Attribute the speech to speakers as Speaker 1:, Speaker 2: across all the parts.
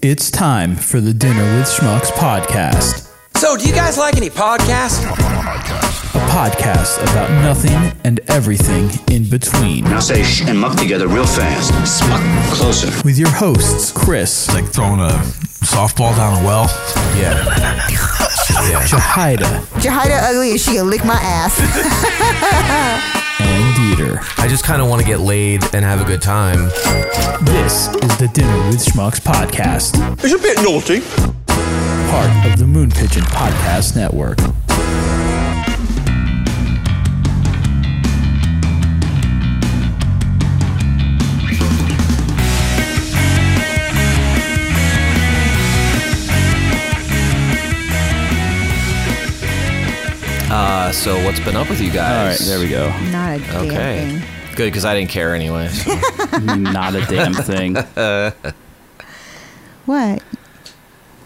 Speaker 1: It's time for the Dinner with Schmucks podcast,
Speaker 2: So, do you guys like any podcasts?
Speaker 1: a podcast about nothing and everything in between,
Speaker 3: Now say shh and muck together real fast. Smuck. Closer.
Speaker 1: with your hosts Chris,
Speaker 4: like throwing a softball down a well.
Speaker 1: Jahida,
Speaker 5: Jahida ugly and she can lick my ass.
Speaker 1: and Dieter.
Speaker 6: I just kind of want to get laid and have a good time.
Speaker 1: This is the Dinner with Schmucks podcast,
Speaker 2: It's a bit naughty.
Speaker 1: part of the Moon Pigeon Podcast Network.
Speaker 7: Uh, so what's been up with you
Speaker 1: All right,
Speaker 7: guys?
Speaker 1: there we go.
Speaker 5: Not a damn
Speaker 7: Okay,
Speaker 5: thing.
Speaker 7: good because I didn't care anyway. so.
Speaker 1: Not a damn thing. What
Speaker 5: What?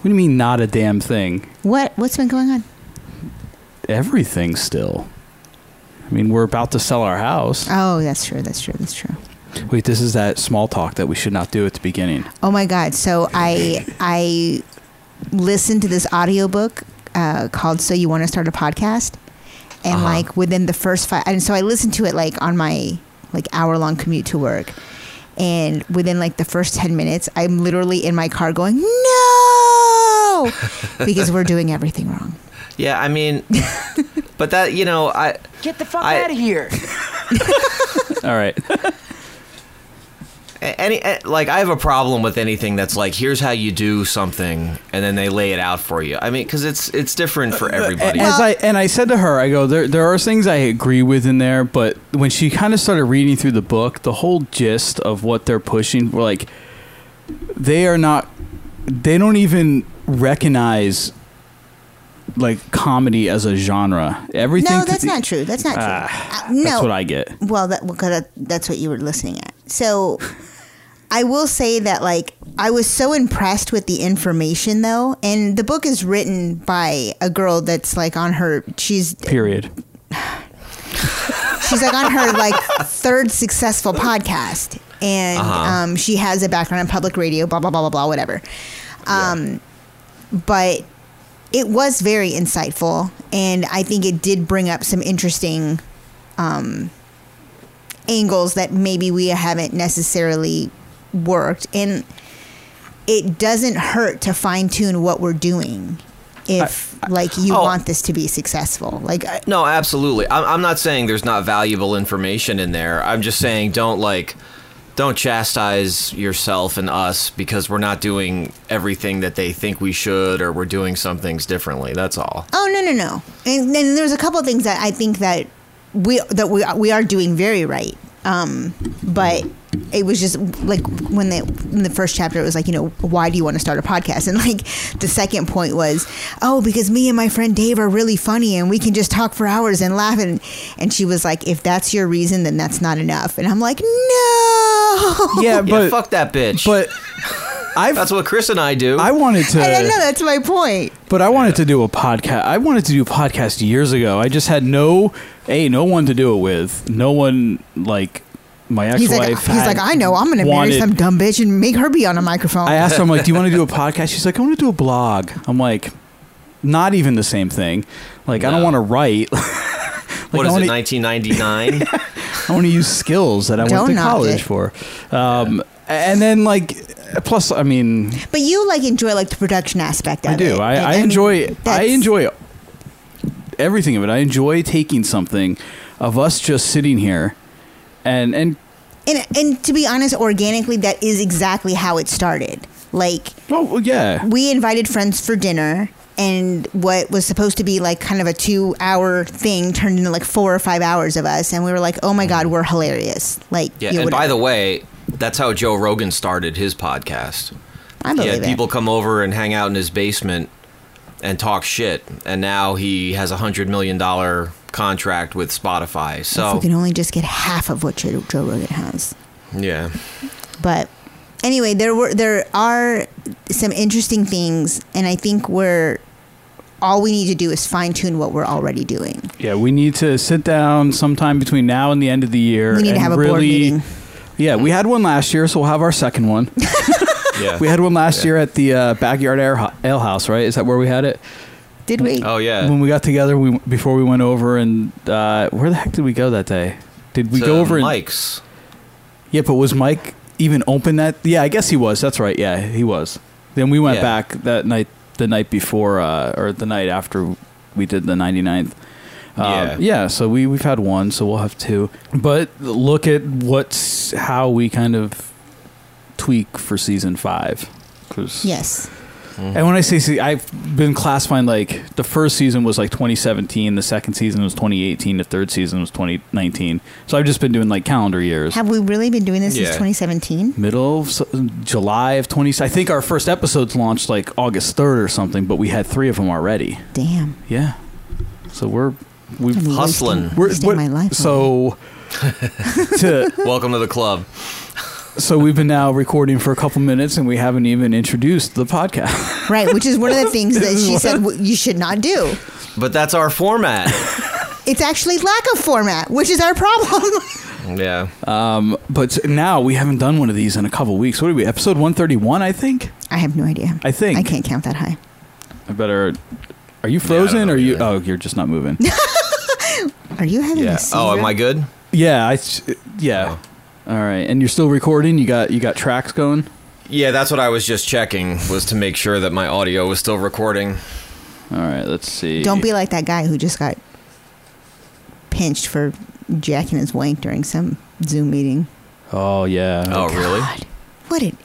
Speaker 1: do you mean, not a damn thing?
Speaker 5: What? What's been going on?
Speaker 1: Everything still. I mean, we're about to sell our house.
Speaker 2: Ah.
Speaker 5: Oh, that's true. That's true. That's true.
Speaker 1: Wait, this is that small talk that we should not do at the beginning.
Speaker 5: Oh my God. So I I listened to this audiobook uh, called "So You Want to Start a Podcast," and
Speaker 1: Uh-huh.
Speaker 5: like within the first five, and so I listened to it like on my like hour long commute to work, and within like the first ten minutes, I'm literally in my car going no because we're doing everything wrong.
Speaker 7: yeah, I mean, but that you know, I
Speaker 8: Get the fuck
Speaker 7: I-
Speaker 8: out of here.
Speaker 1: All right.
Speaker 7: a- any a- like I have a problem with anything that's like here's how you do something and then they lay it out for you. I mean, because it's it's different for everybody.
Speaker 1: As I Uh, and I said to her, I go there. There are things I agree with in there, but when she kind of started reading through the book, the whole gist of what they're pushing, we're like, they are not. They don't even recognize like comedy as a genre. Everything.
Speaker 5: No,
Speaker 1: to
Speaker 5: that's
Speaker 1: the-
Speaker 5: not true. That's not true.
Speaker 1: Ah,
Speaker 5: Uh, no,
Speaker 1: That's what I get.
Speaker 5: Well, that well, 'cause that- that's what you were listening at. So, I will say that like I was so impressed with the information though, and the book is written by a girl that's like on her she's
Speaker 1: Period.
Speaker 5: she's like on her like third successful podcast, and um, she has a background in public radio, blah blah blah blah blah, whatever. Um, But it was very insightful, and I think it did bring up some interesting um, angles that maybe we haven't necessarily worked and it doesn't hurt to fine tune what we're doing if like you
Speaker 7: oh.
Speaker 5: want this to be successful like I-
Speaker 7: no, absolutely. I'm, I'm not saying there's not valuable information in there. I'm just saying don't like don't chastise yourself and us because we're not doing everything that they think we should or we're doing some things differently. That's all.
Speaker 5: oh no no no and then there's a couple of things that i think that we that we, we are doing very right um but it was just like when the in the first chapter it was like you know why do you want to start a podcast and like the second point was oh because me and my friend Dave are really funny and we can just talk for hours and laugh and and she was like if that's your reason then that's not enough and I'm like no
Speaker 1: Yeah,
Speaker 7: yeah,
Speaker 1: Uh, but
Speaker 7: fuck that bitch.
Speaker 1: but I've
Speaker 7: That's what Chris and I do.
Speaker 1: I wanted to.
Speaker 5: and I know that's my point
Speaker 1: But I wanted to do a podcast. I wanted to do a podcast years ago. I just had no, a no one to do it with. No one like my ex-wife.
Speaker 5: he's like he's
Speaker 1: had
Speaker 5: like I know I'm gonna
Speaker 1: wanted-
Speaker 5: marry some dumb bitch and make her be on a microphone
Speaker 1: I asked her, I'm like, do you want to do a podcast? She's like, I want to do a blog. I'm like, not even the same thing. Like, I don't
Speaker 7: No.
Speaker 1: want to write. like,
Speaker 7: what
Speaker 1: I
Speaker 7: is
Speaker 1: wanna-
Speaker 7: it, 1999?
Speaker 1: I want to use skills that I went
Speaker 5: Don't
Speaker 1: to
Speaker 5: knock
Speaker 1: college
Speaker 5: it.
Speaker 1: for. Um, and then like, plus, I mean,
Speaker 5: But you like enjoy like the production aspect of
Speaker 1: I do.
Speaker 5: it.
Speaker 1: I,
Speaker 5: Like,
Speaker 1: I
Speaker 5: mean,
Speaker 1: enjoy. I
Speaker 5: that's-
Speaker 1: enjoy everything of it. I enjoy taking something of us just sitting here, and and
Speaker 5: And and to be honest, organically, that is exactly how it started. Like
Speaker 1: oh well, yeah,
Speaker 5: we invited friends for dinner, and what was supposed to be like kind of a two-hour thing turned into like four or five hours of us, and we were like, oh my
Speaker 1: Mm.
Speaker 5: god, we're hilarious. Like
Speaker 7: yeah,
Speaker 5: you
Speaker 7: and
Speaker 5: would-
Speaker 7: by the way, that's how Joe Rogan started his podcast.
Speaker 5: I
Speaker 7: He
Speaker 5: believe
Speaker 7: had
Speaker 5: it.
Speaker 7: people come over and hang out in his basement and talk shit, and now he has a hundred million dollar contract with Spotify.
Speaker 5: If we
Speaker 7: So
Speaker 5: can only just get half of what Joe, Joe Rogan has.
Speaker 7: yeah,
Speaker 5: but anyway there were there are some interesting things and i think we're all we need to do is fine tune what we're already doing
Speaker 1: yeah. We need to sit down sometime between now and the end of the year.
Speaker 5: We need to
Speaker 1: and
Speaker 5: have a board
Speaker 1: really,
Speaker 5: meeting.
Speaker 1: Yeah, we had one last year, so we'll have our second one.
Speaker 7: Yeah.
Speaker 1: We had one last
Speaker 7: Yeah.
Speaker 1: year at the uh, backyard ale, ale house, right? Is that where we had it?
Speaker 5: Did we?
Speaker 7: Oh yeah.
Speaker 1: When we got together, we before we went over and uh, where the heck did we go that day? Did we
Speaker 7: To
Speaker 1: go over? And,
Speaker 7: Mike's.
Speaker 1: yeah, but was Mike even open that? Yeah, I guess he was. That's right. Yeah, he was. Then we went
Speaker 7: Yeah.
Speaker 1: back that night, the night before, uh, or the night after we did the 99th.
Speaker 7: Yeah.
Speaker 1: Um, yeah, so we, we've had one, so we'll have two. But look at what's how we kind of tweak for season five. 'Cause-
Speaker 5: Yes.
Speaker 7: Mm-hmm.
Speaker 1: And when I say see, I've been classifying like the first season was like 2017, the second season was 2018, the third season was 2019. So I've just been doing like calendar years.
Speaker 5: Have we really been doing this since
Speaker 7: Yeah.
Speaker 5: 2017?
Speaker 1: Middle of s- July of 20. I think our first episodes launched like August 3rd or something, but we had three of them already.
Speaker 5: Damn.
Speaker 1: Yeah. So we're we've
Speaker 5: I'm
Speaker 7: Hustling.
Speaker 5: wasting-
Speaker 1: we're
Speaker 5: wasting
Speaker 1: what-
Speaker 5: my life. already.
Speaker 1: so to,
Speaker 7: Welcome to the club.
Speaker 1: so we've been now recording for a couple minutes and we haven't even introduced the podcast.
Speaker 5: right, which is one of the things that she said w- you should not do.
Speaker 7: But that's our format.
Speaker 5: It's actually lack of format, which is our problem.
Speaker 7: yeah.
Speaker 1: Uh, But now we haven't done one of these in a couple weeks. What are we? Episode 131, I think.
Speaker 5: I have no idea.
Speaker 1: I think.
Speaker 5: I can't count that high.
Speaker 1: I better. Are you
Speaker 7: don't
Speaker 1: frozen
Speaker 7: know
Speaker 1: or you?
Speaker 7: either.
Speaker 1: Oh, you're just not moving.
Speaker 5: Are you having
Speaker 7: yeah.
Speaker 5: a seizure?
Speaker 7: Oh, am I good?
Speaker 1: yeah, I. s- Yeah. All right, and you're still recording. You got you got tracks going.
Speaker 7: Yeah, that's what I was just checking was to make sure that my audio was still recording.
Speaker 1: All right, let's see.
Speaker 5: Don't be like that guy who just got pinched for jacking his wank during some Zoom meeting.
Speaker 1: Oh yeah.
Speaker 7: Oh, really?
Speaker 5: What it?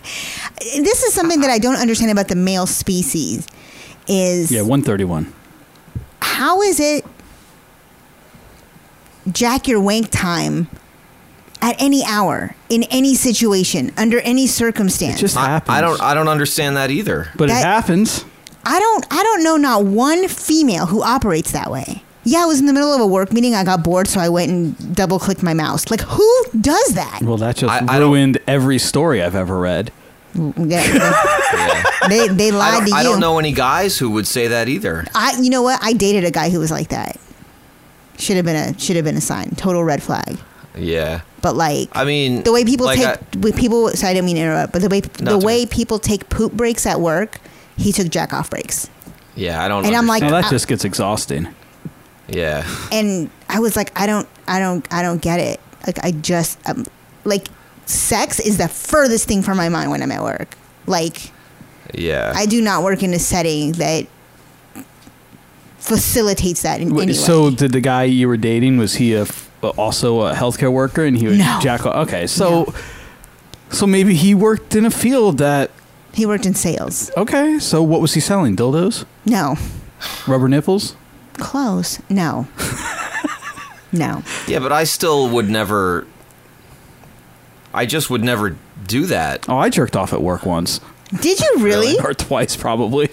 Speaker 5: This is something that I don't understand about the male species. Is
Speaker 1: Yeah, 131.
Speaker 5: how is it jack your wank time at any hour in any situation under any
Speaker 1: It
Speaker 5: circumstance?
Speaker 1: just
Speaker 7: I,
Speaker 1: happens.
Speaker 7: I don't I don't understand that either.
Speaker 1: But it
Speaker 5: that-
Speaker 1: happens.
Speaker 5: I don't I don't know not one female who operates that way. Yeah, I was in the middle of a work meeting. I got bored, so I went and double clicked my mouse. Like, who does that?
Speaker 1: Well, that just
Speaker 7: I- I don't-
Speaker 1: ruined every story I've ever read.
Speaker 5: Yeah,
Speaker 7: Yeah.
Speaker 5: they, they
Speaker 7: I,
Speaker 5: lied to
Speaker 7: don't,
Speaker 5: you.
Speaker 7: I don't know any guys who would say that either.
Speaker 5: I, you know what? I dated a guy who was like that. Should have been a should have been a sign. Total red flag.
Speaker 7: Yeah.
Speaker 5: But like,
Speaker 7: I mean,
Speaker 5: the way people
Speaker 7: like
Speaker 5: take
Speaker 7: I-
Speaker 5: with people. Sorry, I didn't mean to interrupt. But the way
Speaker 7: No,
Speaker 5: the
Speaker 7: it's
Speaker 5: way
Speaker 7: okay.
Speaker 5: people take poop breaks at work, he took jack off breaks,
Speaker 7: Yeah, I don't
Speaker 5: and I'm
Speaker 7: understand.
Speaker 5: like,
Speaker 1: Now that
Speaker 5: I-
Speaker 1: just gets exhausting.
Speaker 7: Yeah.
Speaker 5: and I was like, I don't, I don't, I don't get it. Like, I just, um, like, sex is the furthest thing from my mind when I'm at work. Like,
Speaker 7: Yeah.
Speaker 5: I do not work in a setting that facilitates that in
Speaker 1: Wait,
Speaker 5: any way.
Speaker 1: So did the guy you were dating? Was he a f- also a healthcare worker? And he was
Speaker 5: No.
Speaker 1: jack. Okay, so so maybe he worked in a field that.
Speaker 5: he worked in sales.
Speaker 1: Okay, so what was he selling? Dildos,
Speaker 5: No,
Speaker 1: rubber nipples.
Speaker 5: close. No, no.
Speaker 7: yeah, but I still would never. I just would never do that.
Speaker 1: Oh, I jerked off at work once
Speaker 5: Did you really?
Speaker 1: or twice, probably.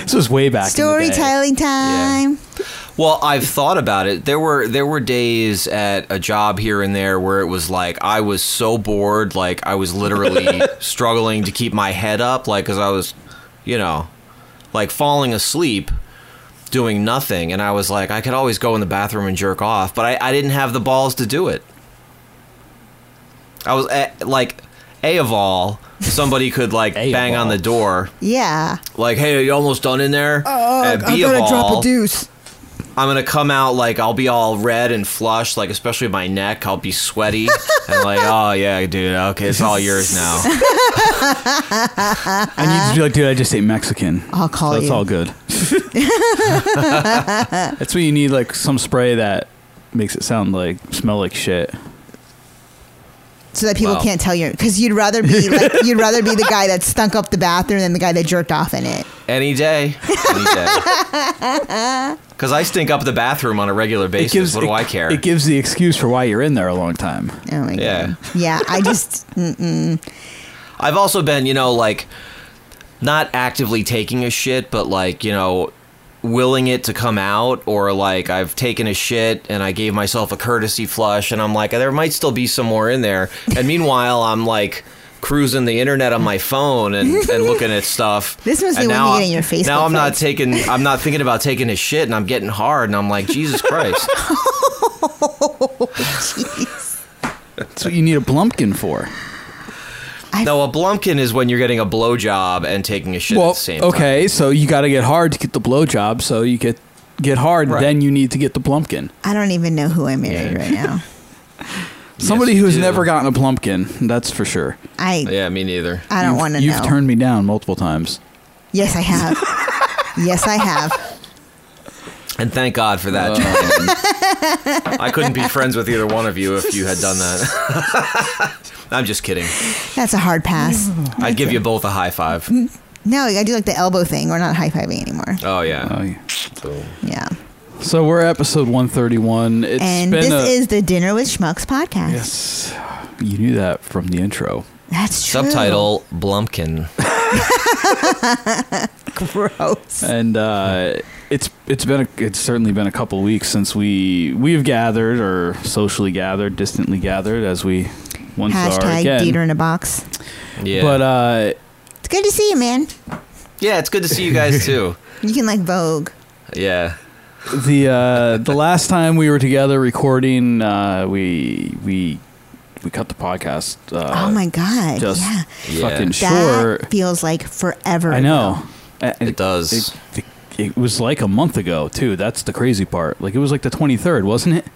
Speaker 1: this was way back. in the day.
Speaker 5: Storytelling time.
Speaker 7: Well, I've thought about it. There were there were days at a job here and there where it was like I was so bored, like I was literally struggling to keep my head up, like because I was, you know, like falling asleep, doing nothing, and I was like, I could always go in the bathroom and jerk off, but I, I didn't have the balls to do it. I was at, like, a of all, somebody could like
Speaker 1: A of
Speaker 7: bang on
Speaker 1: all.
Speaker 7: the door,
Speaker 5: Yeah.
Speaker 7: like, hey, are you almost done in there?
Speaker 1: Uh,
Speaker 7: And B of all,
Speaker 5: deuce.
Speaker 7: I'm gonna come out like I'll be all red and flushed, like especially my neck. I'll be sweaty and like, oh yeah, dude, okay, it's all yours now.
Speaker 1: And
Speaker 7: Uh,
Speaker 1: you'd just be like, dude, I just ate Mexican.
Speaker 5: I'll call
Speaker 1: so It's
Speaker 5: you.
Speaker 1: all good. That's what you need, like some spray that makes it sound like smell like shit.
Speaker 5: So that people
Speaker 7: Wow.
Speaker 5: can't tell you, because you'd rather be like, you'd rather be the guy that stunk up the bathroom than the guy that jerked off in it.
Speaker 7: Any day, any day. Because I stink up the bathroom on a regular basis. what do
Speaker 1: it-
Speaker 7: I care?
Speaker 1: It gives the excuse for why you're in there a long time.
Speaker 5: Oh my
Speaker 7: Yeah.
Speaker 5: god. Yeah. I just
Speaker 7: I've also been, you know, like not actively taking a shit, but like, you know, willing it to come out or like I've taken a shit and I gave myself a courtesy flush and I'm like there might still be some more in there. And meanwhile, I'm like cruising the internet on my phone and, and looking at stuff.
Speaker 5: This must be
Speaker 7: And
Speaker 5: when
Speaker 7: now
Speaker 5: you get
Speaker 7: I-
Speaker 5: in your Facebook
Speaker 7: Now I'm not
Speaker 5: feed.
Speaker 7: taking I'm not thinking about taking a shit and I'm getting hard and I'm like Jesus Christ.
Speaker 5: jeez.
Speaker 1: That's what you need a blumpkin for.
Speaker 5: I-
Speaker 7: no, a blumpkin is when you're getting a blowjob and taking a shit at
Speaker 1: Well,
Speaker 7: the same time.
Speaker 1: okay, so you got to get hard to get the blowjob. So you get get hard, then you need to get the plumpkin.
Speaker 5: I don't even know who I married right now.
Speaker 1: Somebody
Speaker 7: you
Speaker 1: who's
Speaker 7: do.
Speaker 1: never gotten a plumpkin, that's for sure.
Speaker 5: I
Speaker 7: Yeah, me neither.
Speaker 5: I don't
Speaker 1: You've-
Speaker 5: want to know.
Speaker 1: You've turned me down multiple times.
Speaker 5: yes, I have. yes, I have.
Speaker 7: And thank God for that. John. Oh. I couldn't be friends with either one of you if you had done that. I'm just kidding.
Speaker 5: That's a hard pass.
Speaker 7: I'd give you both a high five.
Speaker 5: No, I do like the elbow thing. We're not high fiving anymore.
Speaker 7: Oh yeah.
Speaker 1: Oh, yeah.
Speaker 7: So-
Speaker 5: Yeah.
Speaker 1: So we're episode 131. It's
Speaker 5: and
Speaker 1: been
Speaker 5: this
Speaker 1: a,
Speaker 5: is the Dinner with Schmucks podcast.
Speaker 1: Yes. You knew that from the intro.
Speaker 5: That's true.
Speaker 7: Subtitle Blumpkin.
Speaker 5: Gross.
Speaker 1: And uh, it's it's been a, it's certainly been a couple weeks since we we have gathered or socially gathered, distantly gathered as we once are
Speaker 5: Hashtag
Speaker 1: again.
Speaker 5: Dieter in a box.
Speaker 7: Yeah.
Speaker 1: But uh,
Speaker 5: It's good to see you, man.
Speaker 7: yeah, it's good to see you guys too.
Speaker 5: You can like Vogue.
Speaker 7: Yeah.
Speaker 1: the uh, the last time we were together recording, uh, we we we cut the podcast. Uh,
Speaker 5: oh my god.
Speaker 1: Just
Speaker 5: yeah.
Speaker 1: fucking
Speaker 7: Yeah.
Speaker 5: That
Speaker 1: short.
Speaker 5: feels like forever.
Speaker 1: I know. It,
Speaker 7: does.
Speaker 1: It, it was like a month ago too. That's the crazy part. Like it was like the twenty third, wasn't it?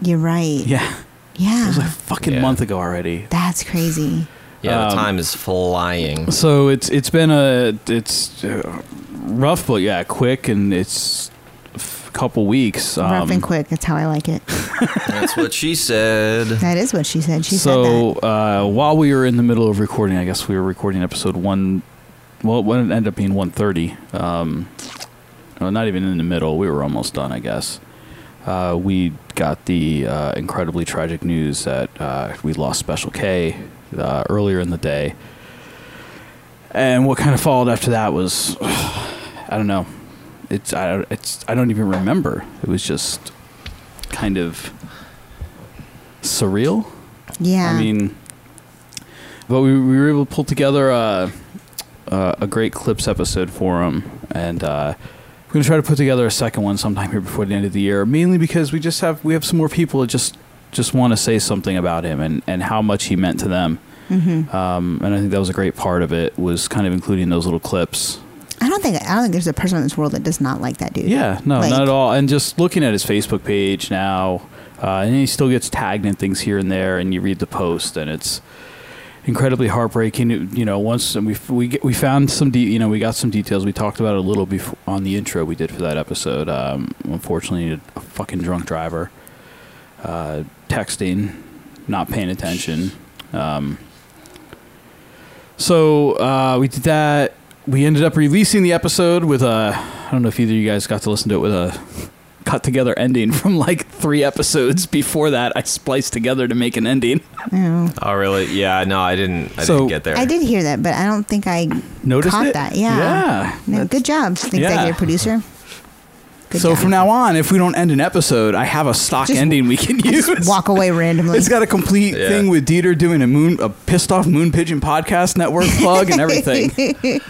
Speaker 5: You're right.
Speaker 1: Yeah, it
Speaker 5: Yeah.
Speaker 1: was like a fucking
Speaker 7: Yeah.
Speaker 1: month ago already.
Speaker 5: That's crazy.
Speaker 7: Yeah, the
Speaker 1: Um,
Speaker 7: time is flying.
Speaker 1: So it's it's been a it's uh, rough, but yeah, quick, and it's a f- couple weeks. Um,
Speaker 5: Rough and quick. That's how I like it.
Speaker 7: That's what she said.
Speaker 5: That is what she said. She
Speaker 1: so uh, while we were in the middle of recording, I guess we were recording episode one. Well, it ended up being one thirty. Um, no, not even in the middle. We were almost done, I guess. Uh, we got the uh, incredibly tragic news that uh, we lost Special K uh, earlier in the day, and what kind of followed after that was, I don't know. It's I don't it's I don't even remember. It was just kind of surreal.
Speaker 5: said that. Yeah.
Speaker 1: I mean, but we, we were able to pull together a, uh a great clips episode for him, and uh, we're gonna try to put together a second one sometime here before the end of the year. Mainly because we just have we have some more people that just just want to say something about him and, and how much he meant to them. Um, and I think that was a great part of it was kind of including those little clips.
Speaker 5: I don't think I don't think there's a person in this world that does not like that dude.
Speaker 1: Yeah, no,
Speaker 5: Like,
Speaker 1: not at all. And just looking at his Facebook page now, uh, and he still gets tagged in things here and there, and you read the post, and it's incredibly heartbreaking. It- you know, once and we we get, we found some, de- you know, we got some details. We talked about it a little before on the intro we did for that episode. Um, unfortunately, a fucking drunk driver, uh, texting, not paying attention. So uh, we did that. We ended up releasing the episode with a. I don't know if either of you guys got to listen to it with a cut together ending from like three episodes before that. I spliced together to make an ending.
Speaker 5: oh.
Speaker 7: Oh really? Yeah, no, I didn't I
Speaker 1: So-
Speaker 7: didn't get there.
Speaker 5: I did hear that, but I don't think I
Speaker 1: Noticed
Speaker 5: caught
Speaker 1: it?
Speaker 5: that. Yeah.
Speaker 1: Yeah.
Speaker 5: No, good job, executive
Speaker 1: yeah.
Speaker 5: producer. Good
Speaker 1: so
Speaker 5: job.
Speaker 1: from now on, if we don't end an episode, I have a stock
Speaker 5: Just-
Speaker 1: ending we can use.
Speaker 5: walk away randomly.
Speaker 1: It's got a complete
Speaker 7: Yeah.
Speaker 1: thing with Dieter doing a moon, a pissed off moon pigeon podcast network plug and everything.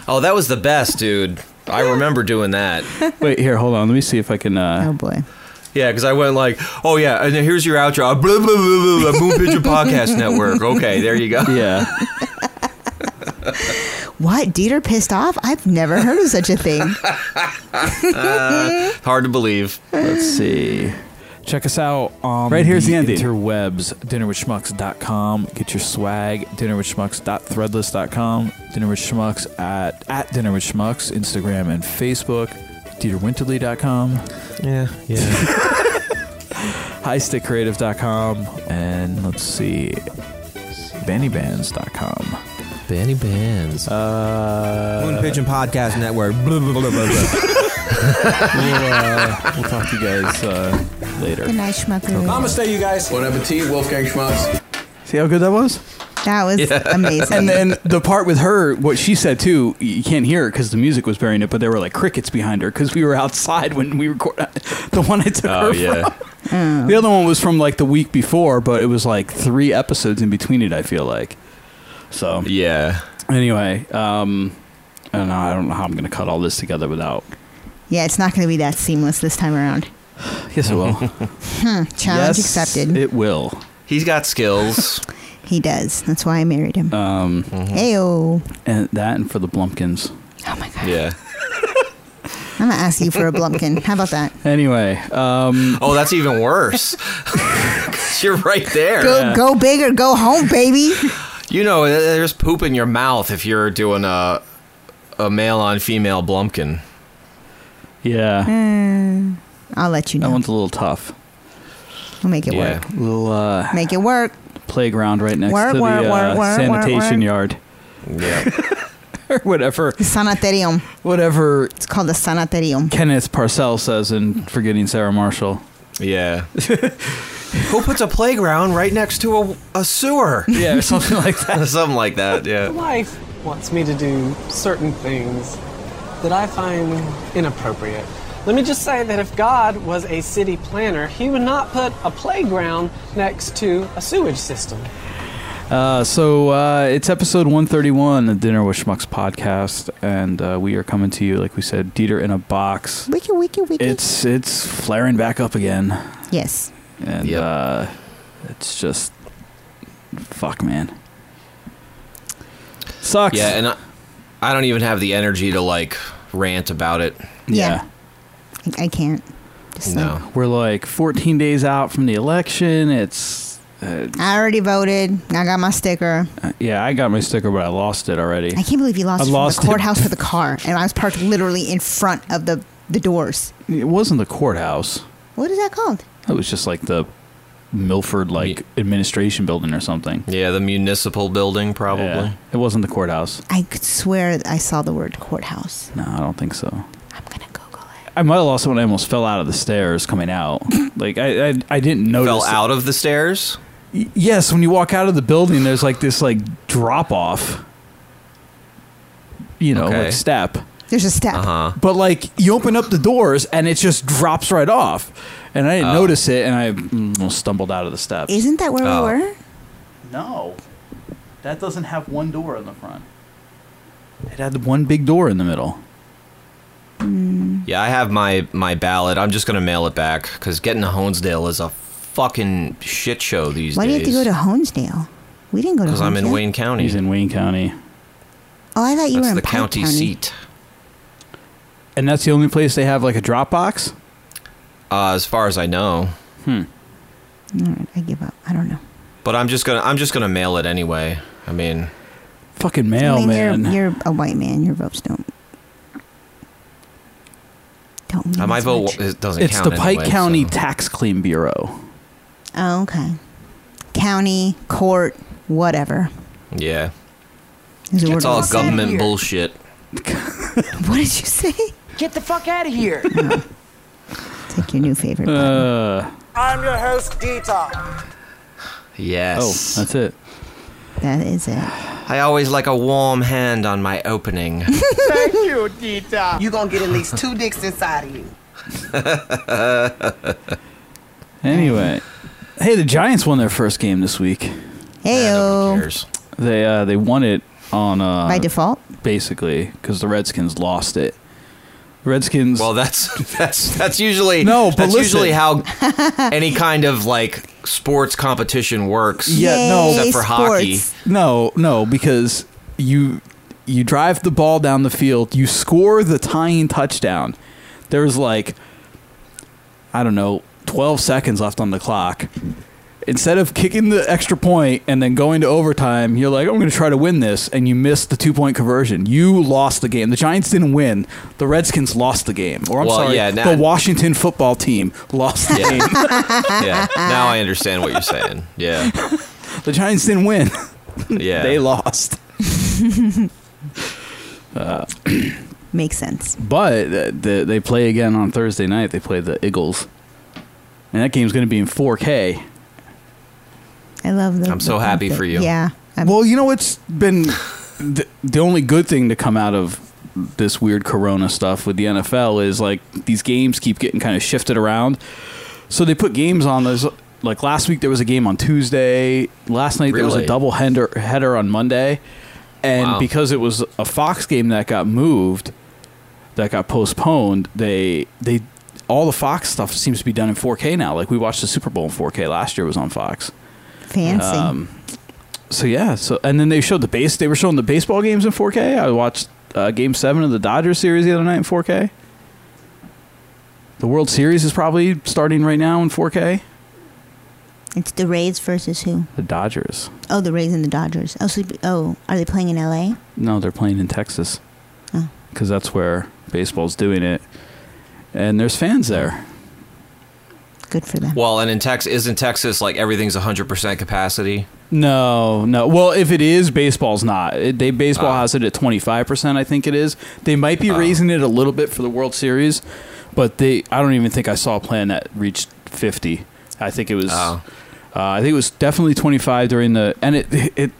Speaker 7: oh, that was the best, dude. I remember doing that.
Speaker 1: Wait here, hold on. Let me see if I can.
Speaker 5: oh
Speaker 1: Uh,
Speaker 5: boy.
Speaker 7: Yeah, because I went like, oh yeah, and then here's your outro. Blah, blah, blah, blah, blah, Moon Pigeon Podcast Network. Okay, there you go.
Speaker 1: Yeah.
Speaker 5: What? Dieter pissed off? I've never heard of such a thing.
Speaker 7: Hard to believe.
Speaker 1: Let's see.
Speaker 8: Check us out on
Speaker 1: Right here's the ending.
Speaker 8: interwebs, dinnerwithschmucks.com. Get your swag, dinnerwithschmucks.threadless.com, dinnerwithschmucks at, at dinnerwithschmucks, Instagram and Facebook, dieterwinterly.com,
Speaker 7: Yeah, yeah.
Speaker 8: highstickcreative.com, and let's see, bandybands.com.
Speaker 6: Benny Bands.
Speaker 1: Uh,
Speaker 9: Moon Pigeon Podcast Network. Blah, blah, blah, blah, blah.
Speaker 8: We'll, uh, we'll talk to you guys uh, later.
Speaker 5: Good night, schmuckery.
Speaker 9: Namaste, you guys.
Speaker 10: Bon appetit, Wolfgang Schmucks.
Speaker 1: See how good that was.
Speaker 5: That was amazing.
Speaker 1: And then the part with her, what she said too, you can't hear it because the music was burying it, but there were like crickets behind her because we were outside when we recorded. The one I took her
Speaker 7: Oh yeah.
Speaker 1: from. The other one was from like the week before, but it was like three episodes in between it. I feel like. So
Speaker 7: Yeah.
Speaker 1: anyway, um, I don't know. I don't know how I'm gonna cut all this together without.
Speaker 5: yeah, it's not going to be that seamless this time around.
Speaker 1: Yes, it will.
Speaker 5: Challenge accepted.
Speaker 1: It will.
Speaker 7: He's got skills.
Speaker 5: He does. That's why I married him.
Speaker 1: Uh-huh.
Speaker 5: Um. Heyo.
Speaker 1: and that and for the Blumpkins.
Speaker 5: Oh my god.
Speaker 7: Yeah.
Speaker 5: I'm gonna ask you for a blumpkin. How about that?
Speaker 1: Anyway, um,
Speaker 7: Oh, that's even worse. 'Cause You're right there.
Speaker 5: Go go big or go home, baby.
Speaker 7: You know, th- there's poop in your mouth if you're doing a a male on female blumpkin.
Speaker 1: yeah,
Speaker 5: Uh, I'll let you
Speaker 1: that
Speaker 5: know.
Speaker 1: one's a little tough.
Speaker 5: We'll make it
Speaker 7: Yeah.
Speaker 5: work.
Speaker 1: Little uh,
Speaker 5: Make it work.
Speaker 1: playground right next
Speaker 5: Work,
Speaker 1: to the
Speaker 5: work,
Speaker 1: uh,
Speaker 5: work, work,
Speaker 1: sanitation
Speaker 5: work.
Speaker 1: yard
Speaker 7: Yeah.
Speaker 1: or whatever,
Speaker 5: Sanatorium.
Speaker 1: whatever
Speaker 5: It's called the sanatorium.
Speaker 1: Kenneth Parcell says in Forgetting Sarah Marshall.
Speaker 7: yeah. Who puts a playground right next to a, a sewer?
Speaker 1: Yeah, or something like that.
Speaker 7: Something like that, yeah.
Speaker 10: Life wants me to do certain things that I find inappropriate. Let me just say that if God was a city planner, he would not put a playground next to a sewage system.
Speaker 1: Uh, so uh, it's episode 131 of Dinner with Schmucks podcast, and uh, we are coming to you, like we said, Dieter in a box.
Speaker 5: Wiki wiki wiki.
Speaker 1: It's it's flaring back up again,
Speaker 5: yes.
Speaker 1: and
Speaker 7: Yep.
Speaker 1: uh, it's just fuck, man, sucks.
Speaker 7: Yeah, and I, I don't even have the energy to like rant about it.
Speaker 5: Yeah. I, I can't. Just like-
Speaker 7: No.
Speaker 1: We're like 14 days out from the election. It's uh,
Speaker 5: I already voted. I got my sticker.
Speaker 1: yeah, I got my sticker, but I lost it already.
Speaker 5: I can't believe you
Speaker 1: I
Speaker 5: lost, it from
Speaker 1: lost it.
Speaker 5: the courthouse to the car, and I was parked literally in front of the the doors.
Speaker 1: It wasn't the courthouse.
Speaker 5: What is that called?
Speaker 1: It was just like the Milford like administration building or something.
Speaker 7: Yeah, the municipal building probably.
Speaker 1: Yeah. It wasn't the courthouse.
Speaker 5: I could swear I saw the word courthouse.
Speaker 1: No, I don't think so.
Speaker 5: I'm gonna Google it.
Speaker 1: I might have lost it when I almost fell out of the stairs coming out. like I, I, I didn't
Speaker 5: Oh,
Speaker 1: notice.
Speaker 7: Fell out of the stairs?
Speaker 1: Yes, when you walk out of the building, there's like this like drop off. You know,
Speaker 7: Okay.
Speaker 1: like step.
Speaker 5: There's a step.
Speaker 7: Uh-huh.
Speaker 1: But like you open up the doors and it just drops right off, and I didn't notice it, and I mm, almost stumbled out of the steps.
Speaker 5: Isn't that where
Speaker 7: Oh.
Speaker 5: we were?
Speaker 1: No, that doesn't have one door in the front. It had the one big door in the middle.
Speaker 7: Yeah, I have my my ballot. I'm just gonna mail it back because getting to Honesdale is a fucking shit show these
Speaker 5: Why do you
Speaker 7: days.
Speaker 5: have to go to Honesdale? We didn't go to.
Speaker 7: Because I'm in
Speaker 5: Honesdale.
Speaker 7: Wayne County.
Speaker 1: He's in Wayne County,
Speaker 5: Oh, I thought you
Speaker 7: That's
Speaker 5: were in
Speaker 7: the
Speaker 5: Pike
Speaker 7: county, seat.
Speaker 1: and that's the only place they have like a drop box.
Speaker 7: Uh, as far as I know,
Speaker 5: All right, I give up. I don't know.
Speaker 7: but I'm just gonna I'm just gonna mail it anyway. I mean,
Speaker 1: Fucking mail,
Speaker 5: I mean,
Speaker 1: man.
Speaker 5: You're, you're a white man. Your votes don't. Don't mean
Speaker 7: uh, my
Speaker 5: as
Speaker 7: vote
Speaker 5: much.
Speaker 7: w- it doesn't
Speaker 1: it's
Speaker 7: count.
Speaker 1: the Pike
Speaker 7: anyway,
Speaker 1: County
Speaker 7: so-
Speaker 1: Tax Claim Bureau.
Speaker 5: Oh, okay. County, court, whatever.
Speaker 7: yeah,
Speaker 5: Is the
Speaker 7: it's
Speaker 5: word-
Speaker 7: all
Speaker 5: What
Speaker 7: government bullshit.
Speaker 5: Oh, did you say?
Speaker 10: Get the fuck out of here!
Speaker 5: Take your new favorite. button.
Speaker 1: Uh,
Speaker 10: I'm your host, Dita.
Speaker 1: oh,
Speaker 7: Yes.
Speaker 1: that's it.
Speaker 5: that is it.
Speaker 7: I always like a warm hand on my opening.
Speaker 10: Thank Uh, you, Dita. You're gonna get at least two dicks inside of you.
Speaker 1: Anyway, hey, the Giants won their first game this week.
Speaker 7: Nobody
Speaker 5: Heyo.
Speaker 7: cares.
Speaker 1: They uh, they won it on uh,
Speaker 5: By default.
Speaker 1: basically because the Redskins lost it. Redskins.
Speaker 7: Well, that's that's that's usually
Speaker 1: No, but
Speaker 7: that's usually
Speaker 1: listen.
Speaker 7: how any kind of like sports competition works.
Speaker 1: Yeah, no.
Speaker 7: except
Speaker 5: Yay,
Speaker 7: for hockey.
Speaker 5: sports.
Speaker 1: no, no, because you you drive the ball down the field, you score the tying touchdown. There's like I don't know, 12 seconds left on the clock. Instead of kicking the extra point and then going to overtime, you're like, I'm going to try to win this, and you missed the two point conversion. You lost the game. The Giants didn't win. The Redskins lost the game. Or I'm
Speaker 7: Well,
Speaker 1: sorry,
Speaker 7: yeah, now-
Speaker 1: the Washington football team lost the game.
Speaker 7: yeah. Now I understand what you're saying. Yeah.
Speaker 1: The Giants didn't win.
Speaker 7: Yeah.
Speaker 1: they lost.
Speaker 5: Makes sense.
Speaker 1: But uh, the, they play again on Thursday night. They play the Eagles, and that game's going to be in 4K.
Speaker 5: I love the.
Speaker 7: I'm so
Speaker 5: the
Speaker 7: happy
Speaker 5: outfit.
Speaker 7: for you.
Speaker 5: Yeah. I'm-
Speaker 1: Well, you know what's been the, the only good thing to come out of this weird Corona stuff with the NFL is like these games keep getting kind of shifted around. So they put games on those. Like last week, there was a game on Tuesday. Last night there was a
Speaker 7: Really?
Speaker 1: double header header on Monday, and
Speaker 7: Wow.
Speaker 1: because it was a Fox game that got moved, that got postponed, they they all the Fox stuff seems to be
Speaker 7: um,
Speaker 1: done in 4K now. Like we watched the Super Bowl in 4K last year was on Fox.
Speaker 5: fancy.
Speaker 1: so yeah, so and then they showed the base. They were showing the baseball games in 4K. I watched uh, Game Seven of the Dodgers series the other night in 4K. The World Series is probably starting right now in 4K.
Speaker 5: It's the Rays versus who?
Speaker 1: The Dodgers.
Speaker 5: Oh, the Rays and the Dodgers. Oh, so, oh, are they playing in L.A.?
Speaker 1: No, they're playing in Texas
Speaker 5: Oh.
Speaker 1: because that's where baseball's doing it, and there's fans there.
Speaker 5: Good for them.
Speaker 7: Well, and in Texas, isn't Texas like everything's 100% capacity?
Speaker 1: No, no. Well, if it is, baseball's not. It, they baseball
Speaker 7: Ah.
Speaker 1: has it at twenty five percent. I think it is. They might be raising it a little bit for the World Series, but they. I don't even think I saw a plan that reached fifty. I think it was.
Speaker 7: Oh.
Speaker 1: Uh, I think it was definitely twenty five during the and it it it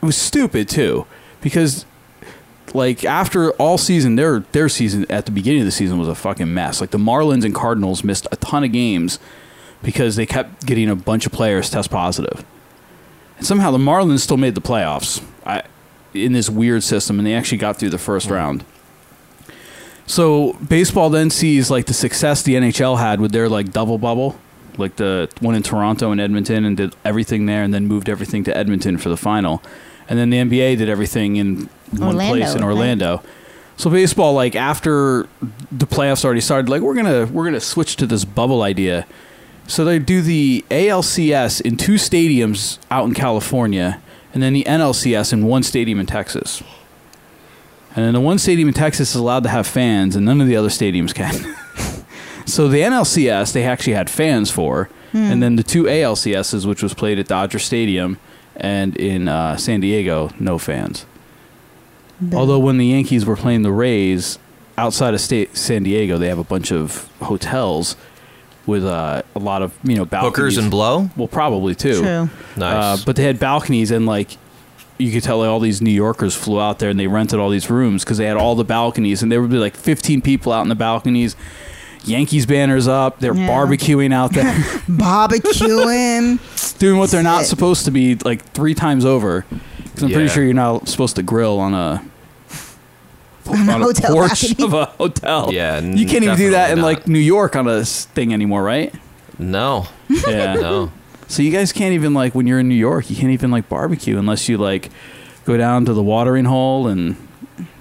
Speaker 1: was stupid too because like after all season their their season at the beginning of the season was a fucking mess. Like the Marlins and Cardinals missed a ton of games because they kept getting a bunch of players test positive. And somehow the Marlins still made the playoffs I, in this weird system, and they actually got through the 1st round. So baseball then sees like the success the NHL had with their like double bubble, like the one in Toronto and Edmonton, and did everything there, and then moved everything to Edmonton for the final, and then the NBA did everything in one
Speaker 5: Orlando,
Speaker 1: place in
Speaker 5: right?
Speaker 1: Orlando. So baseball, like after the playoffs already started, like we're gonna we're gonna switch to this bubble idea. So they do the ALCS in two stadiums out in California, and then the NLCS in one stadium in Texas. And then the one stadium in Texas is allowed to have fans, and none of the other stadiums can. so the NLCS they actually had fans for, and then the two ALCSs, which was played at Dodger Stadium and in uh, San Diego, no fans. Although when the Yankees were playing the Rays outside of state San Diego, they have a bunch of hotels with uh, a lot of you know balconies.
Speaker 7: Hookers and blow?
Speaker 1: Well, probably too.
Speaker 5: True.
Speaker 7: Nice.
Speaker 1: Uh, but they had balconies and like you could tell like, all these New Yorkers flew out there and they rented all these rooms because they had all the balconies and there would be like 15 people out in the balconies. Yankees banners up. They're
Speaker 5: Yeah.
Speaker 1: barbecuing out there,
Speaker 5: Barbecuing.
Speaker 1: doing what they're not
Speaker 5: Sick.
Speaker 1: supposed to be like three times over. 'Cause I'm pretty
Speaker 7: Yeah.
Speaker 1: sure you're not supposed to grill on a
Speaker 5: On a hotel
Speaker 1: porch
Speaker 5: balcony.
Speaker 1: of a hotel.
Speaker 7: Yeah, n-
Speaker 1: you can't even do that
Speaker 7: definitely
Speaker 1: in
Speaker 7: not.
Speaker 1: like New York on a s- thing anymore, right?
Speaker 7: no.
Speaker 1: Yeah.
Speaker 7: No.
Speaker 1: So you guys can't even like when you're in New York, you can't even like barbecue unless you like go down to the watering hole and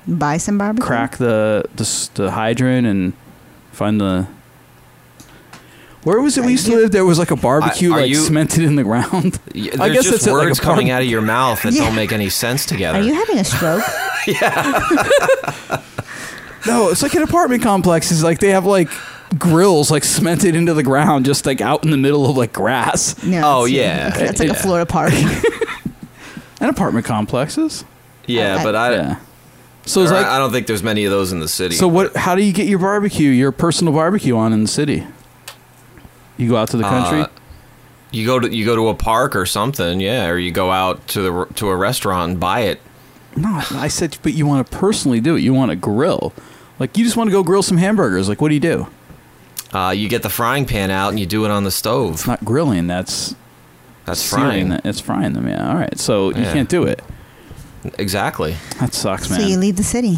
Speaker 5: Buy some
Speaker 7: Mm-hmm.
Speaker 5: barbecue.
Speaker 1: crack the the, s- the hydrant and find the. Where was it we used to live? There was like a barbecue
Speaker 7: I- are
Speaker 1: like
Speaker 7: you-
Speaker 1: cemented in the ground.
Speaker 7: Y- There's just
Speaker 1: it, like, a
Speaker 7: words coming
Speaker 1: barbe-
Speaker 7: out of your mouth that
Speaker 5: Yeah.
Speaker 7: don't make any sense together.
Speaker 5: Are you having a stroke?
Speaker 1: No, it's like an apartment complex. It's like they have like grills like cemented into the ground, just like out in the middle of like grass.
Speaker 5: No.
Speaker 7: Oh,
Speaker 5: that's-
Speaker 7: yeah.
Speaker 5: That's like a
Speaker 1: Yeah.
Speaker 5: Florida park.
Speaker 1: And apartment complexes.
Speaker 7: yeah,
Speaker 5: I-
Speaker 7: but I,
Speaker 1: yeah. So it's
Speaker 7: or I-
Speaker 1: like
Speaker 7: I don't think there's many of those in the city.
Speaker 1: So what? How do you get your barbecue, your personal barbecue on in the city? You go out to the country.
Speaker 7: Uh, you go to you go to a park or something, yeah, or you go out to the to a restaurant and buy it.
Speaker 1: no, I said, but you want to personally do it. You want to grill, like you just want to go grill some hamburgers. Like, what do you do?
Speaker 7: Uh, you get the frying pan out and you do it on the stove.
Speaker 1: It's not grilling. That's
Speaker 7: That's
Speaker 1: searing
Speaker 7: frying.
Speaker 1: Them. It's frying them. Yeah. All right. So you
Speaker 7: Yeah.
Speaker 1: can't do it.
Speaker 7: Exactly.
Speaker 1: That sucks, man.
Speaker 5: so you leave the city.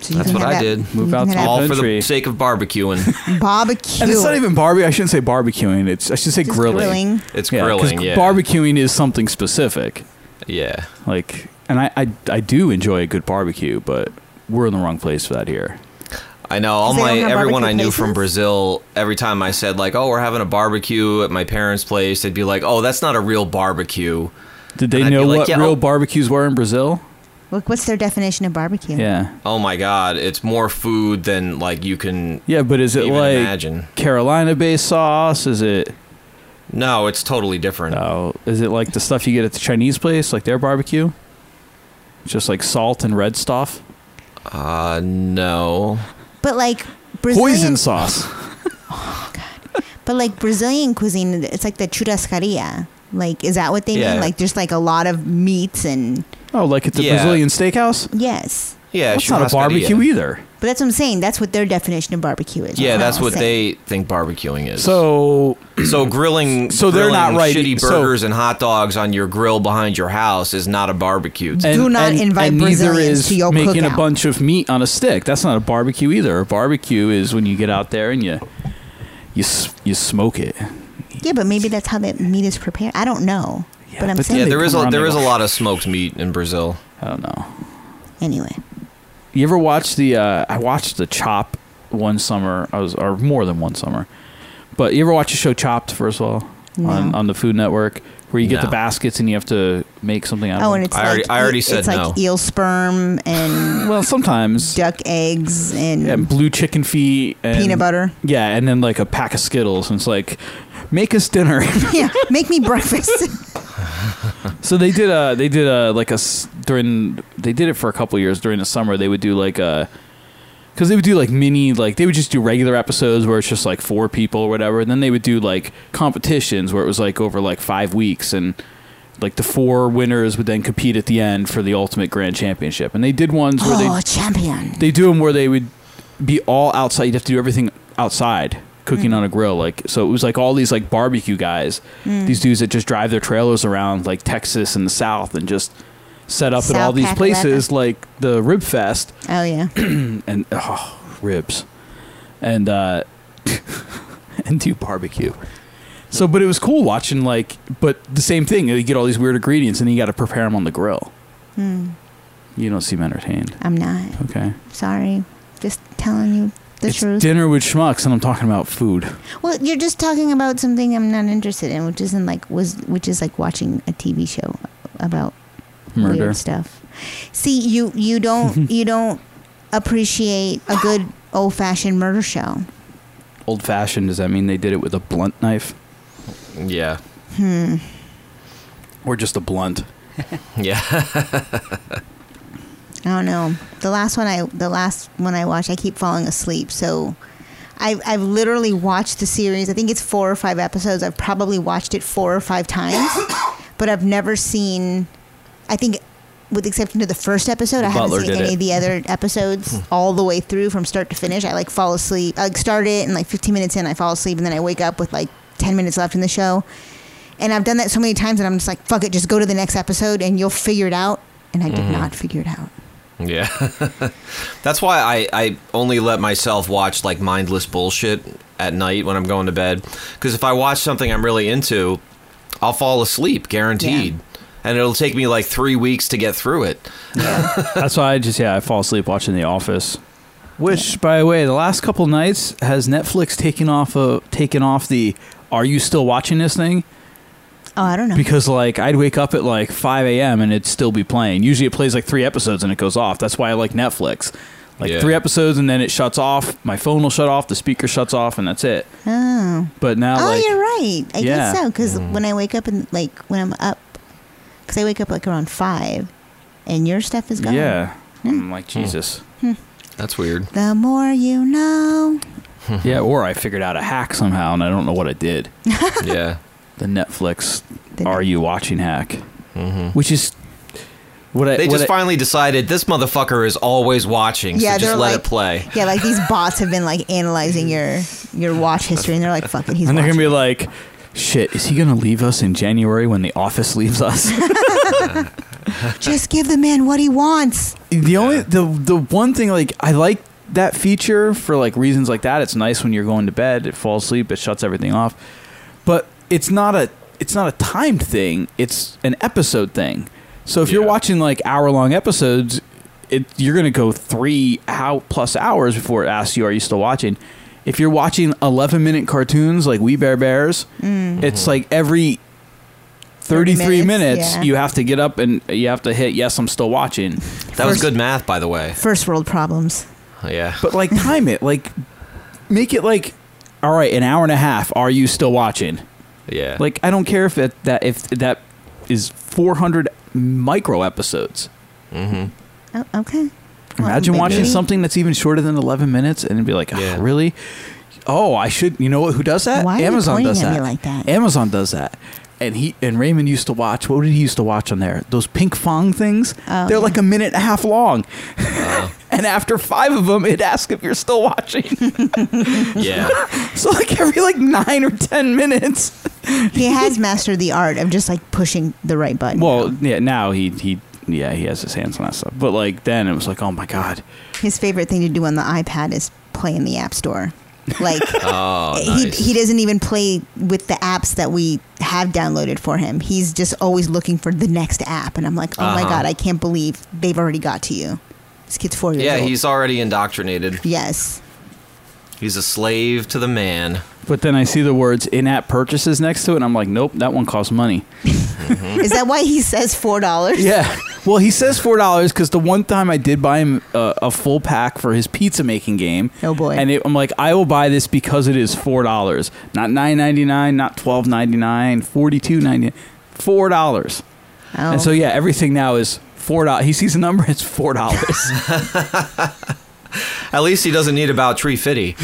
Speaker 5: So you
Speaker 7: That's
Speaker 5: can
Speaker 7: what
Speaker 5: have
Speaker 7: I
Speaker 5: that-
Speaker 7: did.
Speaker 5: you
Speaker 1: Move
Speaker 5: can
Speaker 1: out
Speaker 5: have
Speaker 1: to
Speaker 5: that
Speaker 7: All for
Speaker 1: Country.
Speaker 7: the sake of barbecuing.
Speaker 5: Barbecue.
Speaker 1: and it's not even barbecue. I shouldn't say barbecuing. It's I should say
Speaker 5: Just
Speaker 1: grilling.
Speaker 5: grilling.
Speaker 7: It's
Speaker 1: Yeah, 'cause
Speaker 7: grilling, yeah.
Speaker 1: Barbecuing is something specific.
Speaker 7: yeah.
Speaker 1: Like, and I, I I do enjoy a good barbecue, but we're in the wrong place for that here.
Speaker 7: I know all
Speaker 5: They don't
Speaker 7: my
Speaker 5: have
Speaker 7: everyone I
Speaker 5: barbecue
Speaker 7: knew from
Speaker 5: places?
Speaker 7: Brazil. Every time I said like, "Oh, we're having a barbecue at my parents' place," they'd be like, "Oh, that's not a real barbecue."
Speaker 1: Did they
Speaker 7: And I'd
Speaker 1: know
Speaker 7: be like,
Speaker 1: what
Speaker 7: "Yeah, oh."
Speaker 1: real
Speaker 7: I'll-"
Speaker 1: barbecues were in Brazil?
Speaker 5: Look, what's their definition of barbecue?
Speaker 1: Yeah.
Speaker 7: Oh my god, it's more food than like you can.
Speaker 1: Yeah, but is it
Speaker 7: Even
Speaker 1: like
Speaker 7: imagine.
Speaker 1: Carolina based sauce? Is it
Speaker 7: No, it's totally different.
Speaker 1: oh is it like the stuff you get at the Chinese place, like their barbecue? Just like salt and red stuff?
Speaker 7: Uh, no.
Speaker 5: But like
Speaker 1: Poison
Speaker 5: Brazilian,
Speaker 1: sauce.
Speaker 5: but like Brazilian cuisine, it's like the churrascaria. Like, is that what they
Speaker 7: Yeah.
Speaker 5: mean? Like, there's like a lot of meats and
Speaker 1: Oh, like at the
Speaker 7: Yeah.
Speaker 1: Brazilian steakhouse?
Speaker 5: yes.
Speaker 7: Yeah,
Speaker 1: That's not a
Speaker 7: churrascaria.
Speaker 1: barbecue either.
Speaker 5: But that's what I'm saying. That's what their definition of barbecue is.
Speaker 7: Yeah,
Speaker 5: I'm
Speaker 7: that's
Speaker 5: not
Speaker 7: what
Speaker 5: saying-
Speaker 7: they think barbecuing is.
Speaker 1: So
Speaker 7: so grilling.
Speaker 1: So they're
Speaker 7: grilling
Speaker 1: not right.
Speaker 7: Shitty
Speaker 1: So-
Speaker 7: burgers and hot dogs on your grill behind your house is not a barbecue.
Speaker 5: And- Do not invite
Speaker 1: and neither
Speaker 5: Brazilians
Speaker 1: is
Speaker 5: to your
Speaker 1: making a
Speaker 5: cookout.
Speaker 1: bunch of meat on a stick. That's not a barbecue either. A barbecue is when you get out there and you you s- you smoke it.
Speaker 5: Yeah, but maybe that's how that meat is prepared. I don't know. but I'm
Speaker 7: But
Speaker 5: saying
Speaker 7: yeah, there
Speaker 5: they
Speaker 7: is
Speaker 5: come
Speaker 7: a,
Speaker 5: around,
Speaker 7: there
Speaker 5: they
Speaker 7: is a
Speaker 5: go,
Speaker 7: lot of smoked meat in Brazil.
Speaker 1: I don't know.
Speaker 5: Anyway,
Speaker 1: You ever watch the? Uh, I watched the Chop one summer. I was or more than one summer, but you ever watch the show Chopped? First of all, on
Speaker 5: No.
Speaker 1: on the Food Network, where you get the
Speaker 7: No.
Speaker 1: baskets and you have to make something out.
Speaker 5: oh,
Speaker 1: of
Speaker 5: and
Speaker 1: them.
Speaker 5: it's
Speaker 7: I already-
Speaker 5: like
Speaker 7: I already
Speaker 5: it's
Speaker 7: said
Speaker 5: like
Speaker 7: no.
Speaker 5: eel sperm and
Speaker 1: well, sometimes
Speaker 5: duck eggs and
Speaker 1: yeah, blue chicken feet, and,
Speaker 5: Peanut butter.
Speaker 1: Yeah, and then like a pack of Skittles, and it's like, make us dinner.
Speaker 5: yeah, make me breakfast.
Speaker 1: so they did a they did a like a s- during they did it for a couple years during the summer. They would do like a because they would do like mini like they would just do regular episodes where it's just like four people or whatever, and then they would do like competitions where it was like over like five weeks and. Like the four winners would then compete at the end for the ultimate grand championship, and they did ones where they
Speaker 5: oh, champion.
Speaker 1: they do them where they would be all outside. You'd have to do everything outside, cooking on a grill. Like so, it was like all these like barbecue guys, these dudes that just drive their trailers around like Texas and the South and just set up at all
Speaker 5: South
Speaker 1: these
Speaker 5: Pack
Speaker 1: places like the Rib Fest
Speaker 5: Oh yeah.
Speaker 1: and oh, ribs and uh, and do barbecue. So, but it was cool watching like, but the same thing. You get all these weird ingredients, and then you got to prepare them on the grill. You don't seem entertained.
Speaker 5: I'm not.
Speaker 1: Okay.
Speaker 5: Sorry. Just telling you the
Speaker 1: it's
Speaker 5: truth.
Speaker 1: dinner with schmucks, and I'm talking about food.
Speaker 5: well, you're just talking about something I'm not interested in, which isn't like was which is like watching a TV show about
Speaker 1: Murder.
Speaker 5: weird stuff. See, you you don't you don't appreciate a good old fashioned murder show.
Speaker 1: Old fashioned, does that mean they did it with a blunt knife?
Speaker 7: Yeah,
Speaker 1: Or just a blunt?
Speaker 7: yeah.
Speaker 5: I don't know. The last one I the last one I watched, I keep falling asleep. So I've I've literally watched the series. I think it's four or five episodes. I've probably watched it four or five times, but I've never seen. I think, with the exception of the first episode, I
Speaker 7: Butler
Speaker 5: haven't seen
Speaker 7: did
Speaker 5: any
Speaker 7: it. Hmm.
Speaker 5: of the other episodes all the way through from start to finish. I like fall asleep. I like start it and like 15 minutes in, I fall asleep, and then I wake up with like 10 minutes left in the show. And I've done that so many times that I'm just like, fuck it, just go to the next episode and you'll figure it out. And I did
Speaker 7: Mm-hmm.
Speaker 5: not figure it out.
Speaker 7: Yeah. That's why I, I only let myself watch like mindless bullshit at night when I'm going to bed. Because if I watch something I'm really into, I'll fall asleep, guaranteed. And it'll take me like three weeks to get through it.
Speaker 1: That's why I just, yeah, I fall asleep watching The Office. Which, by the way, the last couple nights has Netflix taken off a, taken off the "Are you still watching this?" thing
Speaker 5: Oh, I don't know.
Speaker 1: because like I'd wake up at like 5 a.m. and it'd still be playing. Usually it plays like three episodes and it goes off. That's why I like Netflix, like
Speaker 7: Yeah.
Speaker 1: three episodes and then it shuts off. My phone will shut off, the speaker shuts off, and that's it.
Speaker 5: oh.
Speaker 1: But now,
Speaker 5: oh,
Speaker 1: like,
Speaker 5: you're right. I
Speaker 1: Yeah. Mm-hmm.
Speaker 5: guess so. Because when I wake up and like when I'm up, because I wake up like around five, and your stuff is gone.
Speaker 1: yeah, I'm like Jesus.
Speaker 7: That's weird.
Speaker 5: The more you know.
Speaker 1: Yeah, or I figured out a hack somehow, and I don't know what I did.
Speaker 7: yeah.
Speaker 1: The Netflix
Speaker 5: The
Speaker 1: "Are
Speaker 5: Net-
Speaker 1: You Watching" hack, which is what I
Speaker 7: Mm-hmm. They
Speaker 1: what
Speaker 7: just
Speaker 1: I-
Speaker 7: finally decided this motherfucker is always watching,
Speaker 5: yeah,
Speaker 7: so
Speaker 5: they're
Speaker 7: just let
Speaker 5: like,
Speaker 7: it play.
Speaker 5: Yeah, like these bots have been like analyzing your your watch history, and they're like, "Fuck it, he's."
Speaker 1: and they're gonna be
Speaker 5: watching.
Speaker 1: like, "Shit, is he gonna leave us in January when the office leaves us?"
Speaker 5: "Just give the man what he wants."
Speaker 1: the only the the one thing like I like that feature for like reasons like that. It's nice when you're going to bed, it falls asleep, it shuts everything off. But it's not a it's not a timed thing. It's an episode thing. So if you're
Speaker 7: Yeah.
Speaker 1: watching like hour long episodes, it you're gonna go three how plus hours before it asks you are you still watching. If you're watching eleven minute cartoons like We Bear Bears, it's like every 33
Speaker 5: 30 Mm. minutes,
Speaker 1: minutes
Speaker 5: yeah.
Speaker 1: you have to get up and you have to hit yes i'm still watching
Speaker 7: That was
Speaker 5: First-
Speaker 7: good math, by the way.
Speaker 5: First world problems.
Speaker 7: Yeah.
Speaker 1: but like time it like make it like all right an hour and a half are you still watching
Speaker 7: Yeah.
Speaker 1: like i don't care if it, that if that is 400 micro episodes
Speaker 5: Oh, okay. Well,
Speaker 1: imagine
Speaker 5: maybe-
Speaker 1: watching something that's even shorter than 11 minutes and it'd be like "Oh,
Speaker 7: Yeah.
Speaker 1: really oh i should you know what who does that
Speaker 5: Why are you
Speaker 1: amazon
Speaker 5: pointing
Speaker 1: does
Speaker 5: at
Speaker 1: that.
Speaker 5: me like that?
Speaker 1: amazon does that and he and Raymond used to watch. What did he used to watch on there? Those pink fong things.
Speaker 5: Oh,
Speaker 1: They're like a minute and a half long, and after five of them, it asks if you're still watching.
Speaker 7: yeah.
Speaker 1: So like every like nine or ten minutes.
Speaker 5: He has mastered the art of just like pushing the right button.
Speaker 1: Well, yeah. Now he he yeah he has his hands on that stuff. But like then it was like oh my god.
Speaker 5: His favorite thing to do on the iPad is play in the App Store. Like
Speaker 7: oh,
Speaker 5: he he doesn't even play with the apps that we have downloaded for him. He's just always looking for the next app, and I'm like, oh my
Speaker 7: Uh-huh.
Speaker 5: god, I can't believe they've already got to you. This kid's four years
Speaker 7: Yeah,
Speaker 5: old.
Speaker 7: he's already indoctrinated.
Speaker 5: yes.
Speaker 7: He's a slave to the man.
Speaker 1: But then I see the words in-app purchases next to it, and I'm like, nope, that one costs money.
Speaker 5: Is that why he says four dollars?
Speaker 1: Mm. Yeah. Well, he says four dollars because the one time I did buy him uh, a full pack for his pizza making game.
Speaker 5: Oh, boy.
Speaker 1: And it, I'm like, I will buy this because it is four dollars, not nine ninety nine, not twelve ninety nine, forty two ninety, four dollars.
Speaker 5: Oh.
Speaker 1: And so yeah, everything now is four dollars. He sees a number, it's four dollars.
Speaker 7: At least he doesn't need about three fifty.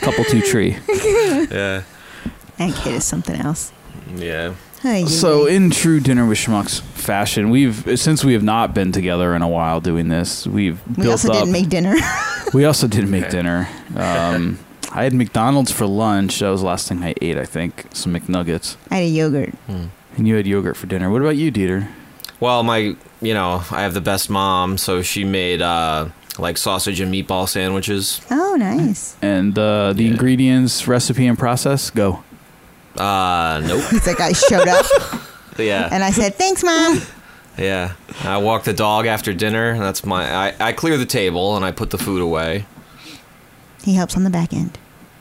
Speaker 1: Couple two tree.
Speaker 7: yeah,
Speaker 5: that kid is something else.
Speaker 7: yeah.
Speaker 5: Ay,
Speaker 1: So,
Speaker 5: ay, ay.
Speaker 1: in true dinner with schmucks fashion, we've since we have not been together in a while doing this, we've
Speaker 5: we
Speaker 1: built
Speaker 5: also
Speaker 1: up.
Speaker 5: didn't make dinner.
Speaker 1: we also didn't make
Speaker 7: Okay.
Speaker 1: dinner. Um, I had McDonald's for lunch. That was the last thing I ate. I think some McNuggets.
Speaker 5: I had a yogurt.
Speaker 1: Mm. And you had yogurt for dinner. What about you, Dieter?
Speaker 7: Well, my, you know, I have the best mom, so she made uh, like sausage and meatball sandwiches.
Speaker 5: Oh, nice.
Speaker 1: And uh, the ingredients, recipe, and process. Go.
Speaker 7: Uh, nope.
Speaker 5: It's like I showed up
Speaker 7: Yeah,
Speaker 5: and I said, "Thanks, mom."
Speaker 7: yeah. I walk the dog after dinner. and That's my. I, I clear the table and I put the food away.
Speaker 5: He helps on the back end.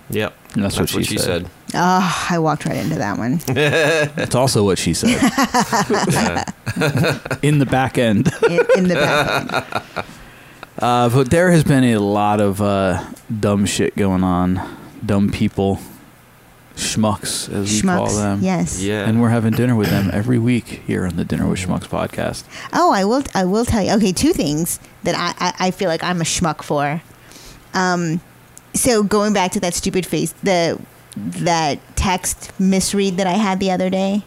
Speaker 7: Yep.
Speaker 1: And that's what she said.
Speaker 5: Oh, I walked right into that one.
Speaker 1: That's also what she said.
Speaker 7: Yeah.
Speaker 1: in the back end.
Speaker 5: in, in the back. end.
Speaker 1: Uh, but there has been a lot of uh, dumb shit going on. Dumb people. Schmucks, as we call
Speaker 5: Schmucks.
Speaker 1: them.
Speaker 5: Yes.
Speaker 7: Yeah.
Speaker 1: And we're having dinner with them every week here on the Dinner with Schmucks podcast.
Speaker 5: Oh, I will. I will tell you. Okay, two things that I, I, I feel like I'm a schmuck for. Um, so going back to that stupid face, the that text misread that I had the other day.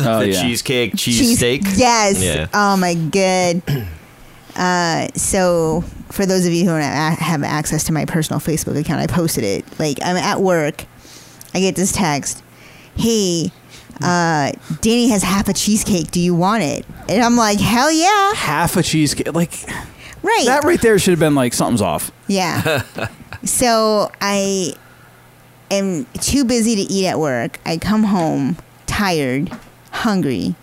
Speaker 1: Oh,
Speaker 7: the
Speaker 1: yeah.
Speaker 7: cheesecake
Speaker 5: Cheese-
Speaker 7: cheesesteak.
Speaker 5: Yes.
Speaker 7: Yeah.
Speaker 5: Oh my good. Uh, so for those of you who don't have have access to my personal Facebook account, I posted it. Like I'm at work, I get this text. Hey, uh, Danny has half a cheesecake. Do you want it? And I'm like, hell yeah,
Speaker 1: Half a cheesecake. Like,
Speaker 5: right.
Speaker 1: that right there should have been like, something's off.
Speaker 5: Yeah. so I am too busy to eat at work. I come home tired, hungry.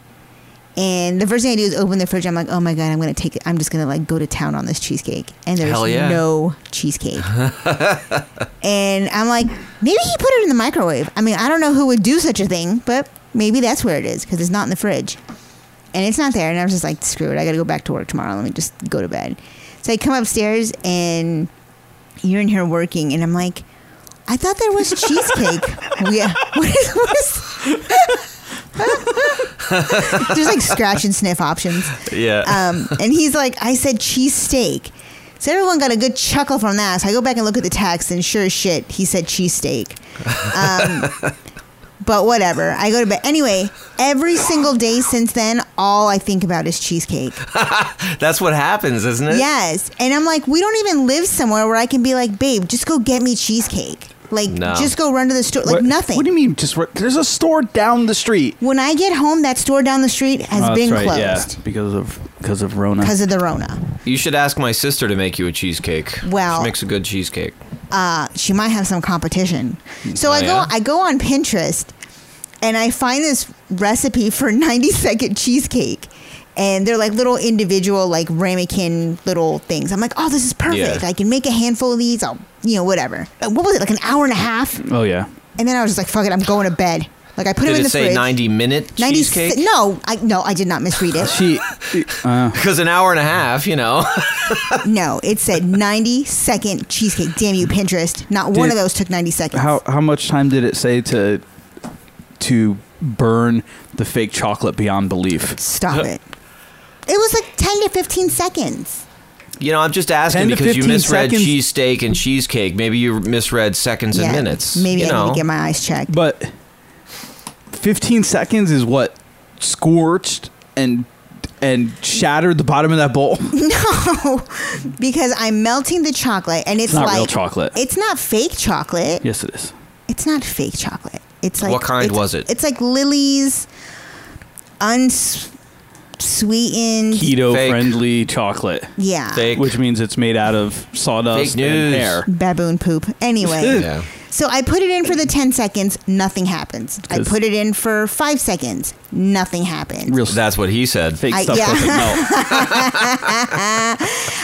Speaker 5: And the first thing I do is open the fridge. I'm like, oh my God, I'm going to take it. I'm just going to like go to town on this cheesecake. And there's
Speaker 7: Hell yeah.
Speaker 5: no cheesecake. and I'm like, maybe he put it in the microwave. I mean, I don't know who would do such a thing, but maybe that's where it is because it's not in the fridge and it's not there. And I was just like, screw it. I got to go back to work tomorrow. Let me just go to bed. So I come upstairs and you're in here working. And I'm like, I thought there was cheesecake. yeah. What is, what is There's like scratch and sniff options.
Speaker 7: Yeah.
Speaker 5: Um, and he's like, I said cheesesteak. So everyone got a good chuckle from that. So I go back and look at the text, and sure as shit, he said cheesesteak. Um, but whatever. I go to bed. Anyway, every single day since then, all I think about is cheesecake.
Speaker 7: That's what happens, isn't it?
Speaker 5: Yes. And I'm like, we don't even live somewhere where I can be like, babe, just go get me cheesecake. Like,
Speaker 7: No.
Speaker 5: just go run to the store. Like,
Speaker 1: What-
Speaker 5: nothing.
Speaker 1: What do you mean? Just re- there's a store down the street.
Speaker 5: when I get home, that store down the street has
Speaker 1: Oh,
Speaker 5: been closed
Speaker 1: because of because of Rona.
Speaker 5: because of the Rona.
Speaker 7: You should ask my sister to make you a cheesecake.
Speaker 5: Well-
Speaker 7: she makes a good cheesecake.
Speaker 5: uh, she might have some competition. So
Speaker 7: Oh,
Speaker 5: I go
Speaker 7: yeah?
Speaker 5: I go on Pinterest and I find this recipe for 90 second cheesecake. And they're like little individual, like ramekin little things. I'm like, oh, this is perfect.
Speaker 7: Yeah.
Speaker 5: I can make a handful of these. I'll, you know, whatever. Uh, What was it, like an hour and a half?
Speaker 1: oh yeah.
Speaker 5: And then I was just like, fuck it, I'm going to bed. Like I put
Speaker 7: Did
Speaker 5: them in
Speaker 7: it
Speaker 5: the
Speaker 7: say
Speaker 5: fridge.
Speaker 7: ninety minute
Speaker 5: 90
Speaker 7: cheesecake?
Speaker 5: No, I no, I did not misread it.
Speaker 1: She. Uh,
Speaker 7: Because an hour and a half, you know.
Speaker 5: no, it said 90 second cheesecake. Damn you, Pinterest! Not
Speaker 1: Did-
Speaker 5: one of those took 90 seconds.
Speaker 1: how how much time did it say to to burn the fake chocolate beyond belief?
Speaker 5: Stop it. It was like 10 to 15 seconds.
Speaker 7: You know, I'm just asking
Speaker 1: 10 to
Speaker 7: because you
Speaker 1: 15
Speaker 7: misread
Speaker 1: seconds.
Speaker 7: cheesesteak and cheesecake. Maybe you misread seconds and minutes.
Speaker 5: Maybe
Speaker 7: you
Speaker 5: I
Speaker 7: know.
Speaker 5: need to get my eyes checked.
Speaker 1: But 15 seconds is what scorched and and shattered the bottom of that bowl.
Speaker 5: no, because I'm melting the chocolate and it's,
Speaker 1: not
Speaker 5: like
Speaker 1: real chocolate.
Speaker 5: It's not fake chocolate.
Speaker 1: yes, it is.
Speaker 5: It's not fake chocolate. It's like
Speaker 7: What kind
Speaker 5: it's-
Speaker 7: was it?
Speaker 5: It's like Lily's uns sweetened
Speaker 1: keto friendly chocolate.
Speaker 5: Yeah. Fake.
Speaker 1: Which means it's made out of sawdust
Speaker 7: Fake
Speaker 1: and
Speaker 7: news.
Speaker 1: hair.
Speaker 5: baboon poop. Anyway.
Speaker 7: Yeah.
Speaker 5: So I put it in for the 10 seconds, nothing happens. I
Speaker 1: 'Cause-
Speaker 5: put it in for 5 seconds, nothing happens.
Speaker 1: Real s-
Speaker 7: That's what he said.
Speaker 1: fake
Speaker 5: I-
Speaker 1: stuff
Speaker 5: yeah.
Speaker 1: doesn't melt.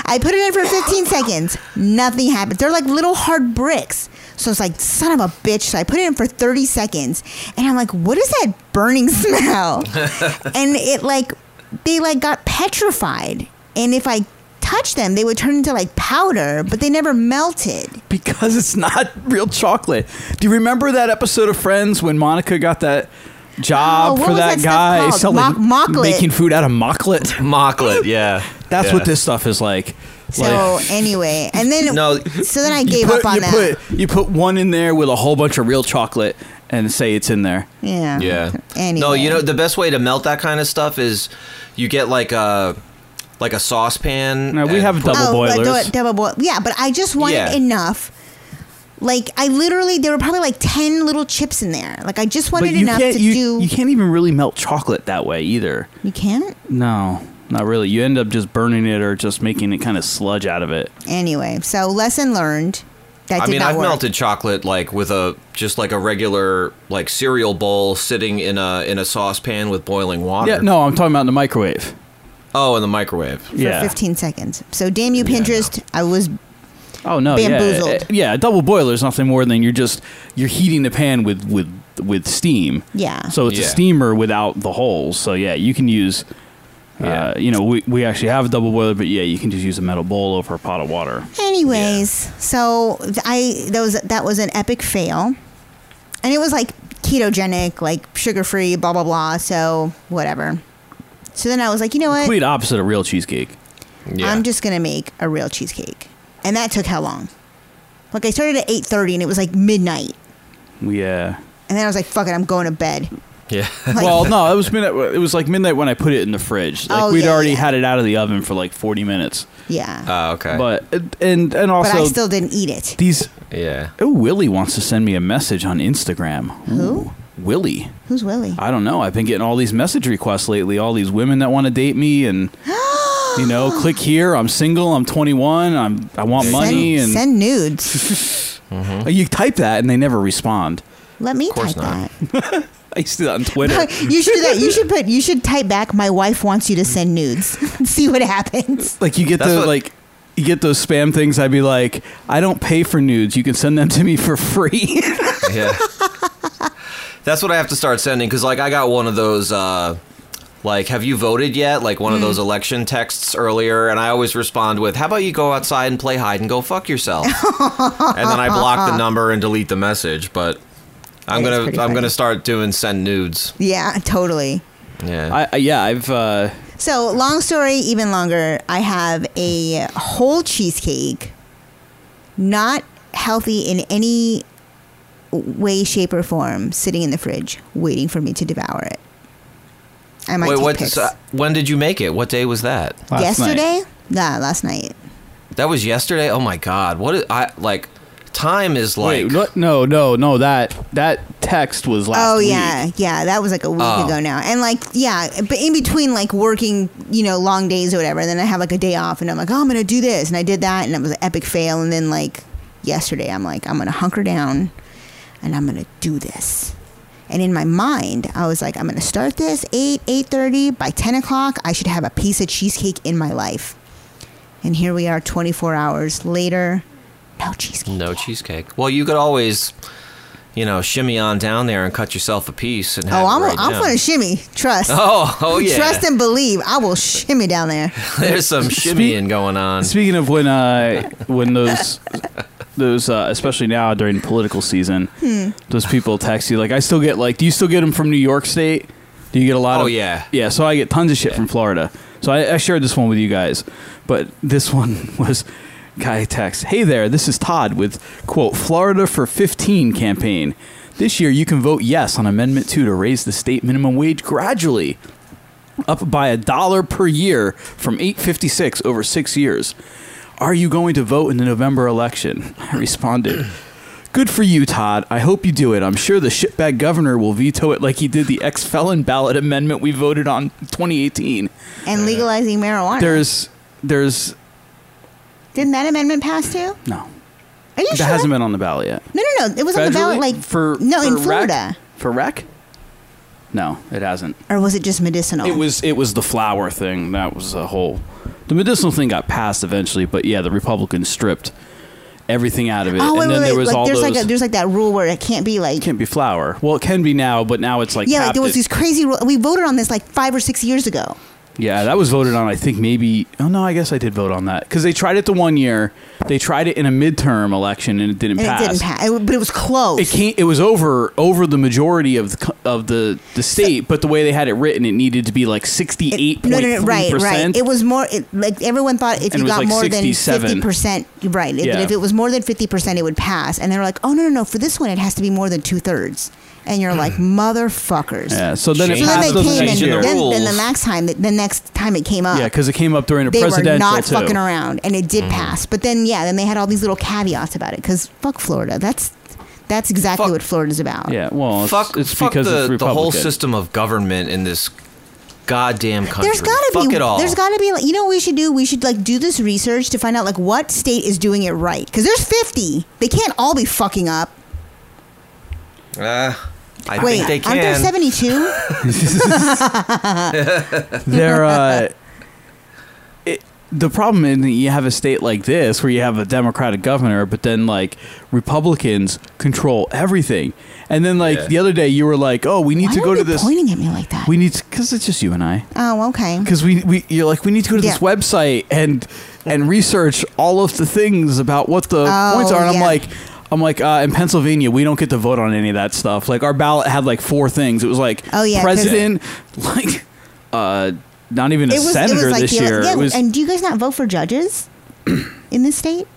Speaker 5: I put it in for 15 seconds. Nothing happens. They're like little hard bricks. So it's like, son of a bitch. So I put it in for 30 seconds. And I'm like, what is that burning smell? and it like, they like got petrified. And if I touched them, they would turn into like powder, but they never melted.
Speaker 1: because it's not real chocolate. Do you remember that episode of Friends when Monica got that
Speaker 5: Oh,
Speaker 1: job
Speaker 5: what
Speaker 1: for
Speaker 5: was
Speaker 1: that,
Speaker 5: that stuff
Speaker 1: guy
Speaker 5: called?
Speaker 1: selling
Speaker 5: Mock- mocklet.
Speaker 1: making food out of mocklet?
Speaker 7: Mocklet, yeah.
Speaker 1: That's
Speaker 7: Yeah.
Speaker 1: what this stuff is like.
Speaker 5: So
Speaker 1: Like,
Speaker 5: anyway, and then
Speaker 7: No.
Speaker 5: so then I gave up on
Speaker 1: you
Speaker 5: that.
Speaker 1: put you put one in there with a whole bunch of real chocolate and say it's in there.
Speaker 5: yeah.
Speaker 7: Yeah.
Speaker 5: Anyway.
Speaker 7: No, you know the best way to melt that kind of stuff is you get like a like a saucepan.
Speaker 1: No, we
Speaker 7: and
Speaker 1: have
Speaker 7: put-
Speaker 1: double
Speaker 5: but
Speaker 1: boilers.
Speaker 5: do- Oh, double boil. Yeah, but I just wanted
Speaker 7: Yeah.
Speaker 5: enough. Like I literally, there were probably like ten little chips in there. Like I just wanted enough
Speaker 1: can't
Speaker 5: to
Speaker 1: you,
Speaker 5: do.
Speaker 1: you can't even really melt chocolate that way either.
Speaker 5: You can't.
Speaker 1: No, not really. You end up just burning it or just making it kind of sludge out of it.
Speaker 5: Anyway, so lesson learned. That
Speaker 7: I
Speaker 5: did
Speaker 7: mean,
Speaker 5: not
Speaker 7: I've
Speaker 5: work.
Speaker 7: melted chocolate like with a just like a regular like cereal bowl sitting in a in a saucepan with boiling water.
Speaker 1: Yeah, no, I'm talking about in the microwave.
Speaker 7: Oh, in the microwave.
Speaker 5: for
Speaker 1: yeah.
Speaker 5: fifteen seconds. So damn you, Pinterest. I was
Speaker 1: oh no. yeah,
Speaker 5: bamboozled.
Speaker 1: Yeah, yeah, double boiler is nothing more than you're just you're heating the pan with with with steam.
Speaker 5: Yeah.
Speaker 1: So it's a
Speaker 7: Yeah.
Speaker 1: steamer without the holes. So yeah, you can use.
Speaker 7: Yeah.
Speaker 1: Uh, you know, we, we actually have a double boiler, but yeah, you can just use a metal bowl over a pot of water.
Speaker 5: Anyways, so th- I that was that was an epic fail, and it was like ketogenic, like sugar free, blah blah blah. So whatever. So then I was like, you know what?
Speaker 1: Complete opposite of real cheesecake.
Speaker 7: Yeah.
Speaker 5: I'm just gonna make a real cheesecake, and that took how long? Like I started at eight thirty, and it was like midnight,
Speaker 1: Yeah.
Speaker 5: and then I was like, fuck it, I'm going to bed.
Speaker 7: yeah.
Speaker 1: well, no, it was midnight. It was like midnight when I put it in the fridge. Like
Speaker 5: Oh,
Speaker 1: we'd
Speaker 5: yeah,
Speaker 1: already
Speaker 5: yeah.
Speaker 1: had it out of the oven for like 40 minutes.
Speaker 5: Yeah,
Speaker 7: Oh, okay.
Speaker 1: But and and
Speaker 5: but
Speaker 1: uh, also
Speaker 5: I still didn't eat it.
Speaker 1: these.
Speaker 7: yeah.
Speaker 1: Oh, Willie wants to send me a message on Instagram.
Speaker 5: Who?
Speaker 1: Willie.
Speaker 5: Who's Willie?
Speaker 1: I don't know. I've been getting all these message requests lately. All these women that want to date me, and you know, click here. I'm single. I'm 21. I'm I want money, and
Speaker 5: send, send nudes.
Speaker 1: you type that, and they never respond.
Speaker 5: Let me
Speaker 7: course
Speaker 5: type
Speaker 7: not.
Speaker 5: that.
Speaker 1: I used to do that on Twitter.
Speaker 5: you should do that. You should put. You should type back. My wife wants you to send nudes. See what happens.
Speaker 1: like you get
Speaker 7: That's
Speaker 1: the
Speaker 7: what-
Speaker 1: like you get those spam things i'd be like i don't pay for nudes you can send them to me for free
Speaker 7: yeah. That's what I have to start sending because, like, I got one of those, uh, like, have you voted yet? Like,
Speaker 1: Hmm.
Speaker 7: one of those election texts earlier, and I always respond with, how about you go outside and play hide and go fuck yourself? and then I block the number and delete the message, but. I'm
Speaker 5: That is
Speaker 7: gonna I'm
Speaker 5: pretty funny.
Speaker 7: gonna start doing send nudes.
Speaker 5: Yeah, totally.
Speaker 7: Yeah,
Speaker 1: I, I yeah i've uh
Speaker 5: So long story, even longer. I have a whole cheesecake, not healthy in any way, shape, or form, sitting in the fridge, waiting for me to devour it. I might
Speaker 7: wait.
Speaker 5: take
Speaker 7: What's
Speaker 5: pics.
Speaker 7: uh, when did you make it? What day was that?
Speaker 1: last night.
Speaker 5: yesterday? Nah, last night.
Speaker 7: That was yesterday. Oh my god! What is, I like? Time is like
Speaker 1: wait what? no no no that that text was last
Speaker 5: oh
Speaker 1: week.
Speaker 5: yeah, yeah. That was like a week
Speaker 7: Oh.
Speaker 5: ago now, and like yeah, but in between like working, you know, long days or whatever, and then I have like a day off, and I'm like, oh, I'm gonna do this, and I did that, and it was an epic fail, and then like yesterday, I'm like, I'm gonna hunker down, and I'm gonna do this. And in my mind, I was like, I'm gonna start this eight eight thirty by ten o'clock. I should have a piece of cheesecake in my life. And here we are, 24 hours later, no cheesecake.
Speaker 7: No cheesecake. Well, you could always, you know, shimmy on down there and cut yourself a piece. And have
Speaker 5: Oh,
Speaker 7: it
Speaker 5: I'm,
Speaker 7: right
Speaker 5: I'm
Speaker 7: down.
Speaker 5: gonna shimmy. Trust.
Speaker 7: Oh, oh yeah.
Speaker 5: Trust and believe. I will shimmy down there.
Speaker 7: There's some shimmying going on.
Speaker 1: speaking of when uh when those those uh, especially now during political season
Speaker 5: Hmm.
Speaker 1: those people text you like i still get like do you still get them from new york state do you get a lot
Speaker 7: Oh,
Speaker 1: of
Speaker 7: yeah.
Speaker 1: yeah so i get tons of shit from florida so I, I shared this one with you guys but this one was guy text hey there this is todd with quote florida for 15 campaign this year you can vote yes on amendment 2 to raise the state minimum wage gradually up by a dollar per year from 856 over 6 years. Are you going to vote in the November election? I responded, Good for you, Todd. I hope you do it. I'm sure the shitbag governor will veto it like he did the ex felon ballot amendment we voted on 2018.
Speaker 5: and legalizing marijuana.
Speaker 1: There's, there's,
Speaker 5: Didn't that amendment pass too?
Speaker 1: no.
Speaker 5: Are you
Speaker 1: That
Speaker 5: sure?
Speaker 1: hasn't been on the ballot yet.
Speaker 5: no, no, no. It was on the ballot
Speaker 1: Federally?
Speaker 5: like
Speaker 1: for
Speaker 5: no in
Speaker 1: for rec?
Speaker 5: Florida,
Speaker 1: for rec. No, it hasn't.
Speaker 5: or was it just medicinal?
Speaker 1: It was it was the flower thing that was a whole. The medicinal thing got passed eventually, but yeah, the Republicans stripped everything out of it,
Speaker 5: Oh wait,
Speaker 1: and
Speaker 5: wait,
Speaker 1: then
Speaker 5: wait.
Speaker 1: there was
Speaker 5: like,
Speaker 1: all
Speaker 5: there's
Speaker 1: those.
Speaker 5: like a, there's like that rule where it can't be like
Speaker 1: can't be flower. Well, it can be now, but now it's like
Speaker 5: yeah, like
Speaker 1: capped
Speaker 5: there was
Speaker 1: at-
Speaker 5: these crazy. Rule. We voted on this like five or six years ago.
Speaker 1: Yeah, that was voted on. I think maybe. Oh no, I guess I did vote on that because they tried it the one year. They tried it in a midterm election and it didn't
Speaker 5: And
Speaker 1: pass.
Speaker 5: it didn't pass, It- but it was close.
Speaker 1: It came. It was over over the majority of the co- of the, the state, but the way they had it written, it needed to be like sixty eight point
Speaker 5: no, no,
Speaker 1: three
Speaker 5: no, right, right.
Speaker 1: percent.
Speaker 5: It was more it, like everyone thought
Speaker 1: And
Speaker 5: if
Speaker 1: it
Speaker 5: you
Speaker 1: was
Speaker 5: got
Speaker 1: like
Speaker 5: more than
Speaker 1: 67.
Speaker 5: fifty percent, right? If,
Speaker 1: Yeah.
Speaker 5: if it was more than fifty percent, it would pass. And they were like, "Oh no, no, no! For this one, it has to be more than two thirds." And you're like, "Motherfuckers!"
Speaker 1: Yeah. So then it
Speaker 5: So then
Speaker 1: passed
Speaker 5: they
Speaker 1: the
Speaker 5: came, and
Speaker 1: next
Speaker 7: Changing
Speaker 1: year.
Speaker 7: the
Speaker 5: then,
Speaker 7: rules.
Speaker 5: then the next time, the next time it came up,
Speaker 1: Yeah, because it came up during a
Speaker 5: they were
Speaker 1: presidential
Speaker 5: not
Speaker 1: too.
Speaker 5: fucking around, and it did pass. But then, yeah, then they had all these little caveats about it because fuck Florida. That's that's exactly
Speaker 7: Fuck-
Speaker 5: what Florida's about.
Speaker 1: Yeah. Well, it's,
Speaker 7: fuck,
Speaker 1: it's
Speaker 7: fuck
Speaker 1: because
Speaker 7: the,
Speaker 1: it's
Speaker 7: the
Speaker 1: Republican.
Speaker 7: whole system of government in this goddamn country.
Speaker 5: There's gotta
Speaker 7: fuck
Speaker 5: be.
Speaker 7: it all.
Speaker 5: There's gotta be. Like, you know what we should do? We should like do this research to find out like what state is doing it right. Because there's 50. They can't all be fucking up.
Speaker 7: Uh, I
Speaker 5: Wait,
Speaker 7: think they
Speaker 5: aren't there
Speaker 7: can.
Speaker 5: 72?
Speaker 1: They're. Uh, it, the problem is that you have a state like this where you have a Democratic governor, but then like Republicans control everything. And then like
Speaker 7: Yeah.
Speaker 1: the other day, you were like, "Oh, we need
Speaker 5: Why
Speaker 1: to
Speaker 5: are
Speaker 1: go
Speaker 5: they
Speaker 1: to this.
Speaker 5: pointing at me like that?
Speaker 1: We need because it's just you and I.
Speaker 5: oh, okay.
Speaker 1: Because we, we you're like we need to go to this
Speaker 5: Yeah.
Speaker 1: website and and research all of the things about what the
Speaker 5: Oh,
Speaker 1: points are. And I'm
Speaker 5: yeah.
Speaker 1: like. I'm like uh, in Pennsylvania, we don't get to vote on any of that stuff. Like our ballot had like four things. It was like
Speaker 5: Oh, yeah, 'cause-
Speaker 1: president, like uh, not even a senator this
Speaker 5: ele-
Speaker 1: year.
Speaker 5: Yeah,
Speaker 1: it was
Speaker 5: and do you guys not vote for judges in this state?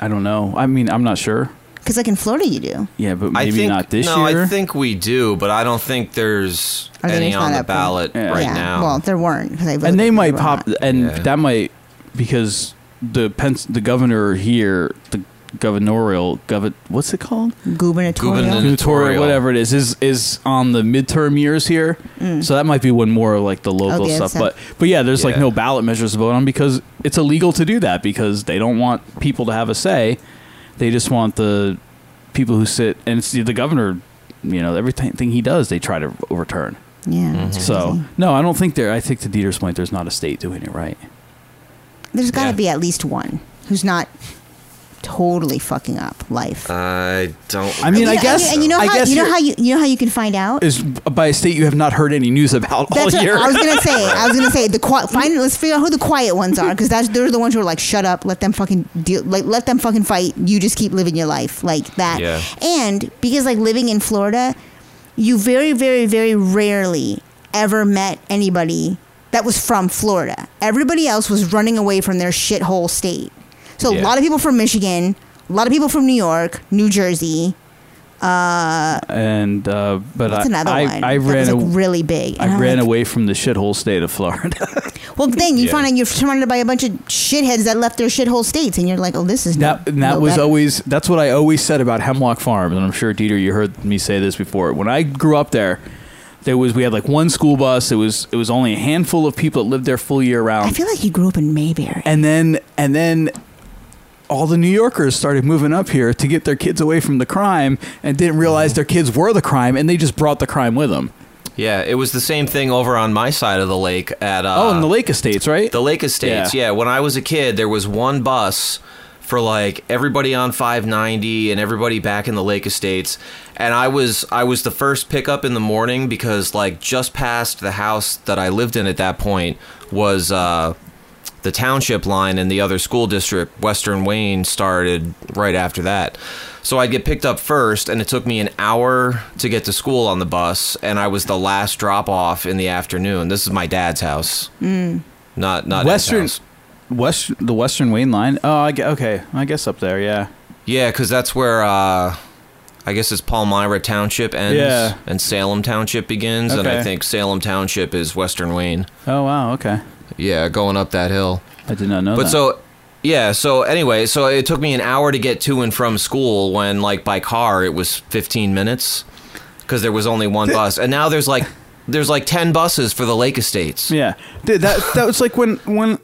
Speaker 1: I don't know. I mean, I'm not sure.
Speaker 5: Because like in Florida, you do.
Speaker 1: Yeah, but
Speaker 7: I
Speaker 1: maybe
Speaker 7: think,
Speaker 1: not this
Speaker 7: no,
Speaker 1: year.
Speaker 7: I think we do, but I don't think there's
Speaker 5: I think
Speaker 7: any
Speaker 5: it's
Speaker 7: on
Speaker 5: not
Speaker 7: the
Speaker 5: up for-
Speaker 7: ballot
Speaker 1: Yeah.
Speaker 7: right
Speaker 5: yeah.
Speaker 7: now.
Speaker 5: Well, there weren't. 'cause I voted,
Speaker 1: and they
Speaker 5: there
Speaker 1: might
Speaker 5: were
Speaker 1: pop,
Speaker 5: not.
Speaker 1: and
Speaker 7: Yeah.
Speaker 1: that might because the Pens- the governor here, the governorial, govern, what's it called?
Speaker 5: gubernatorial.
Speaker 7: Gubernatorial.
Speaker 1: Gubernatorial, whatever it is, is is on the midterm years here. So that might be when more of, like the local
Speaker 5: Mm. Oh, the
Speaker 1: stuff.
Speaker 5: outside.
Speaker 1: But but yeah, there's like
Speaker 7: Yeah.
Speaker 1: no ballot measures to vote on because it's illegal to do that because they don't want people to have a say. They just want the people who sit and it's the, the governor. You know, everything he does, they try to overturn.
Speaker 5: Yeah.
Speaker 7: Mm-hmm.
Speaker 5: it's
Speaker 1: So
Speaker 5: crazy.
Speaker 1: no, I don't think there. I think to Dieter's point, there's not a state doing it right.
Speaker 5: there's got to
Speaker 7: Yeah.
Speaker 5: be at least one who's not totally fucking up life.
Speaker 7: I don't.
Speaker 1: I mean, I
Speaker 5: You know-
Speaker 1: guess-
Speaker 5: and, and you know
Speaker 1: I
Speaker 5: how
Speaker 1: guess
Speaker 5: you know
Speaker 1: you're-
Speaker 5: how you you know how you can find out.
Speaker 1: Is by a state you have not heard any news about
Speaker 5: That's
Speaker 1: all
Speaker 5: what
Speaker 1: year.
Speaker 5: I was gonna say. I was gonna say the qui- find. Let's figure out who the quiet ones are because that's they're the ones who are like, shut up, let them fucking deal, like let them fucking fight. You just keep living your life like that.
Speaker 7: Yeah.
Speaker 5: And because like living in Florida, you very very very rarely ever met anybody that was from Florida. Everybody else was running away from their shithole state. So a
Speaker 7: Yeah.
Speaker 5: lot of people from Michigan, a lot of people from New York, New Jersey.
Speaker 1: and uh, but
Speaker 5: That's
Speaker 1: I,
Speaker 5: another
Speaker 1: I,
Speaker 5: one.
Speaker 1: I
Speaker 5: that was,
Speaker 1: ran
Speaker 5: like,
Speaker 1: a-
Speaker 5: really big. And
Speaker 1: I
Speaker 5: I'm
Speaker 1: ran
Speaker 5: like,
Speaker 1: away from the shithole state of Florida.
Speaker 5: Well, then you
Speaker 7: Yeah.
Speaker 5: find out you're surrounded by a bunch of shitheads that left their shithole states, and you're like, oh, this is
Speaker 1: that
Speaker 5: no,
Speaker 1: and that
Speaker 5: no
Speaker 1: was
Speaker 5: better.
Speaker 1: always that's what I always said about Hemlock Farms, and I'm sure Dieter, you heard me say this before. When I grew up there, there was we had like one school bus. It was it was only a handful of people that lived there full year round.
Speaker 5: I feel like you grew up in Mayberry.
Speaker 1: and then and then all the New Yorkers started moving up here to get their kids away from the crime and didn't realize their kids were the crime and they just brought the crime with them.
Speaker 7: yeah, it was the same thing over on my side of the lake at. Uh,
Speaker 1: oh, and the Lake Estates, right?
Speaker 7: The Lake Estates,
Speaker 1: Yeah.
Speaker 7: yeah. When I was a kid, there was one bus for like everybody on 590 and everybody back in the Lake Estates. And I was I was the first pickup in the morning because like just past the house that I lived in at that point was uh the township line and the other school district, Western Wayne, started right after that. So I'd get picked up first, and it took me an hour to get to school on the bus, and I was the last drop off in the afternoon. This is my dad's house, mm. not not his
Speaker 1: Western,
Speaker 7: house.
Speaker 1: West, the Western Wayne line. Oh, I, gue- okay, I guess up there, yeah.
Speaker 7: Yeah, because that's where uh, I guess it's Palmyra Township ends
Speaker 1: Yeah.
Speaker 7: and Salem Township begins, and I
Speaker 1: Okay.
Speaker 7: think Salem Township is Western Wayne.
Speaker 1: Oh wow, okay.
Speaker 7: Yeah, going up that hill.
Speaker 1: I did not know
Speaker 7: But
Speaker 1: that.
Speaker 7: so Yeah. So anyway, so it took me an hour to get to and from school when, like, by car it was 15 minutes because there was only one bus, and now there's like there's like 10 buses for the Lake Estates.
Speaker 1: Yeah, Dude, that that was like when when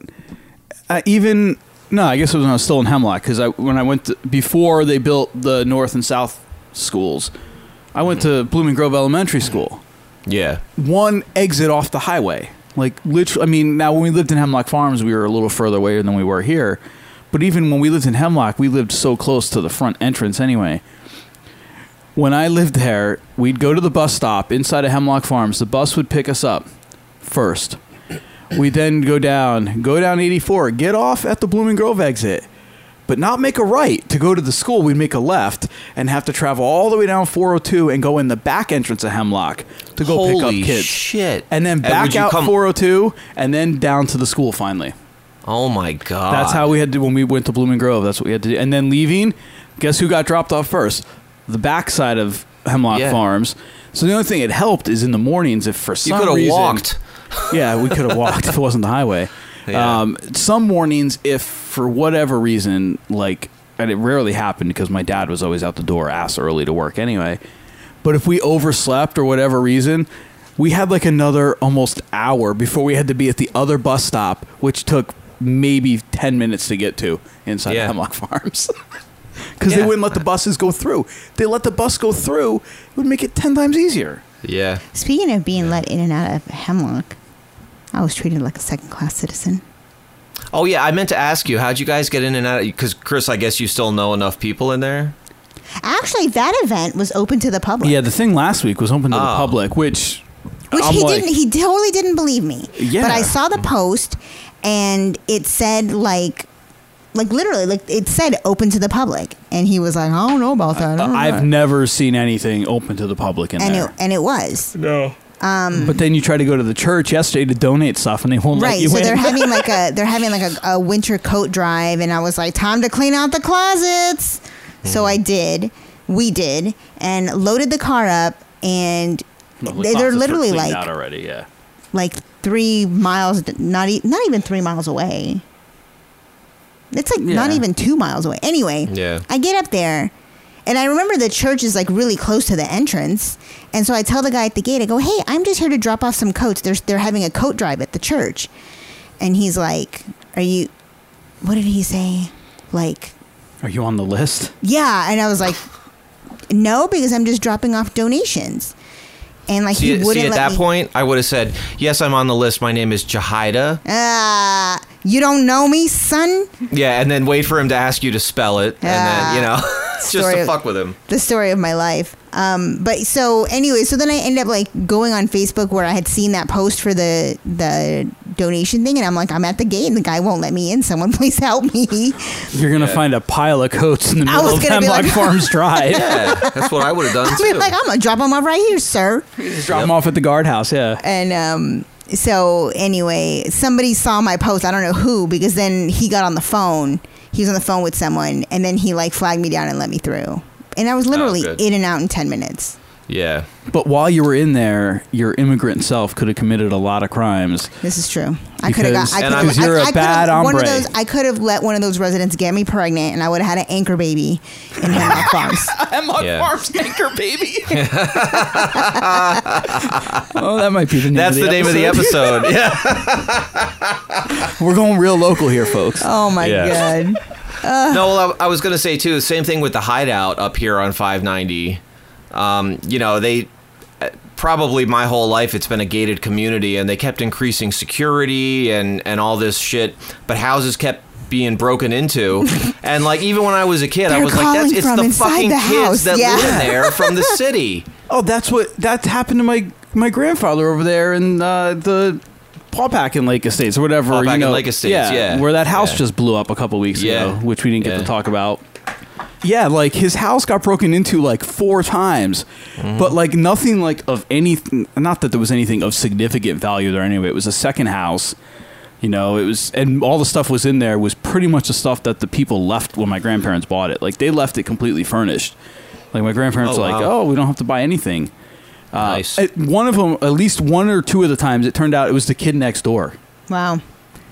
Speaker 1: uh, even no, I guess it was when I was still in Hemlock because I when I went to, before they built the north and south schools, I went to Blooming Grove Elementary School,
Speaker 7: Yeah.
Speaker 1: one exit off the highway. Like literally, I mean, now when we lived in Hemlock Farms, we were a little further away than we were here, but even when we lived in Hemlock, we lived so close to the front entrance anyway. When I lived there, we'd go to the bus stop inside of Hemlock Farms. The bus would pick us up first. We then go down, go down 84, get off at the Blooming Grove exit, but not make a right to go to the school. We'd make a left and have to travel all the way down 402 and go in the back entrance of Hemlock to go pick
Speaker 7: Holy
Speaker 1: up kids.
Speaker 7: shit.
Speaker 1: And then
Speaker 7: And
Speaker 1: back
Speaker 7: would you
Speaker 1: out
Speaker 7: come-
Speaker 1: 402 and then down to the school finally.
Speaker 7: Oh my god.
Speaker 1: That's how we had to when we went to Blooming Grove. That's what we had to do. And then leaving, guess who got dropped off first? The backside of Hemlock
Speaker 7: Yeah.
Speaker 1: Farms. So the only thing it helped is in the mornings if for
Speaker 7: you
Speaker 1: some
Speaker 7: could have
Speaker 1: reason
Speaker 7: walked.
Speaker 1: yeah, we could have walked if it wasn't the highway.
Speaker 7: Yeah.
Speaker 1: Um, some mornings, if for whatever reason, like, and it rarely happened because my dad was always out the door ass early to work anyway. But if we overslept or whatever reason, we had like another almost hour before we had to be at the other bus stop, which took maybe 10 minutes to get to inside
Speaker 7: Yeah.
Speaker 1: Hemlock Farms. Because they
Speaker 7: Yeah.
Speaker 1: wouldn't let the buses go through. They let the bus go through, it would make it 10 times easier.
Speaker 7: Yeah.
Speaker 5: Speaking of being let in and out of hemlock, I was treated like a second class citizen.
Speaker 7: Oh yeah, I meant to ask you, how'd you guys get in and out? Because Chris, I guess you still know enough people in there.
Speaker 5: Actually, that event was open to the public.
Speaker 1: Yeah, the thing last week was open to the
Speaker 7: Oh.
Speaker 1: public, which
Speaker 5: Which
Speaker 1: I'm
Speaker 5: he
Speaker 1: like-
Speaker 5: didn't. He totally didn't believe me.
Speaker 1: Yeah.
Speaker 5: But I saw the post, and it said like, like literally, like it said open to the public, and he was like, I don't know about that. I don't know
Speaker 1: uh, I've
Speaker 5: that."
Speaker 1: never seen anything open to the public in
Speaker 5: and
Speaker 1: there.
Speaker 5: it and it was
Speaker 1: but then you try to go to the church yesterday to donate stuff, and they won't let
Speaker 5: um, right.
Speaker 1: you
Speaker 5: So
Speaker 1: in.
Speaker 5: they're having like a they're having like a, a winter coat drive, and I was like, time to clean out the closets.
Speaker 1: Hmm.
Speaker 5: So I did. We did, and loaded the car up, and they, they're literally like
Speaker 1: out already. Yeah,
Speaker 5: like three miles, not e- not even three miles away. It's like not
Speaker 1: Yeah.
Speaker 5: even two miles away. Anyway,
Speaker 7: Yeah.
Speaker 5: I get up there, and I remember the church is like really close to the entrance, and so I tell the guy at the gate, I go, "Hey, I'm just here to drop off some coats. They're they're having a coat drive at the church," and he's like, "Are you? What did he say? Like,
Speaker 1: are you on the list?
Speaker 5: yeah?" And I was like, "No, because I'm just dropping off donations." And like he
Speaker 7: See,
Speaker 5: wouldn't
Speaker 7: see at
Speaker 5: let
Speaker 7: that
Speaker 5: me-
Speaker 7: point, I would have said, "Yes, I'm on the list. My name is Jahida."
Speaker 5: Uh, you don't know me, son.
Speaker 7: Yeah, and then wait for him to ask you to spell it,
Speaker 5: Ah.
Speaker 7: and then you know, just
Speaker 5: Story
Speaker 7: to
Speaker 5: of-
Speaker 7: fuck with him.
Speaker 5: the story of my life. Um, but so anyway, so then I end up like going on Facebook where I had seen that post for the the donation thing, and I'm like, I'm at the gate, and the guy won't let me in. Someone please help me.
Speaker 1: You're gonna find a pile of coats in the
Speaker 5: I
Speaker 1: middle
Speaker 5: was
Speaker 1: of
Speaker 5: gonna be
Speaker 1: Hemlock
Speaker 5: like-
Speaker 1: Farms Drive.
Speaker 7: Yeah, that's what I would have done
Speaker 5: I
Speaker 7: too.
Speaker 5: mean, like I'm gonna drop him off right here, sir.
Speaker 1: Just drop them off at the guardhouse. Yeah,
Speaker 5: And um, so anyway, somebody saw my post. I don't know who, because then he got on the phone. He was on the phone with someone, and then he like flagged me down and let me through. And I was literally
Speaker 7: good.
Speaker 5: in and out in ten minutes.
Speaker 7: yeah,
Speaker 1: but while you were in there, your immigrant self could have committed a lot of crimes.
Speaker 5: This is true. I could have got.
Speaker 1: Because-
Speaker 5: I
Speaker 7: And
Speaker 5: could
Speaker 7: because
Speaker 5: have.
Speaker 1: you're
Speaker 5: I,
Speaker 1: a
Speaker 5: I could
Speaker 1: bad
Speaker 5: have. One of
Speaker 1: hombre.
Speaker 5: those. I could have let one of those residents get me pregnant, and I would have had an anchor baby in Hemlock Farms.
Speaker 1: Hemlock
Speaker 7: Yeah.
Speaker 1: Farms anchor baby. oh, that might be the name.
Speaker 7: that's
Speaker 1: of
Speaker 7: the,
Speaker 1: the
Speaker 7: name of the episode. yeah,
Speaker 1: We're going real local here, folks.
Speaker 5: Oh my
Speaker 7: Yeah.
Speaker 5: god!
Speaker 7: no, well, I, I was gonna say too. Same thing with the hideout up here on 590. Um, you know, they uh, probably my whole life it's been a gated community, and they kept increasing security and and all this shit, but houses kept being broken into and like even when i was a kid i
Speaker 5: They're
Speaker 7: was like that's
Speaker 5: calling
Speaker 7: it's
Speaker 5: from
Speaker 7: the
Speaker 5: inside
Speaker 7: fucking
Speaker 5: the house,
Speaker 7: kids that
Speaker 5: yeah.
Speaker 7: live in there from the city
Speaker 1: Oh, that's what that happened to my my grandfather over there in uh, the Paw Pack and Lake Estates or whatever.
Speaker 7: Paw
Speaker 1: you
Speaker 7: Pack and
Speaker 1: know.
Speaker 7: Lake Estates, yeah.
Speaker 1: where that house
Speaker 7: Yeah.
Speaker 1: just blew up a couple weeks
Speaker 7: Yeah.
Speaker 1: ago, which we didn't get to
Speaker 7: Yeah.
Speaker 1: talk about. Yeah, like his house got broken into like four times,
Speaker 7: Mm-hmm.
Speaker 1: but like nothing like of anything. Not that there was anything of significant value there anyway. It was a second house. You know, it was, and all the stuff was in there was pretty much the stuff that the people left when my grandparents bought it. Like they left it completely furnished. Like my grandparents
Speaker 7: Oh,
Speaker 1: were like,
Speaker 7: wow.
Speaker 1: oh, we don't have to buy anything. Uh,
Speaker 7: Nice.
Speaker 1: At one of them, at least one or two of the times, it turned out it was the kid next door.
Speaker 5: Wow.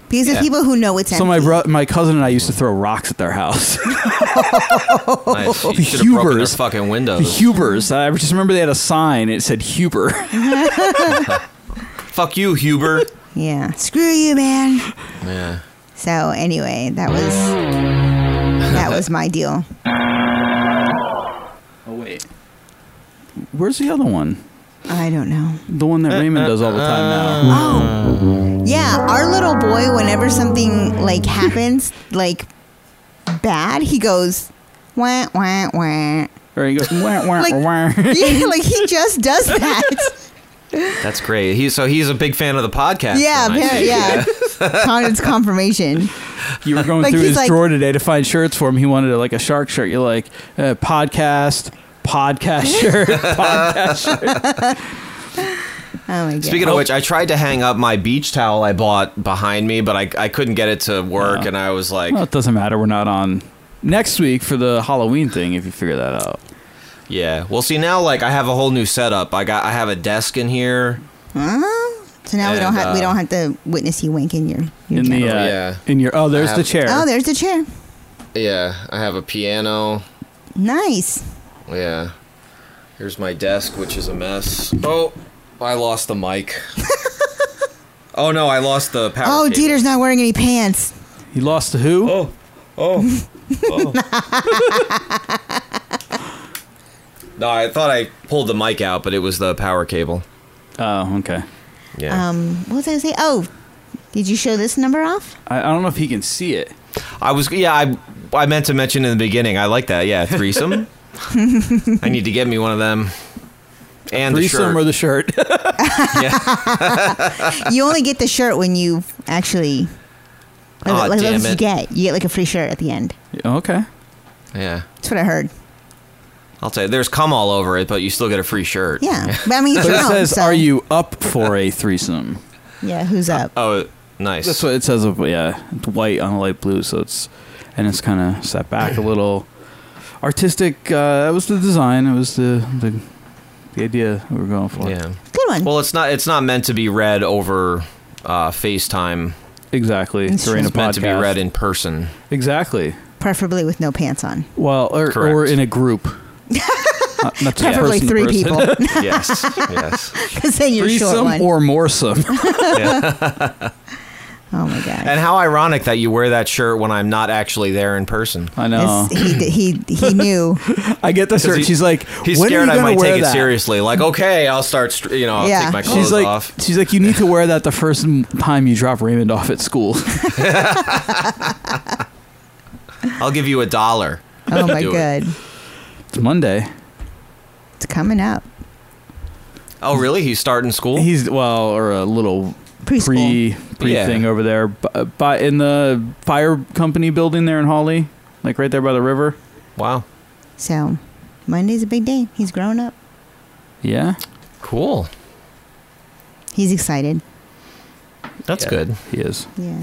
Speaker 5: These are
Speaker 1: Yeah.
Speaker 5: people who know it's
Speaker 1: So my bro- my cousin and I used to throw rocks at their house.
Speaker 7: Nice. You
Speaker 1: The
Speaker 7: should have broken their
Speaker 1: Hubers.
Speaker 7: fucking
Speaker 1: The
Speaker 7: windows.
Speaker 1: Hubers. I just remember they had a sign. It said Huber.
Speaker 7: Fuck you, Huber.
Speaker 5: yeah. Screw you, man.
Speaker 7: yeah.
Speaker 5: So anyway, that was that was my deal.
Speaker 1: Oh wait. Where's the other one?
Speaker 5: I don't know.
Speaker 1: The one
Speaker 7: Uh,
Speaker 1: that Raymond does all the time now.
Speaker 5: Yeah, our little boy, whenever something like happens, like bad, he goes wah wah wah.
Speaker 1: Or he goes wah, wah,
Speaker 5: Like-
Speaker 1: wah.
Speaker 5: Yeah, like he just does that.
Speaker 7: That's great. He, so he's a big fan of the podcast.
Speaker 5: yeah,
Speaker 7: then, I
Speaker 5: apparently,
Speaker 7: see.
Speaker 5: yeah. Con- it's confirmation.
Speaker 1: You were going
Speaker 5: Like,
Speaker 1: through
Speaker 5: he's
Speaker 1: his
Speaker 5: like-
Speaker 1: drawer today to find shirts for him. He wanted like a shark shirt. You're like uh, podcast, podcast shirt, podcast shirt.
Speaker 5: Oh my god.
Speaker 7: Speaking of which, I tried to hang up my beach towel I bought behind me, but I, I couldn't get it to work, and I was like,
Speaker 1: Well, it doesn't matter. We're not on next week for the Halloween thing. If you figure that out,
Speaker 7: yeah. Well, see now, like I have a whole new setup. I got I have a desk in here.
Speaker 5: Huh? So now we don't
Speaker 7: And,
Speaker 5: have we
Speaker 7: uh,
Speaker 5: don't have to witness you winking your, your
Speaker 1: in the
Speaker 5: camera.
Speaker 1: uh,
Speaker 7: yeah.
Speaker 1: in your oh, there's
Speaker 7: I
Speaker 1: the
Speaker 7: have-
Speaker 1: chair.
Speaker 5: Oh, there's the chair.
Speaker 7: Yeah, I have a piano.
Speaker 5: Nice.
Speaker 7: Yeah. Here's my desk, which is a mess. Oh, I lost the mic. oh no, I lost the power.
Speaker 5: Oh,
Speaker 7: cable.
Speaker 5: Dieter's not wearing any pants.
Speaker 1: he lost to who?
Speaker 7: Oh. No, I thought I pulled the mic out, but it was the power cable.
Speaker 1: Oh, okay.
Speaker 7: Yeah.
Speaker 5: Um, what was I gonna say? Oh, did you show this number off?
Speaker 1: I, I don't know if he can see it.
Speaker 7: I was yeah, I I meant to mention in the beginning. I like that. Yeah, threesome. I need to get me one of them. And
Speaker 1: Threesome
Speaker 7: the shirt.
Speaker 1: or the shirt.
Speaker 5: You only get the shirt when you actually.
Speaker 7: Aw,
Speaker 5: like, like, what
Speaker 7: damn
Speaker 5: did you
Speaker 7: it.
Speaker 5: get? You get like a free shirt at the end.
Speaker 1: okay.
Speaker 7: yeah.
Speaker 5: That's what I heard.
Speaker 7: I'll tell you, there's cum all over it, but you still get a free shirt.
Speaker 5: Yeah, but I mean, it's
Speaker 1: So
Speaker 5: your
Speaker 1: it
Speaker 5: own,
Speaker 1: says,
Speaker 5: so-
Speaker 1: "Are you up for a threesome?"
Speaker 5: Yeah, who's up?
Speaker 7: Oh, nice.
Speaker 1: That's what it says. Of yeah, it's white on a light blue, so it's and it's kind of set back a little. Artistic. Uh, that was the design. It was the the, the idea we were going for.
Speaker 7: Yeah.
Speaker 5: Good one.
Speaker 7: Well, it's not it's not meant to be read over uh, FaceTime.
Speaker 1: Exactly. During a
Speaker 7: It's meant to be
Speaker 1: podcast.
Speaker 7: read in person.
Speaker 1: Exactly.
Speaker 5: Preferably with no pants on.
Speaker 1: Well, or, or
Speaker 7: Correct.
Speaker 1: in a group. not, not just
Speaker 5: Preferably
Speaker 1: person to
Speaker 5: three
Speaker 1: person.
Speaker 5: people,
Speaker 7: yes. Yes.
Speaker 5: because then you're short
Speaker 1: Threesome
Speaker 5: one.
Speaker 1: or moresome.
Speaker 7: Yeah.
Speaker 5: oh my god.
Speaker 7: And how ironic that you wear that shirt when I'm not actually there in person.
Speaker 1: I know.
Speaker 5: It's- he, he he knew. Oh
Speaker 1: I get the shirt.
Speaker 7: he-
Speaker 1: she's like,
Speaker 7: He's
Speaker 1: when
Speaker 7: scared
Speaker 1: are you
Speaker 7: I
Speaker 1: gonna
Speaker 7: might
Speaker 1: wear
Speaker 7: take
Speaker 1: that?
Speaker 7: it seriously. Like, okay, I'll start, str- you know, I'll
Speaker 5: Yeah.
Speaker 7: take my clothes
Speaker 1: She's like,
Speaker 7: off.
Speaker 1: she's like, you need to wear that the first m- time you drop Raymond off at school.
Speaker 7: I'll give you a dollar.
Speaker 5: Oh my
Speaker 7: Do it.
Speaker 5: god,
Speaker 1: it's Monday.
Speaker 5: it's coming up.
Speaker 7: Oh, really? He's starting school?
Speaker 1: He's well, or a little
Speaker 5: Preschool.
Speaker 1: pre pre
Speaker 7: Yeah.
Speaker 1: thing over there, by, by in the fire company building there in Hawley, like right there by the river.
Speaker 7: wow.
Speaker 5: So Monday's a big day. He's grown up.
Speaker 1: Yeah,
Speaker 7: Cool.
Speaker 5: He's excited.
Speaker 7: That's good.
Speaker 1: he is.
Speaker 5: Yeah.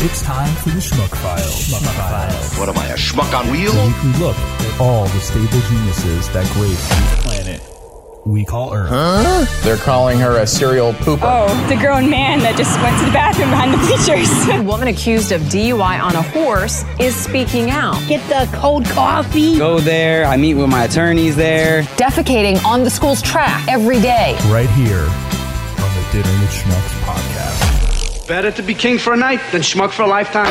Speaker 4: It's time for the Schmuck File. Schmuck File.
Speaker 3: What am I, a schmuck on wheels?
Speaker 4: A weekly look at all the stable geniuses that grace the planet we call Earth.
Speaker 11: They're calling her a serial pooper.
Speaker 12: Oh, the grown man that just went to the bathroom behind the bleachers. a woman accused of DUI on a horse is speaking out.
Speaker 11: Get the cold coffee.
Speaker 9: Go there. I meet with my attorneys there.
Speaker 12: Defecating on the school's track every day.
Speaker 4: Right here on the Dinner with Schmucks podcast.
Speaker 2: Better to be king for a night than schmuck for a lifetime.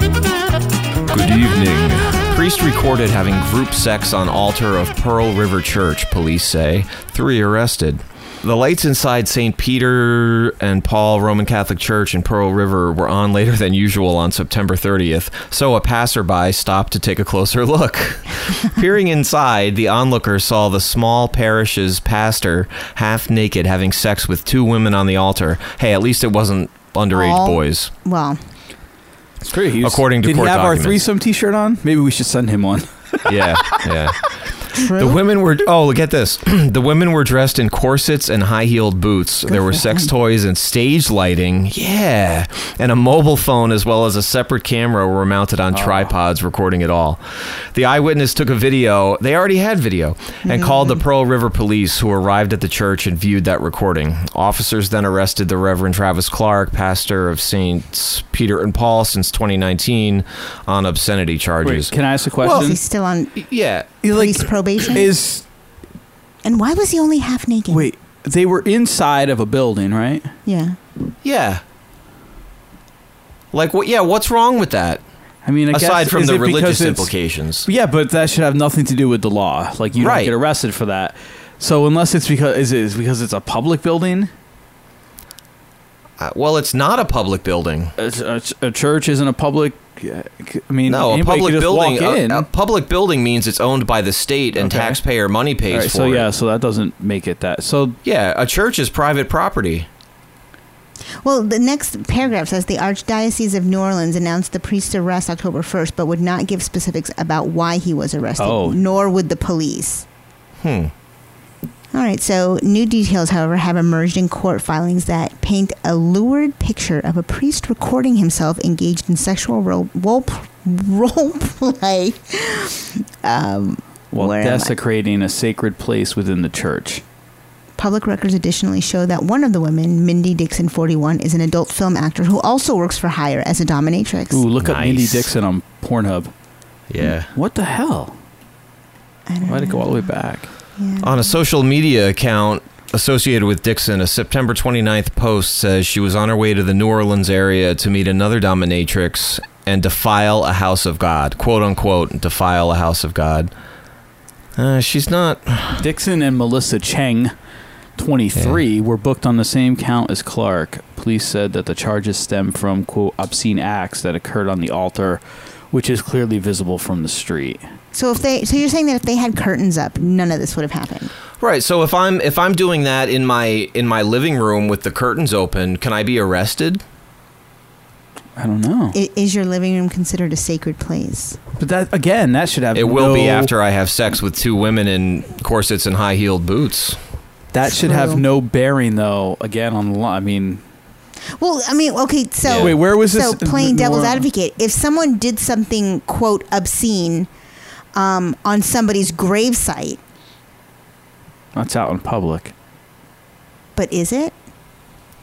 Speaker 7: Good evening. Priest recorded having group sex on altar of Pearl River Church, police say. Three arrested. The lights inside St. Peter and Paul Roman Catholic Church in Pearl River were on later than usual on September 30th, so a passerby stopped to take a closer look. Peering inside, the onlooker saw the small parish's pastor half naked having sex with two women on the altar. Hey, at least it wasn't underage
Speaker 5: All-
Speaker 7: boys.
Speaker 5: Well,
Speaker 1: It's pretty. He was-
Speaker 7: According to
Speaker 1: did
Speaker 7: court
Speaker 1: he have our
Speaker 7: documents.
Speaker 1: threesome T-shirt on? Maybe we should send him one.
Speaker 7: yeah, yeah.
Speaker 5: true?
Speaker 7: The women were oh look at this. the women were dressed in corsets and high heeled boots. there were sex toys and stage lighting. Yeah, and a mobile phone as well as a separate camera were mounted on tripods recording it all. The eyewitness took a video. They already had video and called the Pearl River Police, who arrived at the church and viewed that recording. Officers then arrested the Reverend Travis Clark, pastor of Saints Peter and Paul since 2019, on obscenity charges.
Speaker 1: can I ask a
Speaker 5: Is he still on
Speaker 7: yeah.
Speaker 5: police probation?
Speaker 1: Is
Speaker 5: and why was he only half naked?
Speaker 1: Wait, they were inside of a building, right?
Speaker 5: Yeah.
Speaker 7: Yeah. Like what? Yeah, what's wrong with that?
Speaker 1: I mean, I guess-
Speaker 7: aside from
Speaker 1: is
Speaker 7: the
Speaker 1: it because
Speaker 7: religious
Speaker 1: it's-
Speaker 7: implications,
Speaker 1: Yeah, but that should have nothing to do with the law. Like you
Speaker 7: Right.
Speaker 1: don't get arrested for that. So unless it's because is it is it because it's a public building?
Speaker 7: Uh, well, it's not a public building.
Speaker 1: A, a- a church isn't a public. I mean,
Speaker 7: no, a
Speaker 1: anybody
Speaker 7: public
Speaker 1: could just
Speaker 7: building. uh,
Speaker 1: walk
Speaker 7: A,
Speaker 1: in.
Speaker 7: a public building means it's owned by the state and taxpayer money pays
Speaker 1: All right,
Speaker 7: for
Speaker 1: so
Speaker 7: it.
Speaker 1: yeah, so that doesn't make it that. So
Speaker 7: yeah, a church is private property.
Speaker 5: Well, the next paragraph says the Archdiocese of New Orleans announced the priest's arrest October 1st, but would not give specifics about why he was arrested,
Speaker 7: Oh.
Speaker 5: nor would the police.
Speaker 7: Hmm.
Speaker 5: All right, so new details, however, have emerged in court filings that paint a lurid picture of a priest recording himself engaged in sexual role, role, role play. Um,
Speaker 1: well,
Speaker 5: where am I?
Speaker 1: desecrating a sacred place within the church.
Speaker 5: Public records additionally show that one of the women, Mindy Dixon, 41, is an adult film actor who also works for hire as a dominatrix.
Speaker 1: Ooh, look up Mindy Dixon on Pornhub.
Speaker 7: Yeah.
Speaker 1: What the hell? Why'd it go all the way back?
Speaker 7: On a social media account associated with Dixon, a September 29th post says she was on her way to the New Orleans area to meet another dominatrix and defile a house of God. Quote unquote, defile a house of God. Uh, she's not.
Speaker 1: Dixon and Melissa Cheng, 23, were booked on the same count as Clark. Police said that the charges stem from, quote, obscene acts that occurred on the altar, which is clearly visible from the street.
Speaker 5: So if they, so you're saying that if they had curtains up, none of this would have happened.
Speaker 7: Right, so if I'm if I'm doing that in my in my living room with the curtains open, can I be arrested?
Speaker 1: I don't know.
Speaker 5: I- Is your living room considered a sacred place?
Speaker 1: But that, again, that should have
Speaker 7: It will be
Speaker 1: no-
Speaker 7: after I have sex with two women in corsets and high-heeled boots.
Speaker 1: That should have no bearing, though, again, on the law. I mean,
Speaker 5: Well, I mean, okay, so
Speaker 1: Yeah. Wait, where was
Speaker 5: So
Speaker 1: this-
Speaker 5: playing
Speaker 1: New
Speaker 5: devil's
Speaker 1: Orleans?
Speaker 5: advocate, if someone did something quote obscene um, on somebody's gravesite,
Speaker 1: that's out in public.
Speaker 5: but is it?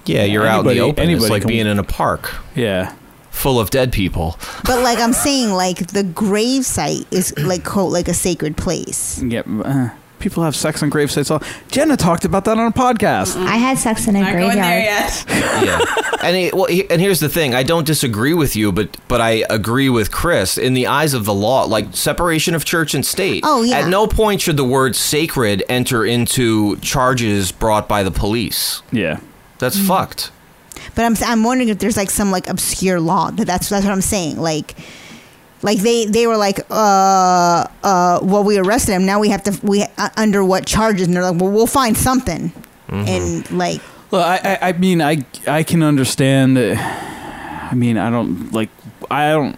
Speaker 7: Yeah, you're out in
Speaker 1: Anybody-
Speaker 7: the open. It's
Speaker 1: anybody
Speaker 7: like
Speaker 1: can-
Speaker 7: being in a park.
Speaker 1: Yeah.
Speaker 7: Full of dead people.
Speaker 5: But like I'm saying, like the gravesite is like quote like a sacred place.
Speaker 1: Yeah, uh, people have sex on gravesites. All Jenna talked about that on a podcast.
Speaker 13: I had sex in a graveyard.
Speaker 7: yeah. And it, well, he- and here's the thing. I don't disagree with you, but but I agree with Chris. In the eyes of the law, like separation of church and state.
Speaker 5: Oh, yeah.
Speaker 7: At no point should the word sacred enter into charges brought by the police.
Speaker 1: Yeah.
Speaker 7: That's
Speaker 1: Mm.
Speaker 7: fucked.
Speaker 5: But I'm I'm wondering if there's like some like obscure law that that's that's what I'm saying. Like like they they were like uh uh well we arrested him now we have to we uh, under what charges and they're like well we'll find something
Speaker 7: Mm-hmm.
Speaker 5: and like
Speaker 1: Well, I, I, I mean, I, I can understand. uh, I mean, I don't like. I don't.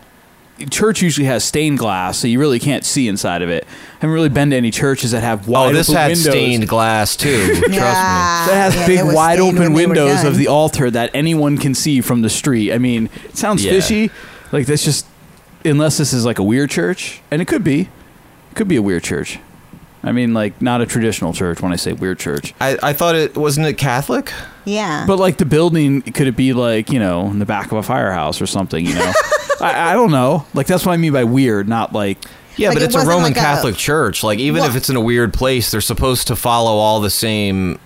Speaker 1: Church usually has stained glass, so you really can't see inside of it. I haven't really been to any churches that have wide.
Speaker 7: Oh, this
Speaker 1: open
Speaker 7: had
Speaker 1: windows.
Speaker 7: stained glass too. Trust me.
Speaker 1: That has
Speaker 5: Ah, Yeah,
Speaker 1: big
Speaker 5: it was
Speaker 1: wide
Speaker 5: stained
Speaker 1: open
Speaker 5: when they were
Speaker 1: windows of
Speaker 5: done.
Speaker 1: the altar that anyone can see from the street. I mean, it sounds
Speaker 7: Yeah.
Speaker 1: fishy. Like that's just unless this is like a weird church, and it could be, it could be a weird church. I mean, like not a traditional church. When I say weird church,
Speaker 7: I, I thought it wasn't it Catholic.
Speaker 5: yeah
Speaker 1: But like the building, could it be like you know in the back of a firehouse or something? You know, I, I don't know. Like that's what I mean by weird, not like
Speaker 7: Yeah,
Speaker 1: Like,
Speaker 7: but
Speaker 1: it
Speaker 7: it's a
Speaker 1: wasn't
Speaker 7: Roman
Speaker 1: like a-
Speaker 7: Catholic church. Like even if
Speaker 1: Well-
Speaker 7: it's in a weird place, they're supposed to follow all the same.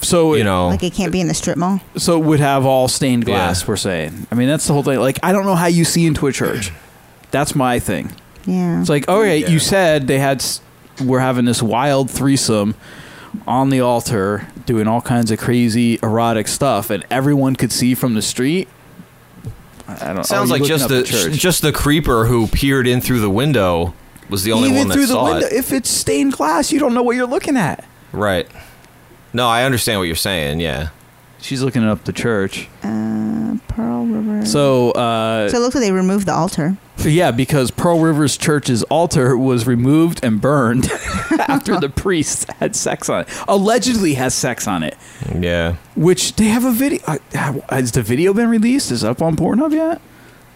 Speaker 1: So
Speaker 7: you know,
Speaker 5: like it can't be in the strip mall.
Speaker 1: so it would have all stained glass. We're saying. I mean, that's the whole thing. Like I don't know how you see into a church. That's my thing.
Speaker 5: Yeah.
Speaker 1: It's like, okay, you said they had s- we're having this wild threesome on the altar, doing all kinds of crazy erotic stuff, and everyone could see from the street. I I don't.
Speaker 7: Sounds
Speaker 1: are you
Speaker 7: like
Speaker 1: looking
Speaker 7: just
Speaker 1: up
Speaker 7: the
Speaker 1: church?
Speaker 7: just the creeper who peered in through the window was the only
Speaker 1: Even
Speaker 7: one that
Speaker 1: through the
Speaker 7: saw
Speaker 1: window,
Speaker 7: it.
Speaker 1: if it's stained glass, you don't know what you're looking at.
Speaker 7: Right. No, I understand what you're saying. Yeah.
Speaker 1: She's looking up the church.
Speaker 5: Uh, Pearl River.
Speaker 1: Um, So, uh,
Speaker 5: so it looks like they removed the altar.
Speaker 1: yeah, because Pearl River's church's altar was removed and burned after the priest had sex on it. Allegedly has sex on it.
Speaker 7: Yeah.
Speaker 1: Which they have a video. uh, ha- Has the video been released? Is it up on Pornhub yet?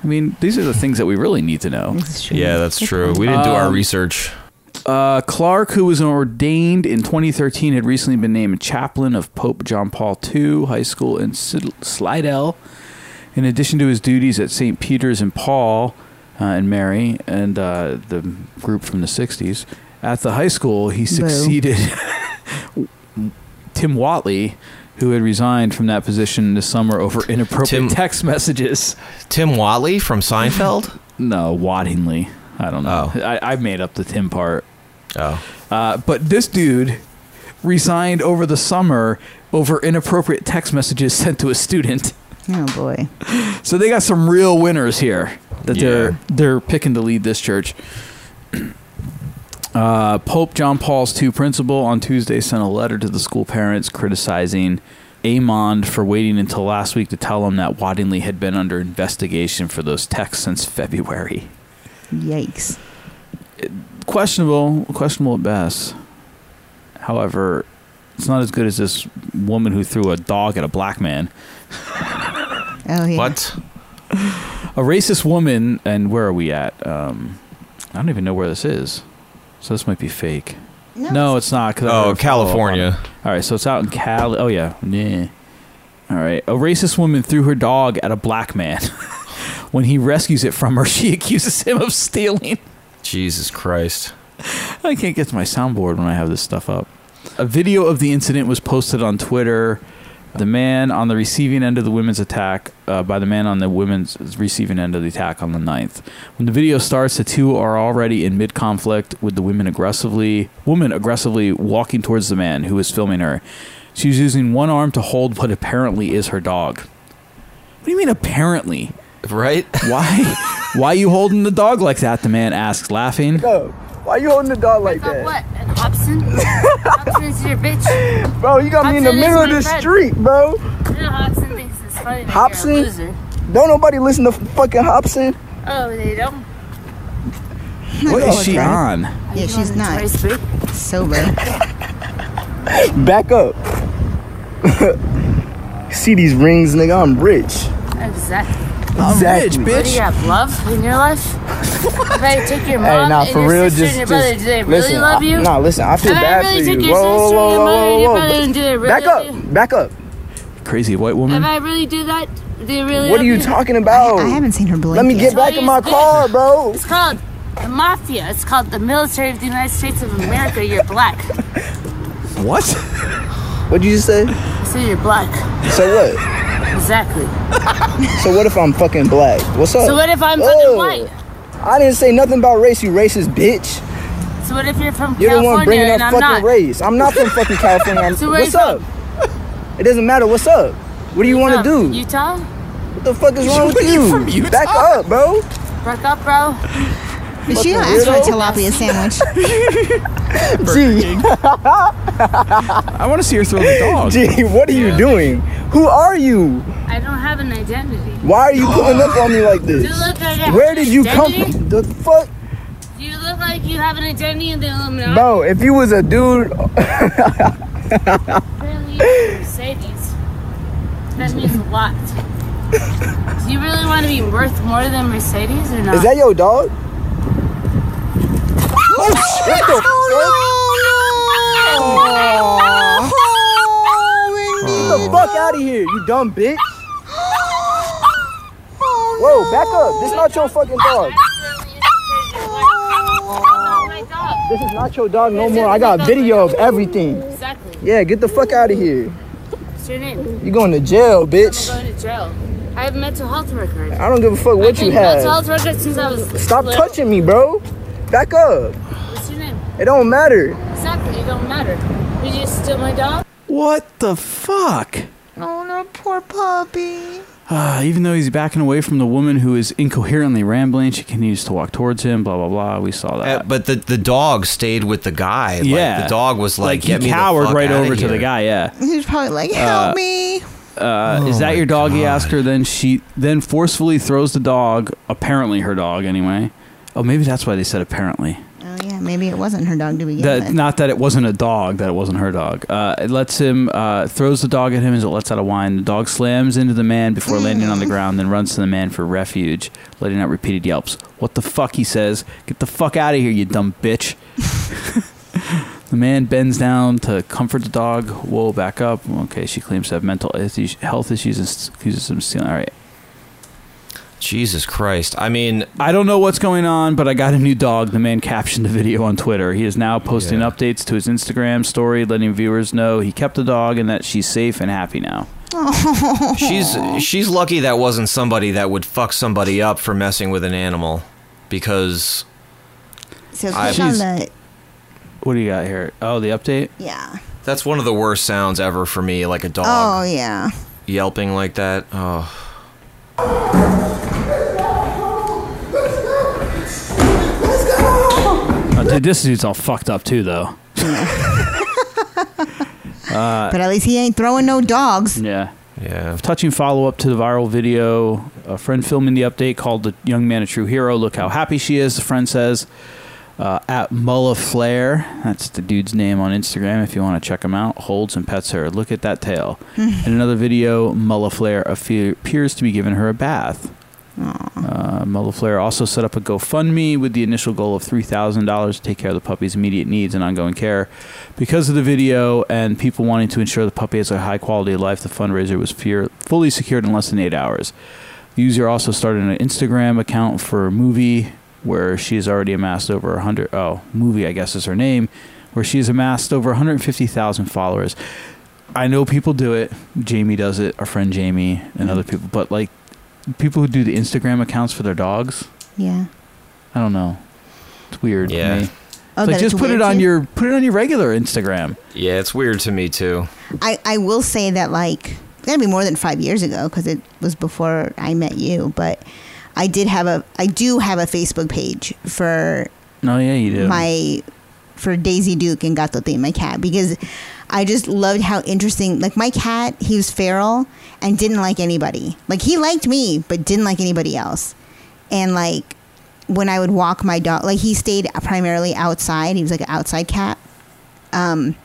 Speaker 1: I mean, these are the things that we really need to know.
Speaker 7: Yeah,
Speaker 1: Mm.
Speaker 7: that's true. We didn't do our
Speaker 1: Um,
Speaker 7: research.
Speaker 1: Uh, Clark, who was ordained in 2013, had recently been named chaplain of Pope John Paul II High School in Sid- Slidell. In addition to his duties at St. Peter's and Paul uh, and Mary and uh, the group from the 60s, at the high school, he succeeded Tim Watley, who had resigned from that position this summer over inappropriate text messages.
Speaker 7: Tim Watley from Seinfeld?
Speaker 1: no, Waddingly. I don't know. I, I made up the Tim part.
Speaker 7: Oh.
Speaker 1: Uh, but this dude resigned over the summer over inappropriate text messages sent to a student.
Speaker 5: Oh boy.
Speaker 1: So they got some real winners here that they're they're picking to lead this church. Uh, Pope John Paul's II principal on Tuesday sent a letter to the school parents criticizing Amond for waiting until last week to tell them that Waddingley had been under investigation for those texts since February.
Speaker 5: Yikes.
Speaker 1: Questionable, questionable at best. However, it's not as good as this woman who threw a dog at a black man.
Speaker 5: Oh yeah.
Speaker 7: What?
Speaker 1: A racist woman, and where are we at? Um, I don't even know where this is. So this might be fake. No, it's not. 'cause I
Speaker 7: Oh,
Speaker 1: never follow up on
Speaker 7: California.
Speaker 1: it. All right, so it's out in Cal. Oh yeah, yeah. All right, a racist woman threw her dog at a black man. when he rescues it from her, she accuses him of stealing.
Speaker 7: Jesus Christ.
Speaker 1: I can't get to my soundboard when I have this stuff up. A video of the incident was posted on Twitter. The man on the receiving end of the women's attack, uh, by the man on the women's receiving end of the attack on the 9th. When the video starts, the two are already in mid conflict with the women aggressively, woman aggressively walking towards the man who is filming her. She's using one arm to hold what apparently is her dog. What do you mean apparently?
Speaker 7: Right?
Speaker 1: Why? Why you holding the dog like that? The man asks, laughing.
Speaker 13: Yo, why you holding the dog like that?
Speaker 14: What? An Hobson? Hobson is your bitch.
Speaker 13: Bro, you got me in the
Speaker 14: Hobson is
Speaker 13: middle of
Speaker 14: my
Speaker 13: the
Speaker 14: friend.
Speaker 13: street, bro.
Speaker 14: Yeah, Hobson thinks it's funny that
Speaker 13: Hobson?
Speaker 14: you're a loser.
Speaker 13: Don't nobody listen to fucking Hobson.
Speaker 14: Oh, they don't.
Speaker 1: What is she
Speaker 13: Okay.
Speaker 1: on?
Speaker 5: Yeah, she's not sober.
Speaker 13: Back up. See these rings, nigga. I'm rich.
Speaker 14: Exactly.
Speaker 13: I'm rich, Exactly.
Speaker 14: What do you
Speaker 13: bitch.
Speaker 14: have, love in your life? if I take your
Speaker 13: Hey,
Speaker 14: mom
Speaker 13: nah,
Speaker 14: and
Speaker 13: for
Speaker 14: your
Speaker 13: real,
Speaker 14: sister
Speaker 13: just-
Speaker 14: and your
Speaker 13: just
Speaker 14: brother, do they
Speaker 13: listen,
Speaker 14: really love
Speaker 13: I-
Speaker 14: you?
Speaker 13: nah, listen, I feel
Speaker 14: if
Speaker 13: bad
Speaker 14: I really
Speaker 13: for
Speaker 14: took
Speaker 13: you.
Speaker 14: your
Speaker 13: Whoa,
Speaker 14: sister
Speaker 13: whoa,
Speaker 14: and your
Speaker 13: whoa, whoa,
Speaker 14: mother and your
Speaker 13: whoa.
Speaker 14: brother, and do they really
Speaker 13: Back
Speaker 14: love
Speaker 13: up.
Speaker 14: you?
Speaker 13: Back up.
Speaker 1: Crazy white
Speaker 14: If
Speaker 1: woman.
Speaker 14: I really do that, do they really
Speaker 13: What
Speaker 14: love
Speaker 13: are you
Speaker 14: you?
Speaker 13: talking about?
Speaker 5: I haven't seen her blink.
Speaker 13: Let me
Speaker 14: That's
Speaker 13: get
Speaker 14: why
Speaker 13: back in
Speaker 14: you
Speaker 13: my
Speaker 14: spit.
Speaker 13: car, bro.
Speaker 14: It's called the mafia. It's called the military of the United States of America. You're black.
Speaker 1: What?
Speaker 13: What'd you just say?
Speaker 14: So you're black.
Speaker 13: So what?
Speaker 14: Exactly.
Speaker 13: So what if I'm fucking black? What's up? Oh,
Speaker 14: So what if I'm fucking white?
Speaker 13: I didn't say nothing about race, you racist bitch.
Speaker 14: So what if you're from
Speaker 13: You're the one
Speaker 14: California
Speaker 13: bringing up
Speaker 14: and I'm
Speaker 13: fucking
Speaker 14: not?
Speaker 13: race. I'm not from fucking California. I'm,
Speaker 14: So where
Speaker 13: what's
Speaker 14: you
Speaker 13: up?
Speaker 14: from?
Speaker 13: It doesn't matter. What's up? What do you want to
Speaker 14: From
Speaker 13: do?
Speaker 14: Utah?
Speaker 13: what the fuck is wrong with you? Back up, bro.
Speaker 14: Back up, bro.
Speaker 5: But she don't ask for a tilapia sandwich.
Speaker 13: Gee.
Speaker 1: I want to see her throw the dog.
Speaker 13: Gee, what are you doing? Who are you?
Speaker 14: I don't have an identity.
Speaker 13: Why are you pulling up on me like this?
Speaker 14: You look like that.
Speaker 13: Where did you come
Speaker 14: Identity?
Speaker 13: from? The fuck?
Speaker 14: You look like you have an identity in the Illuminati.
Speaker 13: Bro, if you was a dude,
Speaker 14: Apparently you're from Mercedes. That means a lot. Do you really want to be worth more than Mercedes or not?
Speaker 13: is that your dog? Oh shit! the Get the fuck out of here, you dumb bitch! Whoa, back up! This is not your fucking dog. This is not your dog no more. I got video of everything.
Speaker 14: Exactly.
Speaker 13: Yeah, get the fuck out of here.
Speaker 14: What's your name?
Speaker 13: You going to jail, bitch.
Speaker 14: I'm going to jail. I have a mental health record.
Speaker 13: I don't give a fuck
Speaker 14: I've
Speaker 13: what you
Speaker 14: been Mental health
Speaker 13: have.
Speaker 14: record since I was.
Speaker 13: Stop
Speaker 14: little.
Speaker 13: touching me, bro. Back up.
Speaker 14: What's your name?
Speaker 13: It don't matter.
Speaker 14: Exactly. It don't matter. Did you steal my dog?
Speaker 1: What the fuck?
Speaker 5: Oh no, poor puppy.
Speaker 1: Uh, even though he's backing away from the woman who is incoherently rambling, she continues to walk towards him. Blah blah blah. We saw that.
Speaker 7: Uh, but the, the dog stayed with the guy. Like,
Speaker 1: yeah,
Speaker 7: the dog was like,
Speaker 1: he
Speaker 7: Get me the
Speaker 1: cowered
Speaker 7: fuck
Speaker 1: right
Speaker 7: outta
Speaker 1: over to the
Speaker 7: here."
Speaker 1: guy. Yeah.
Speaker 5: He's probably like, "Help
Speaker 1: Uh, Uh,
Speaker 5: me!"
Speaker 8: Oh
Speaker 1: is
Speaker 8: my
Speaker 1: that your dog? He asked her. Then she then forcefully throws the dog, apparently her dog anyway. Oh, maybe that's why they said apparently.
Speaker 5: Oh yeah, maybe it wasn't her dog to begin
Speaker 1: That
Speaker 5: with.
Speaker 1: not that it wasn't a dog, that it wasn't her dog. Uh, it lets him uh, throws the dog at him as it lets out a whine. The dog slams into the man before landing on the ground, then runs to the man for refuge, letting out repeated yelps. What the fuck? He says, "Get the fuck out of here, you dumb bitch." The man bends down to comfort the dog. Whoa, back up. Okay, she claims to have mental issues, health issues and accuses him of stealing. All right.
Speaker 7: Jesus Christ. I mean,
Speaker 1: I don't know what's going on, but I got a new dog. The man captioned the video on Twitter. He is now posting updates to his Instagram story, letting viewers know he kept the dog and that she's safe and happy now.
Speaker 5: Oh.
Speaker 7: She's she's lucky that wasn't somebody that would fuck somebody up for messing with an animal, because
Speaker 5: so
Speaker 7: I-
Speaker 5: click on the
Speaker 1: What do you got here? Oh, the update.
Speaker 5: yeah.
Speaker 7: that's one of the worst sounds ever for me. Like a dog
Speaker 5: Oh yeah.
Speaker 7: yelping like that. Oh,
Speaker 1: Oh, dude, this dude's all fucked up too, though. uh,
Speaker 5: But at least he ain't throwing no dogs.
Speaker 1: Yeah.
Speaker 7: Yeah.
Speaker 1: Touching follow up to the viral video. A friend filming the update called the young man a true hero. Look how happy she is, the friend says. Uh, at Mulla Flair, that's the dude's name on Instagram if you want to check him out, holds and pets her. Look at that tail. In another video, Mulla Flair affe- appears to be giving her a bath. Uh, Mulla Flair also set up a GoFundMe with the initial goal of $3,000 to take care of the puppy's immediate needs and ongoing care. Because of the video and people wanting to ensure the puppy has a high quality of life, the fundraiser was fear- fully secured in less than eight hours. The user also started an Instagram account for a movie where she has already amassed over 100. Oh, movie, I guess is her name, where she has amassed over 150,000 followers. I know people do it. Jamie does it, our friend Jamie, and other people, but like people who do the Instagram accounts for their dogs,
Speaker 5: Yeah.
Speaker 1: I don't know. It's weird. To
Speaker 7: Yeah.
Speaker 1: me.
Speaker 5: Oh,
Speaker 1: It's
Speaker 5: that
Speaker 1: like
Speaker 5: it's
Speaker 1: just put
Speaker 5: weird
Speaker 1: it on
Speaker 5: too?
Speaker 1: your put it on your regular Instagram.
Speaker 7: yeah, it's weird to me too.
Speaker 5: I, I will say that like it's gotta be more than five years ago because it was before I met you. But I did have a I do have a Facebook page for
Speaker 1: No, Oh, yeah, you do.
Speaker 5: my for Daisy Duke and Gatote, my cat, because I just loved how interesting. Like my cat, he was feral and didn't like anybody. Like he liked me, but didn't like anybody else. And like when I would walk my dog, like he stayed primarily outside. He was like an outside cat. Um,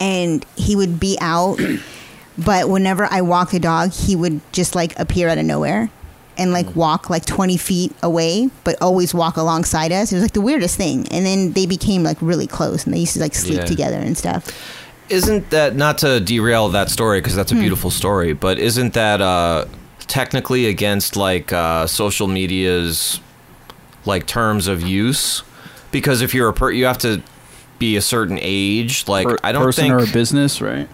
Speaker 5: and he would be out, but whenever I walked the dog, he would just like appear out of nowhere and like walk like 20 feet away, but always walk alongside us. It was like the weirdest thing. And then they became like really close and they used to like sleep
Speaker 7: Yeah.
Speaker 5: together and stuff.
Speaker 7: Isn't that not to derail that story because that's a
Speaker 5: Hmm.
Speaker 7: beautiful story, but isn't that uh, technically against like uh, social media's like terms of use? Because if you're a per, you have to be a certain age. Like I don't
Speaker 1: person
Speaker 7: think
Speaker 1: or a business, right?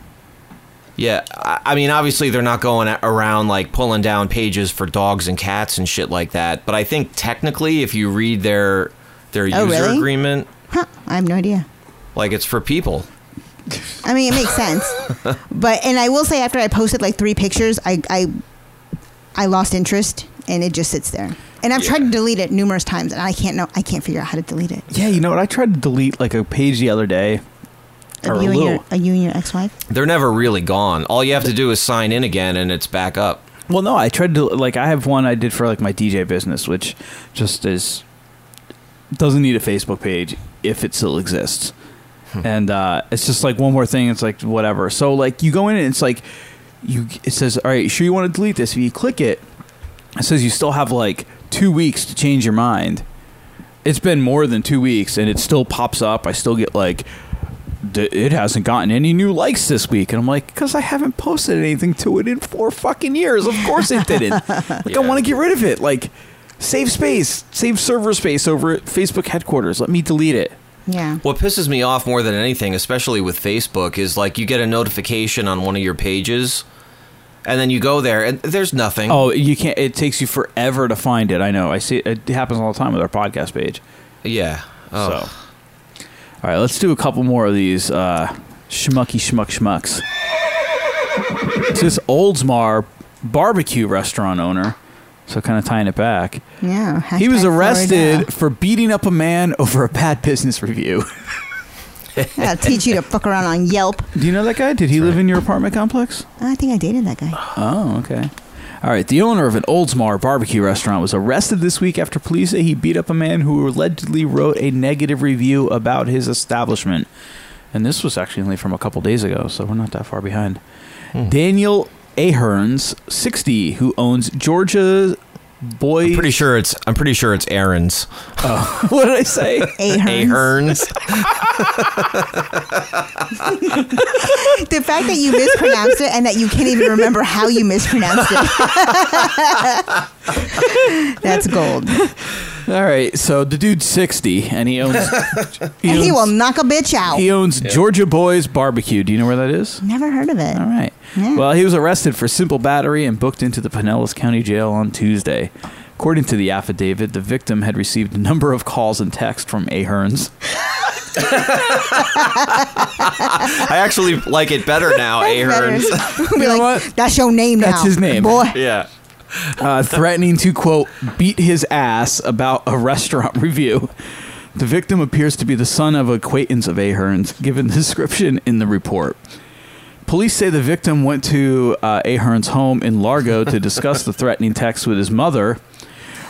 Speaker 7: Yeah, I I mean, obviously they're not going a- around like pulling down pages for dogs and cats and shit like that. But I think technically, if you read their their user
Speaker 5: Oh, really?
Speaker 7: agreement,
Speaker 5: Huh, I have no idea.
Speaker 7: like it's for people.
Speaker 5: I mean, it makes sense. But, and I will say after I posted like three pictures, I, I, I lost interest and it just sits there. And I've tried to delete it numerous times and I can't know, I can't figure out how to delete it.
Speaker 1: Yeah, you know what? I tried to delete like a page the other day.
Speaker 5: Of
Speaker 7: Or
Speaker 5: you, and
Speaker 7: Lou.
Speaker 5: your, of you and your ex-wife?
Speaker 7: They're never really gone. All you have to do is sign in again, and it's back up.
Speaker 1: Well, no, I tried to like I have one I did for like my DJ business, which just is doesn't need a Facebook page if it still exists. And uh, it's just like one more thing. It's like whatever. So like you go in and it's like you. It says, "All right, sure you want to delete this." If you click it, it says you still have like two weeks to change your mind. It's been more than two weeks, and it still pops up. I still get like, D- it hasn't gotten any new likes this week, and I'm like, because I haven't posted anything to it in four fucking years. Of course it didn't. like I want to get rid of it. Like, save space, save server space over at Facebook headquarters. Let me delete it.
Speaker 5: Yeah.
Speaker 7: What pisses me off more than anything, especially with Facebook, is like you get a notification on one of your pages, and then you go there, and there's nothing.
Speaker 1: Oh, you can't. It takes you forever to find it. I know. I see. It happens all the time with our podcast page.
Speaker 7: Yeah. Oh.
Speaker 1: So. All right, let's do a couple more of these uh, schmucky schmuck schmucks. it's this Oldsmar barbecue restaurant owner, so kind of tying it back.
Speaker 5: Yeah.
Speaker 1: he was
Speaker 5: hashtag Florida.
Speaker 1: arrested for beating up a man over a bad business review.
Speaker 5: I'll teach you to fuck around on Yelp.
Speaker 1: Do you know that guy? Did he live in your apartment complex?
Speaker 5: I think I dated that guy.
Speaker 1: Oh, okay. All right. The owner of an Oldsmar barbecue restaurant was arrested this week after police say he beat up a man who allegedly wrote a negative review about his establishment. And this was actually only from a couple days ago, so we're not that far behind.
Speaker 7: Hmm.
Speaker 1: Daniel Aherns, 60, who owns Georgia Boy.
Speaker 7: I'm pretty sure it's. I'm pretty sure it's Aaron's.
Speaker 1: Oh, what did I say?
Speaker 7: Aherns.
Speaker 5: The fact that you mispronounced it and that you can't even remember how you mispronounced it. That's gold.
Speaker 1: All right. So the dude's 60, and he owns.
Speaker 5: and he will knock a bitch out.
Speaker 1: He owns Georgia Boys Barbecue. Do you know where that is?
Speaker 5: Never heard of it. All
Speaker 1: right.
Speaker 5: Yeah.
Speaker 1: Well, he was arrested for simple battery and booked into the Pinellas County Jail on Tuesday. According to the affidavit, the victim had received a number of calls and texts from Aherns.
Speaker 7: I actually like it better now. Aherns.
Speaker 5: Be like, That's your name now.
Speaker 1: That's his name.
Speaker 5: Boy.
Speaker 7: yeah.
Speaker 1: uh, threatening to quote beat his ass about a restaurant review. The victim appears to be the son of acquaintance of Ahern's, given the description in the report. Police say the victim went to uh, Ahern's home in Largo to discuss the threatening text with his mother.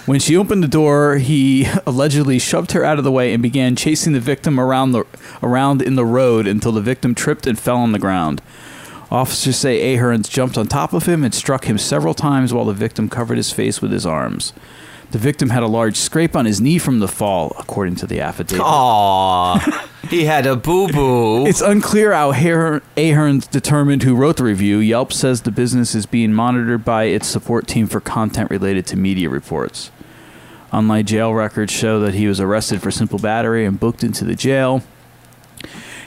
Speaker 1: When she opened the door, he allegedly shoved her out of the way and began chasing the victim around the around in the road until the victim tripped and fell on the ground. Officers say Aherns jumped on top of him and struck him several times while the victim covered his face with his arms. The victim had a large scrape on his knee from the fall, according to the affidavit.
Speaker 7: Aw. he had a boo boo.
Speaker 1: It's unclear how Her- Aherns determined who wrote the review. Yelp says the business is being monitored by its support team for content related to media reports. Online jail records show that he was arrested for simple battery and booked into the jail.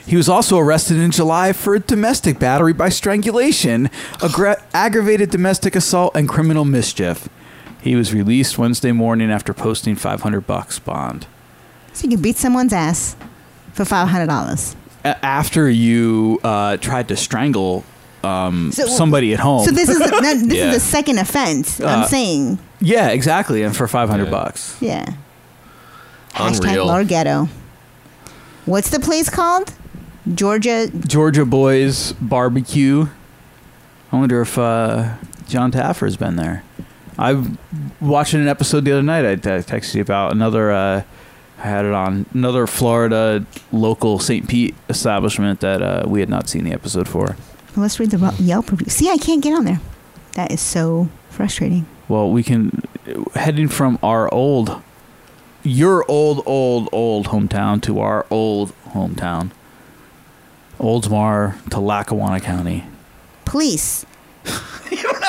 Speaker 1: He was also arrested in July for domestic battery by strangulation, aggra- aggravated domestic assault, and criminal mischief. He was released Wednesday morning after posting 500 bucks bond.
Speaker 5: So you can beat someone's ass for five hundred dollars.
Speaker 1: A- after you uh, tried to strangle um,
Speaker 7: Mm.
Speaker 1: somebody at home.
Speaker 5: So this is no, this
Speaker 1: Yeah.
Speaker 5: is the second offense.
Speaker 1: Uh,
Speaker 5: I'm saying,
Speaker 1: Yeah, exactly, and for 500 bucks.
Speaker 5: yeah. Hashtag Larghetto. What's the place called? Georgia.
Speaker 1: Georgia Boys Barbecue. I wonder if uh, John Taffer's been there. I am watching an episode the other night. I, I texted you about another. Uh, I had it on another Florida local St. Pete establishment that uh, we had not seen the episode for.
Speaker 5: Let's read the Ro- Yelp review. See, I can't get on there. That is so frustrating.
Speaker 1: Well, we can heading from our old, your old, old, old hometown to our old hometown, Oldsmar to Lackawanna County.
Speaker 5: Police.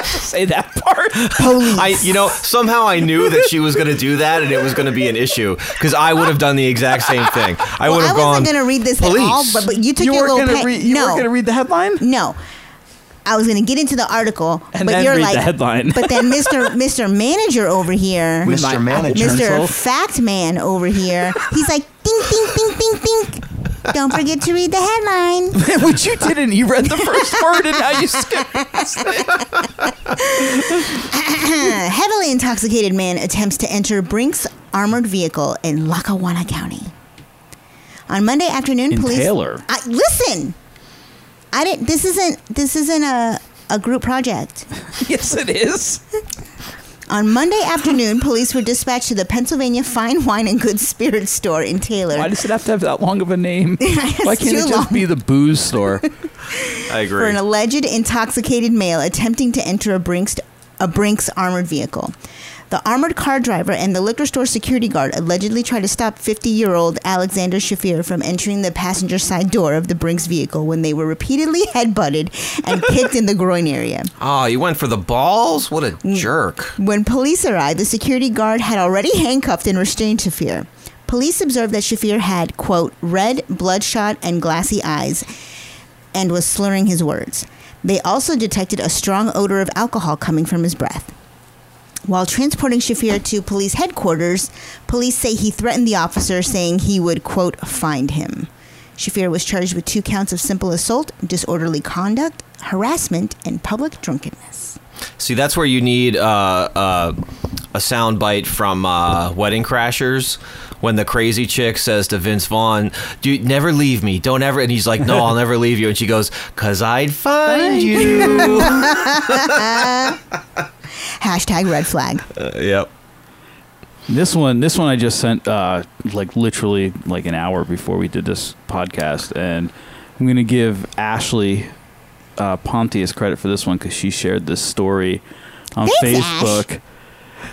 Speaker 1: Say that part.
Speaker 7: I, you know, somehow I knew that she was going to do that, and it was going to be an issue because I would have done the exact same thing. I would
Speaker 5: Well, I
Speaker 7: have
Speaker 5: wasn't
Speaker 7: gone.
Speaker 5: going to read this at all,
Speaker 7: "Police."
Speaker 5: but, but you took
Speaker 1: You
Speaker 5: your
Speaker 1: weren't
Speaker 5: little
Speaker 1: gonna
Speaker 5: pa-
Speaker 1: read- you
Speaker 5: no.
Speaker 1: weren't gonna read the headline?
Speaker 5: No. I was going to get into the article,
Speaker 1: And
Speaker 5: but
Speaker 1: then
Speaker 5: you're
Speaker 1: read
Speaker 5: like
Speaker 1: the headline.
Speaker 5: But then Mr. Mr. Manager over here,
Speaker 1: With my Mr. Manager.
Speaker 5: Mr.
Speaker 1: pencil.
Speaker 5: Fact Man over here, he's like, ding, ding, ding, ding, ding. Don't forget to read the headline.
Speaker 1: Which you didn't. You read the first word and now you skip.
Speaker 5: Heavily intoxicated man attempts to enter Brink's armored vehicle in Lackawanna County. On Monday afternoon,
Speaker 1: In
Speaker 5: police.
Speaker 1: Taylor.
Speaker 5: I, listen, I didn't. This isn't. This isn't a a group project.
Speaker 1: yes, it is.
Speaker 5: On Monday afternoon, police were dispatched to the Pennsylvania Fine Wine and Good Spirits store in Taylor.
Speaker 1: Why does it have to have that long of a name? Why
Speaker 5: It's
Speaker 1: can't it
Speaker 5: too
Speaker 1: just
Speaker 5: long.
Speaker 1: be the booze store?
Speaker 7: I
Speaker 5: for an alleged intoxicated male attempting to enter a Brinks, a Brinks armored vehicle. The armored car driver and the liquor store security guard allegedly tried to stop 50 year old Alexander Shafir from entering the passenger side door of the Brinks vehicle when they were repeatedly headbutted and kicked in the groin area.
Speaker 7: Oh, you went for the balls? What a
Speaker 5: Mm.
Speaker 7: jerk.
Speaker 5: When police arrived, the security guard had already handcuffed and restrained Shafir. Police observed that Shafir had, quote, red, bloodshot, and glassy eyes and was slurring his words. They also detected a strong odor of alcohol coming from his breath. While transporting Shafir to police headquarters, police say he threatened the officer, saying he would, quote, find him. Shafir was charged with two counts of simple assault, disorderly conduct, harassment, and public drunkenness.
Speaker 7: See, that's where you need uh, uh, a sound bite from uh, Wedding Crashers when the crazy chick says to Vince Vaughn, "Dude, never leave me. Don't ever." And he's like, "No, I'll never leave you." And she goes, "Cause I'd find you."
Speaker 5: Hashtag red flag.
Speaker 7: Uh, yep.
Speaker 1: This one, this one I just sent uh, like literally like an hour before we did this podcast, and I'm gonna give Ashley uh, Pontius credit for this one because she shared this story on
Speaker 8: Thanks, Ash.
Speaker 1: Facebook.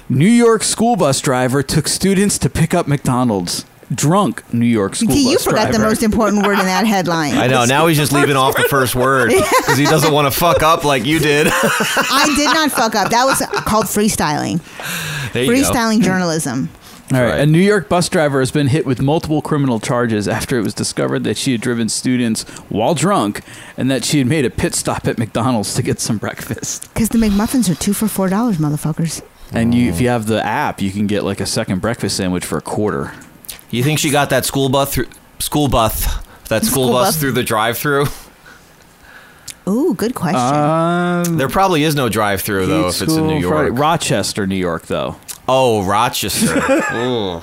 Speaker 1: New York school bus driver took students to pick up McDonald's. Drunk New York school
Speaker 5: See,
Speaker 1: bus
Speaker 5: you forgot
Speaker 1: driver.
Speaker 5: the most important word in that headline.
Speaker 7: I know. Now he's just leaving off the first word because he doesn't want to fuck up like you did.
Speaker 5: I did not fuck up. That was called freestyling.
Speaker 7: There you go.
Speaker 5: Freestyling journalism.
Speaker 1: All right. A New York bus driver has been hit with multiple criminal charges after it was discovered that she had driven students while drunk and that she had made a pit stop at McDonald's to get some breakfast.
Speaker 5: Because the McMuffins are two for four dollars, motherfuckers.
Speaker 1: And you, if you have the app, you can get like a second breakfast sandwich for a quarter.
Speaker 7: You think she got that school bus through school bus that school,
Speaker 5: School
Speaker 7: bus,
Speaker 5: bus.
Speaker 7: through the drive-through?
Speaker 5: Ooh, good question.
Speaker 1: Uh,
Speaker 7: there probably is no drive-through though if it's in New York.
Speaker 1: Rochester, New York, though.
Speaker 7: Oh, Rochester. Ooh.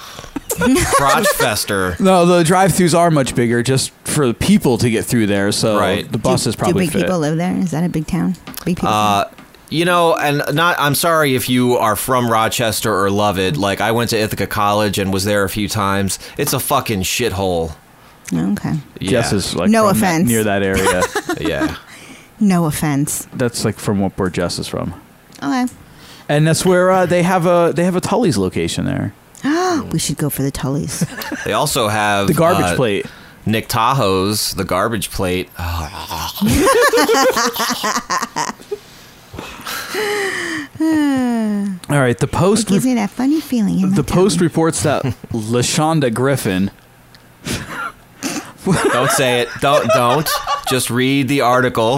Speaker 7: Rochester.
Speaker 1: No, the drive-throughs are much bigger just for the people to get through there. So the buses
Speaker 5: Do
Speaker 1: probably
Speaker 5: big
Speaker 1: fit.
Speaker 5: people live there? Is that a big town? Big people.
Speaker 7: Uh, you know, and not. I'm sorry if you are from Rochester or love it. Like I went to Ithaca College and was there a few times. It's a fucking shithole.
Speaker 5: okay.
Speaker 1: Jess is like
Speaker 5: No
Speaker 1: from that-
Speaker 5: offense.
Speaker 1: near that area.
Speaker 7: yeah,
Speaker 5: No offense.
Speaker 1: that's like from what where Jess is from,
Speaker 5: Okay.
Speaker 1: and that's where uh, they have a they have a Tully's location there.
Speaker 5: we should go for the Tullies.
Speaker 7: They also have uh,
Speaker 1: The garbage plate.
Speaker 7: Nick Tahoe's the garbage plate. Uh,
Speaker 1: All right, the
Speaker 5: it
Speaker 1: post
Speaker 5: gives me that funny feeling. in
Speaker 1: the
Speaker 5: my tummy.
Speaker 1: post reports that Lashonda Griffin.
Speaker 7: don't say it. Don't don't. Just read the article.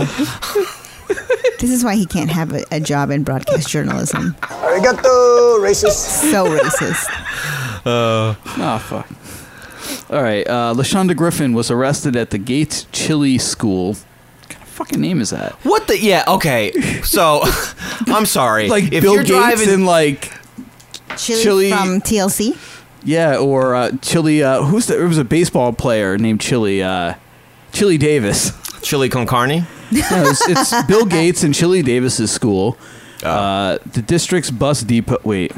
Speaker 5: This is why he can't have a, a job in broadcast journalism.
Speaker 13: Arigato, racist.
Speaker 5: So racist.
Speaker 1: Oh. fuck. All right, uh, Lashonda Griffin was arrested at the Gates Chili School. What kind of fucking name is that?
Speaker 7: What the? Yeah. Okay. So, I'm sorry.
Speaker 1: Like Bill Gates and like
Speaker 5: Chili,
Speaker 1: Chili-
Speaker 5: from TLC.
Speaker 1: yeah, or uh, Chili. Uh, who's the? It was a baseball player named Chili. Uh, Chili Davis.
Speaker 7: Chili con carne.
Speaker 1: No, it's, it's Bill Gates and Chili Davis's school. Uh, the district's bus depot. Wait,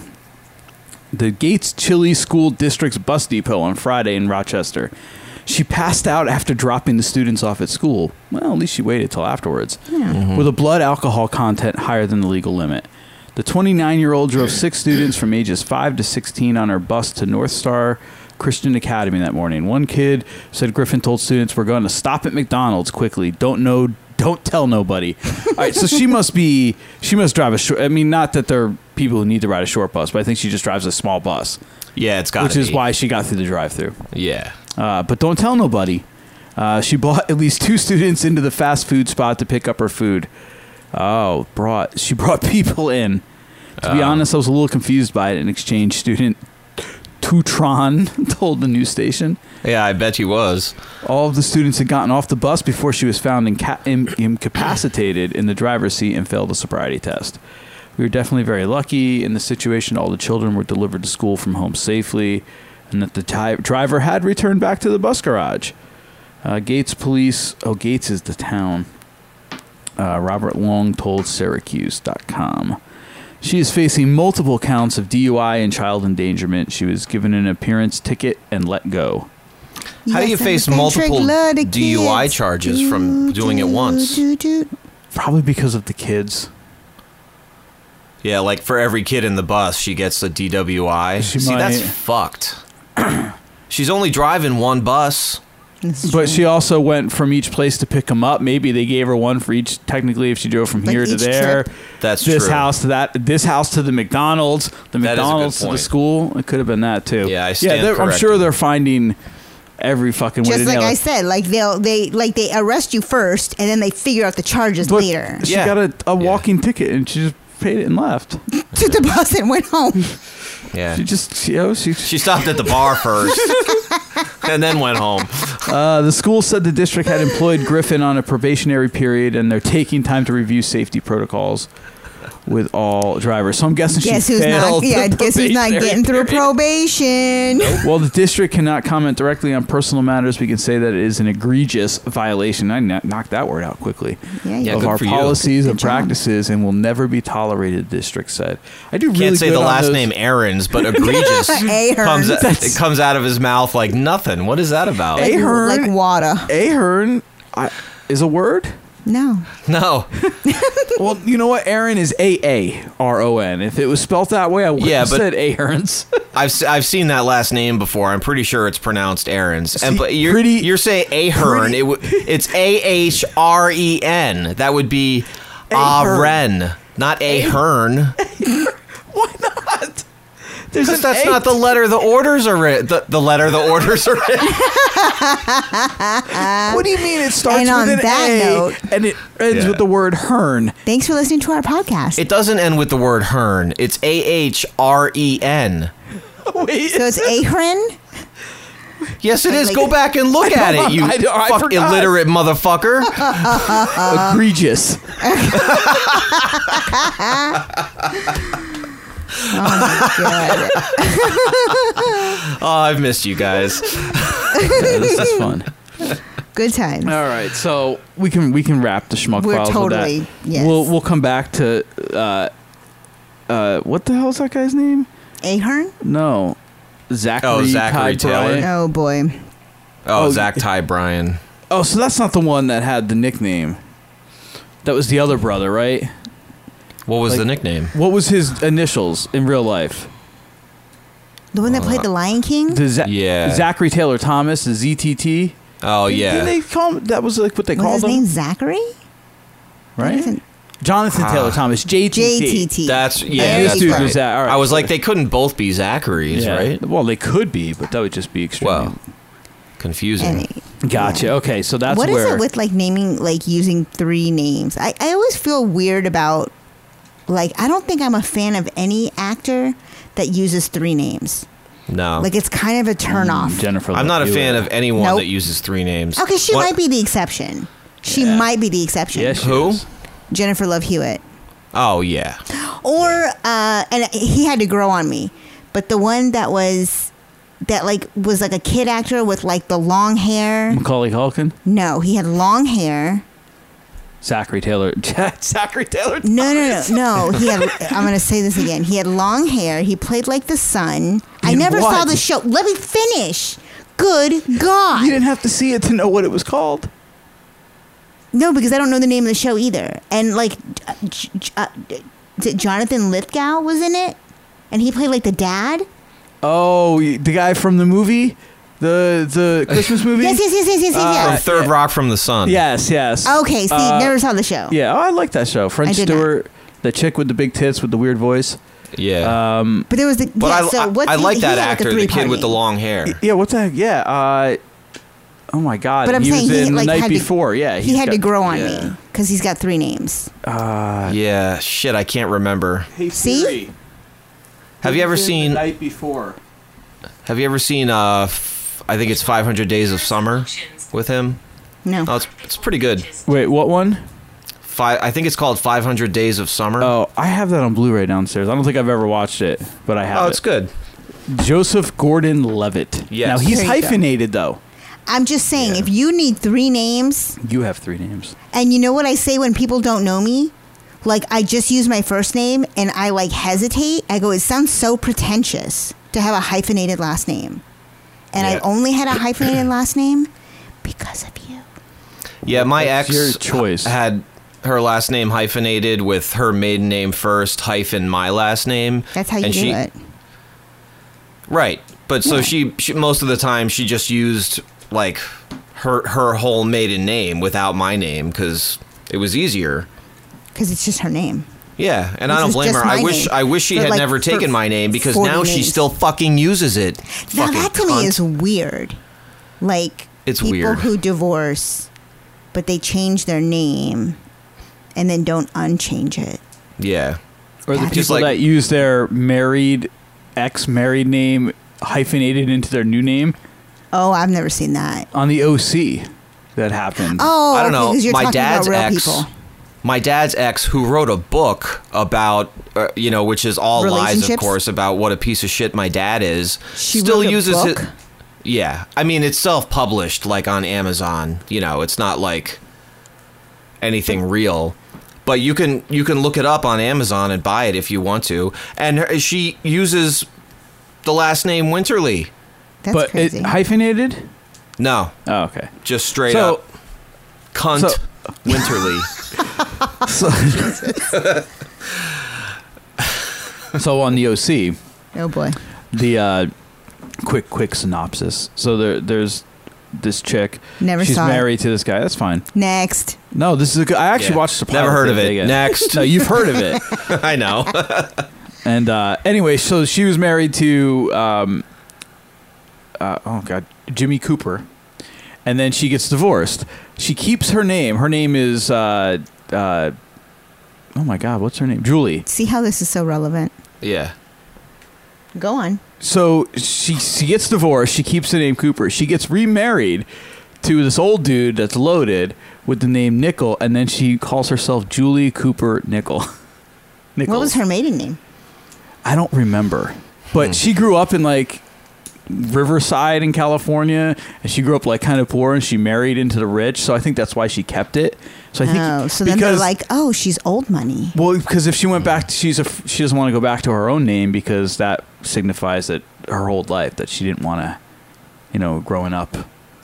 Speaker 1: the Gates Chili School District's bus depot on Friday in Rochester. She passed out after dropping the students off at school. Well, at least she waited till afterwards.
Speaker 5: Yeah. Mhm.
Speaker 1: With a blood alcohol content higher than the legal limit. The 29 year old drove six students from ages 5 to 16 on her bus to North Star Christian Academy that morning. One kid said Griffin told students, We're going to stop at McDonald's quickly. Don't know, don't tell nobody. All right, so she must be, she must drive a short, I mean, not that there are people who need to ride a short bus, but I think she just drives a small bus
Speaker 7: Yeah, it's got.
Speaker 1: which is why she got through the drive-through.
Speaker 7: Yeah.
Speaker 1: Uh, but don't tell nobody. Uh, she brought at least two students into the fast food spot to pick up her food. Oh, brought she brought people in. To be honest, I was a little confused by it. An exchange student, Tutron, told the news station.
Speaker 7: Yeah, I bet she was.
Speaker 1: All of the students had gotten off the bus before she was found inca- in- incapacitated in the driver's seat and failed a sobriety test. We were definitely very lucky in the situation. All the children were delivered to school from home safely, and that the ti- driver had returned back to the bus garage. Uh, Gates police. Oh, Gates is the town. Uh, Robert Long told Syracuse.com. She is facing multiple counts of DUI and child endangerment. She was given an appearance ticket and let go.
Speaker 7: How do you
Speaker 5: Yes, I
Speaker 7: face
Speaker 5: can
Speaker 7: multiple
Speaker 5: trick lot of
Speaker 7: DUI
Speaker 5: kids.
Speaker 7: charges from doing it once?
Speaker 5: Do, do, do.
Speaker 1: Probably because of the kids.
Speaker 7: Yeah, like for every kid in the bus, she gets a DWI. See, that's
Speaker 1: might.
Speaker 7: fucked. She's only driving one bus.
Speaker 1: But she also went from each place to pick them up. Maybe they gave her one for each. Technically, if she drove from
Speaker 7: Like
Speaker 1: here to
Speaker 7: each
Speaker 1: there,
Speaker 7: trip. That's
Speaker 1: this
Speaker 7: true.
Speaker 1: house to that, this house to the McDonald's, the
Speaker 7: That is a good
Speaker 1: McDonald's to the
Speaker 7: point.
Speaker 1: school. It could have been that too. Yeah, I
Speaker 7: stand
Speaker 1: they're- I'm sure
Speaker 7: corrected.
Speaker 1: they're finding every fucking way.
Speaker 5: Just
Speaker 1: to
Speaker 5: like
Speaker 1: nail
Speaker 5: I
Speaker 1: it.
Speaker 5: said, like they'll they like they arrest you first, and then they figure out the charges later.
Speaker 1: she got a, a walking ticket and she just paid it and left.
Speaker 5: Took the bus and went home.
Speaker 7: Yeah.
Speaker 1: She just, you know, she.
Speaker 7: She stopped at the bar first and then went home.
Speaker 1: Uh, the school said the district had employed Griffin on a probationary period and they're taking time to review safety protocols. with all drivers. So I'm guessing
Speaker 5: guess
Speaker 1: she
Speaker 5: who's
Speaker 1: failed. the
Speaker 5: not? Yeah, guess who's not
Speaker 1: probationary
Speaker 5: getting through
Speaker 1: period.
Speaker 5: probation?
Speaker 1: While the district cannot comment directly on personal matters, we can say that it is an egregious violation. I kn- knocked that word out quickly.
Speaker 5: Yeah, you Yeah,
Speaker 1: of
Speaker 5: good
Speaker 1: our
Speaker 5: for you.
Speaker 1: policies
Speaker 5: Good
Speaker 1: and
Speaker 5: job.
Speaker 1: practices, and will never be tolerated. The district said. I do
Speaker 7: Can't
Speaker 1: really
Speaker 7: say
Speaker 1: good
Speaker 7: the
Speaker 1: on
Speaker 7: last
Speaker 1: those-
Speaker 7: name Aaron's, but egregious comes,
Speaker 5: Ahearn.
Speaker 7: it comes out of his mouth like nothing. What is that about?
Speaker 5: Like, like water.
Speaker 1: Ahern I, is a word.
Speaker 5: No.
Speaker 7: No.
Speaker 1: well, you know what? Aaron is A A R O N. If it was spelt that way, I would
Speaker 7: Yeah,
Speaker 1: have
Speaker 7: but
Speaker 1: said Ahrens.
Speaker 7: I've s- I've seen that last name before. I'm pretty sure it's pronounced Aaron's. and but you're you're saying Ahern. It w- it's A H R E N. That would be Ahren, not Ahern.
Speaker 1: There's
Speaker 7: Because that's not the letter the orders are written. The, the letter the orders are written.
Speaker 1: what do you mean it starts
Speaker 5: and on
Speaker 1: with an
Speaker 5: that
Speaker 1: A
Speaker 5: note,
Speaker 1: and it ends
Speaker 7: Yeah.
Speaker 1: with the word Hearn?
Speaker 5: thanks for listening to our podcast.
Speaker 7: It doesn't end with the word Hern. It's A H R E N.
Speaker 5: so it's Ahern.
Speaker 7: Yes, it
Speaker 5: Like-
Speaker 7: is. Go back and look
Speaker 5: I
Speaker 7: at
Speaker 5: know,
Speaker 7: it, you
Speaker 5: I know, I
Speaker 7: fuck
Speaker 5: forgot.
Speaker 7: illiterate motherfucker.
Speaker 1: Egregious.
Speaker 5: Ah.
Speaker 7: Oh, I've missed you guys. Oh,
Speaker 1: this is fun.
Speaker 5: Good time.
Speaker 1: All right, so we can we can wrap the schmuck
Speaker 5: We're
Speaker 1: files
Speaker 5: totally-
Speaker 1: with that.
Speaker 5: yes.
Speaker 1: We'll we'll come back to uh, uh, what the hell is that guy's name?
Speaker 5: Ahern.
Speaker 1: No, Zachary.
Speaker 7: Oh,
Speaker 1: Ty
Speaker 7: Zachary Taylor.
Speaker 1: Bryant.
Speaker 5: Oh boy.
Speaker 7: Oh, Zach Ty Bryan.
Speaker 1: Oh, so that's not the one that had the nickname. That was the other brother, right?
Speaker 7: What was the nickname?
Speaker 1: What was his initials in real life?
Speaker 5: The one that played
Speaker 7: Uh,
Speaker 5: the Lion King.
Speaker 1: The Za-
Speaker 7: Yeah.
Speaker 1: Zachary Taylor Thomas, the ZTT.
Speaker 7: Oh
Speaker 1: Didn't
Speaker 7: yeah.
Speaker 1: they call him, that was like what they
Speaker 5: Was
Speaker 1: called
Speaker 5: his
Speaker 1: him,
Speaker 5: name Zachary?
Speaker 1: right? Jonathan Taylor Thomas, JTT.
Speaker 5: JTT.
Speaker 7: That's yeah.
Speaker 1: And this
Speaker 7: that's
Speaker 1: dude
Speaker 7: right.
Speaker 1: was that. All right,
Speaker 7: I was like,
Speaker 1: so-
Speaker 7: they couldn't both be Zacharys,
Speaker 1: Yeah.
Speaker 7: right?
Speaker 1: Well, they could be, but that would just be extremely
Speaker 7: confusing.
Speaker 1: Gotcha. Okay, so that's
Speaker 5: what is
Speaker 1: where
Speaker 5: it with like naming like using three names? I, I always feel weird about like I don't think I'm a fan of any actor that uses three names.
Speaker 7: No,
Speaker 5: Like it's kind of a turn off.
Speaker 1: Jennifer.
Speaker 7: I'm not a fan of anyone
Speaker 5: Nope.
Speaker 7: that uses three names.
Speaker 5: Okay, she
Speaker 7: What-
Speaker 5: might be the exception. She might be the exception.
Speaker 7: Who?
Speaker 5: Jennifer Love Hewitt.
Speaker 7: Oh yeah.
Speaker 5: Or uh and he had to grow on me. But the one that was that like was like a kid actor with like the long hair.
Speaker 1: Macaulay Culkin,
Speaker 5: No, he had long hair.
Speaker 1: Zachary Taylor, Zachary Taylor.
Speaker 5: No, no, no, no. He had. I'm gonna say this again. He had long hair. He played like the sun. I
Speaker 1: In
Speaker 5: never saw
Speaker 1: what?
Speaker 5: the show. Let me finish. Good God.
Speaker 1: You didn't have to see it to know what it was called.
Speaker 5: No, because I don't know the name of the show either. And like, uh, J- J- uh, is it Jonathan Lithgow was in it, and he played like the dad.
Speaker 1: Oh, y- the guy from the movie, the the Christmas movie.
Speaker 5: Yes, yes, yes, yes, yes, yes,
Speaker 1: Uh,
Speaker 7: From
Speaker 5: yes.
Speaker 7: Third Rock from the Sun.
Speaker 1: Yes, yes.
Speaker 5: Okay, see,
Speaker 1: Uh,
Speaker 5: never saw the show.
Speaker 1: Yeah, oh, I like that show. French
Speaker 5: I did
Speaker 1: Stewart, the chick with the big tits with the weird voice.
Speaker 7: Yeah.
Speaker 1: Um,
Speaker 5: But there was the.
Speaker 7: But
Speaker 5: Uh, yeah,
Speaker 7: I,
Speaker 5: so what's
Speaker 7: I, I
Speaker 5: he-
Speaker 7: like
Speaker 5: he
Speaker 7: that
Speaker 5: had, like, a
Speaker 7: actor, the
Speaker 5: three-part
Speaker 7: kid with the
Speaker 5: name.
Speaker 7: long hair.
Speaker 1: yeah, what the heck? Yeah. Uh, oh my God.
Speaker 5: But I'm
Speaker 1: he
Speaker 5: saying
Speaker 1: was
Speaker 5: he
Speaker 1: in
Speaker 5: like
Speaker 1: the night
Speaker 5: had
Speaker 1: before.
Speaker 5: To,
Speaker 1: yeah,
Speaker 5: he
Speaker 1: he's
Speaker 5: had to
Speaker 1: got-
Speaker 5: grow on
Speaker 1: yeah.
Speaker 5: me because he's got three names.
Speaker 1: Uh,
Speaker 7: yeah. Shit, I can't remember.
Speaker 5: See,
Speaker 7: Have you ever seen?
Speaker 1: night before?
Speaker 7: Have you ever seen? Uh, f- I think it's 500 Days of Summer with him.
Speaker 5: no.
Speaker 7: Oh, it's, it's pretty good.
Speaker 1: Wait, what one?
Speaker 7: Five. I think it's called 500 Days of Summer.
Speaker 1: Oh, I have that on Blu-ray downstairs. I don't think I've ever watched it, but I have.
Speaker 7: Oh,
Speaker 1: it.
Speaker 7: it's good.
Speaker 1: Joseph Gordon-Levitt.
Speaker 7: Yes.
Speaker 1: Now he's
Speaker 5: There you go.
Speaker 1: hyphenated though.
Speaker 5: I'm just saying, if you need three names,
Speaker 1: You have three names.
Speaker 5: and you know what I say when people don't know me, like I just use my first name and I like hesitate. I go, it sounds so pretentious to have a hyphenated last name, and
Speaker 7: Yeah.
Speaker 5: I've only had a hyphenated last name because of you.
Speaker 7: Yeah, my
Speaker 1: That's
Speaker 7: ex
Speaker 1: your choice.
Speaker 7: had her last name hyphenated with her maiden name first hyphen my last name.
Speaker 5: That's how you
Speaker 7: and
Speaker 5: do
Speaker 7: she,
Speaker 5: it.
Speaker 7: Right. But so
Speaker 5: Yeah.
Speaker 7: she, she most of the time she just used like her her whole maiden name without my name cuz it was easier.
Speaker 5: Because it's just her name.
Speaker 7: Yeah, and I
Speaker 5: This
Speaker 7: don't
Speaker 5: is
Speaker 7: blame
Speaker 5: just
Speaker 7: her.
Speaker 5: my
Speaker 7: I wish
Speaker 5: name.
Speaker 7: I wish she
Speaker 5: For,
Speaker 7: had
Speaker 5: like,
Speaker 7: never
Speaker 5: for
Speaker 7: taken my name because
Speaker 5: 40
Speaker 7: now she
Speaker 5: names.
Speaker 7: still fucking uses it.
Speaker 5: Now
Speaker 7: Fucking
Speaker 5: that to
Speaker 7: cunt.
Speaker 5: me is weird. Like
Speaker 7: It's
Speaker 5: people
Speaker 7: weird.
Speaker 5: who divorce, but they change their name, and then don't unchange it.
Speaker 7: Yeah.
Speaker 1: Or the
Speaker 5: That's-
Speaker 1: people
Speaker 7: like-
Speaker 1: that use their married ex-married name hyphenated into their new name
Speaker 5: Oh, I've never seen that.
Speaker 1: on the OC. That happened.
Speaker 5: Oh,
Speaker 7: I don't
Speaker 5: okay,
Speaker 7: know.
Speaker 5: 'cause Oh, you're
Speaker 7: My
Speaker 5: talking
Speaker 7: dad's
Speaker 5: about real
Speaker 7: ex
Speaker 5: people.
Speaker 7: my dad's ex who wrote a book about uh, you know which is all lies of
Speaker 15: Relationships?
Speaker 7: course about what a piece of shit my dad is
Speaker 15: She
Speaker 7: still
Speaker 15: wrote a
Speaker 7: uses
Speaker 15: book?
Speaker 7: his yeah i mean it's self-published like on amazon you know it's not like anything real but you can you can look it up on amazon and buy it if you want to and her, she uses the last name winterly
Speaker 5: That's But it- crazy.
Speaker 7: hyphenated no
Speaker 1: oh okay
Speaker 7: just straight
Speaker 1: So-
Speaker 7: up cunt
Speaker 1: so-
Speaker 7: winterly
Speaker 5: Oh,
Speaker 1: so on the OC,
Speaker 5: Oh boy.
Speaker 1: the uh, quick quick synopsis. So there there's this chick.
Speaker 5: Never
Speaker 1: She's
Speaker 5: saw it.
Speaker 1: married to this guy. That's fine.
Speaker 5: Next.
Speaker 1: No, this is a good. I actually
Speaker 7: Yeah.
Speaker 1: watched the
Speaker 7: Never
Speaker 1: pilot
Speaker 7: heard
Speaker 1: the
Speaker 7: of
Speaker 1: other
Speaker 7: it.
Speaker 1: day.
Speaker 7: Next.
Speaker 1: no, you've heard of it.
Speaker 7: I know.
Speaker 1: and uh, anyway, so she was married to um, uh, oh god, Jimmy Cooper, and then she gets divorced. She keeps her name. Her name is uh, uh, oh my god, what's her name? Julie.
Speaker 5: See how this is so relevant.
Speaker 7: yeah
Speaker 5: Go on.
Speaker 1: So she she gets divorced. She keeps the name Cooper. She gets remarried to this old dude that's loaded with the name Nickel, and then she calls herself Julie Cooper Nickel. Nichols.
Speaker 5: What was her maiden name?
Speaker 1: I don't remember, but she grew up in like Riverside in California, and she grew up like kind of poor, and she married into the rich. So I think that's why she kept it. So I think
Speaker 5: oh, so then they're like, oh, she's old money.
Speaker 1: well, because if she went back, she's a she doesn't want to go back to her own name because that signifies that her whole life that she didn't want to, you know, growing up.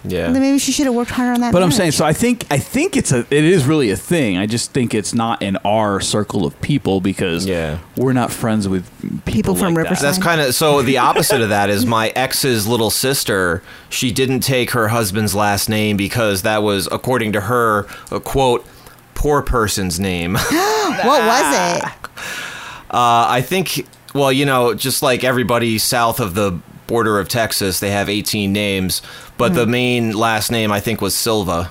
Speaker 7: Yeah.
Speaker 5: Then maybe she should have worked harder on that.
Speaker 1: But I'm
Speaker 5: marriage.
Speaker 1: saying, so I think I think it's a it is really a thing. I just think it's not in our circle of people because we're not friends with people, like that.
Speaker 7: That's kind of so. The opposite of that is my ex's little sister. She didn't take her husband's last name because that was, according to her, a quote poor person's name. uh,
Speaker 5: what was it?
Speaker 7: I think. Well, you know, just like everybody south of the border of Texas, they have 18 names, but the main last name I think was Silva.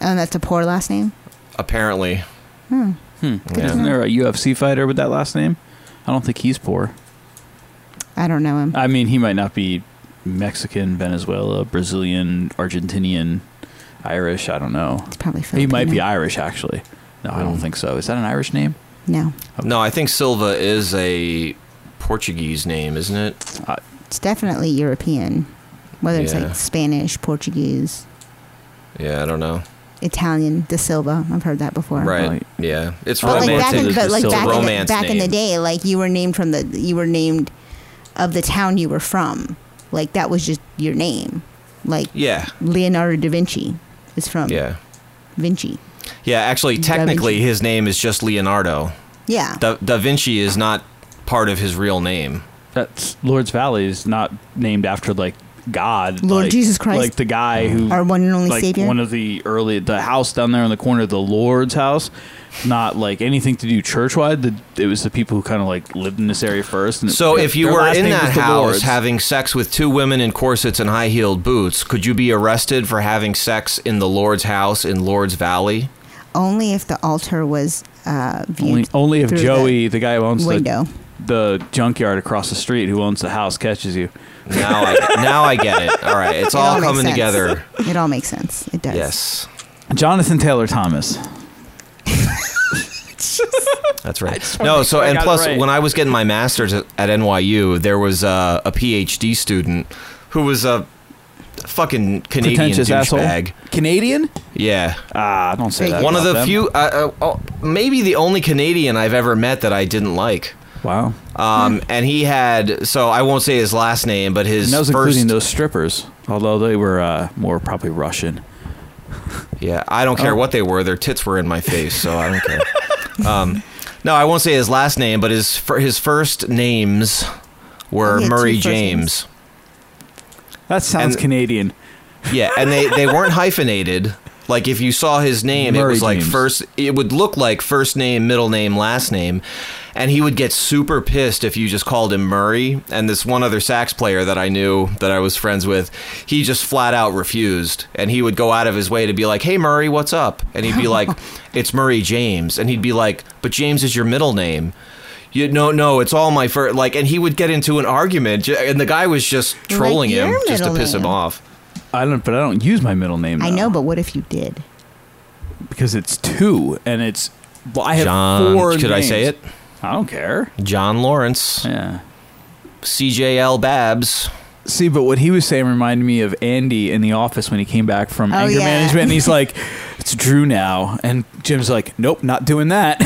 Speaker 5: And Oh, that's a poor last name.
Speaker 7: Apparently,
Speaker 5: Hmm.
Speaker 1: Hmm.
Speaker 7: Yeah.
Speaker 1: Isn't there a UFC fighter with that last name? I don't think he's poor.
Speaker 5: I don't know him.
Speaker 1: I mean, he might not be Mexican, Venezuela, Brazilian, Argentinian, Irish. I don't know. It's
Speaker 5: probably
Speaker 1: he might be
Speaker 5: Filipino.
Speaker 1: Irish actually. No, I don't think so. Is that an Irish name?
Speaker 5: No,
Speaker 7: no, I think Silva is a Portuguese name, isn't it?
Speaker 5: it's definitely European. Whether it's
Speaker 7: Yeah.
Speaker 5: like Spanish, Portuguese,
Speaker 7: yeah, I don't know.
Speaker 5: Italian, De Silva. I've heard that before.
Speaker 7: Right? Yeah, it's
Speaker 5: But like
Speaker 7: romantic.
Speaker 5: back in, but like
Speaker 7: It's a
Speaker 5: back, in the,
Speaker 7: romance
Speaker 5: back in the
Speaker 7: name.
Speaker 5: day, like you were named from the you were named of the town you were from. Like that was just your name. Like
Speaker 7: Yeah.
Speaker 5: Leonardo da Vinci is from
Speaker 7: Yeah.
Speaker 5: Vinci.
Speaker 7: Yeah, actually,
Speaker 5: Da
Speaker 7: technically,
Speaker 5: Vinci.
Speaker 7: his name is just Leonardo.
Speaker 5: Yeah.
Speaker 7: Da, da Vinci is not part of his real name.
Speaker 1: That's Lord's Valley is not named after like God,
Speaker 5: Lord
Speaker 1: like-
Speaker 5: Jesus Christ.
Speaker 1: like the guy who
Speaker 5: Our one and only
Speaker 1: like,
Speaker 5: Savior.
Speaker 1: One of the early the house down there in the corner, the Lord's house, not like anything to do church wide. It was the people who kind of like lived in this area first. And
Speaker 7: So, if you
Speaker 1: their
Speaker 7: were
Speaker 1: last
Speaker 7: in
Speaker 1: name
Speaker 7: that
Speaker 1: was the
Speaker 7: house
Speaker 1: Lord's.
Speaker 7: having sex with two women in corsets and high heeled boots, could you be arrested for having sex in the Lord's house in Lord's Valley?
Speaker 5: Only if the altar was uh, viewed.
Speaker 1: Only, only if
Speaker 5: through the-
Speaker 1: Joey, the, guy who owns
Speaker 5: window.
Speaker 1: the the junkyard across the street, who owns the house, catches you.
Speaker 7: Now I, now I get it. All right, it's
Speaker 5: It
Speaker 7: all
Speaker 5: makes
Speaker 7: coming
Speaker 5: sense.
Speaker 7: together.
Speaker 5: It all makes sense. It does.
Speaker 7: Yes,
Speaker 1: Jonathan Taylor Thomas.
Speaker 7: that's right. No, so and plus, when I was getting my master's at at NYU, there was uh, a PhD student who was a fucking Canadian
Speaker 1: Pretentious asshole.
Speaker 7: douchebag.
Speaker 1: Canadian?
Speaker 7: Yeah.
Speaker 1: Ah, don't say that.
Speaker 7: One of
Speaker 1: about
Speaker 7: the
Speaker 1: them.
Speaker 7: few, uh, uh, oh, maybe the only Canadian I've ever met that I didn't like.
Speaker 1: Wow.
Speaker 7: Um, and he had, so I won't say his last name, but his
Speaker 1: Hmm. And that was
Speaker 7: first.
Speaker 1: including those strippers, although they were uh, more probably Russian.
Speaker 7: yeah, I don't care
Speaker 1: Oh.
Speaker 7: what they were. Their tits were in my face, so I don't care. um, no, I won't say his last name, but his fir- his first names were
Speaker 1: He had two
Speaker 7: Murray
Speaker 1: first
Speaker 7: James.
Speaker 1: That sounds Canadian.
Speaker 7: Yeah, and they, they weren't hyphenated. Like if you saw his name, it
Speaker 1: Murray
Speaker 7: was like
Speaker 1: James.
Speaker 7: first. It would look like first name, middle name, last name, and he would get super pissed if you just called him Murray. And this one other sax player that I knew that I was friends with, he just flat out refused, and he would go out of his way to be like, "Hey Murray, what's up?" And he'd be like, "It's Murray James," and he'd be like, "But James is your middle name." You no no, it's all my first like, and he would get into an argument, j- and the guy was just
Speaker 5: Like
Speaker 7: trolling
Speaker 5: your
Speaker 7: him just to
Speaker 5: middle
Speaker 7: piss him
Speaker 5: name.
Speaker 7: off.
Speaker 1: I don't, but I don't use my middle name
Speaker 5: I
Speaker 1: though,
Speaker 5: know, but what if you did?
Speaker 1: because it's two, and it's Well, I have
Speaker 7: John,
Speaker 1: four.
Speaker 7: Could I say
Speaker 1: names.
Speaker 7: it?
Speaker 1: I don't care.
Speaker 7: John Lawrence.
Speaker 1: Yeah.
Speaker 7: CJL Babs.
Speaker 1: See, but what he was saying reminded me of Andy in the office when he came back from
Speaker 5: Oh,
Speaker 1: anger
Speaker 5: yeah.
Speaker 1: management, and he's like, "It's Drew now," and Jim's like, "Nope, not doing that."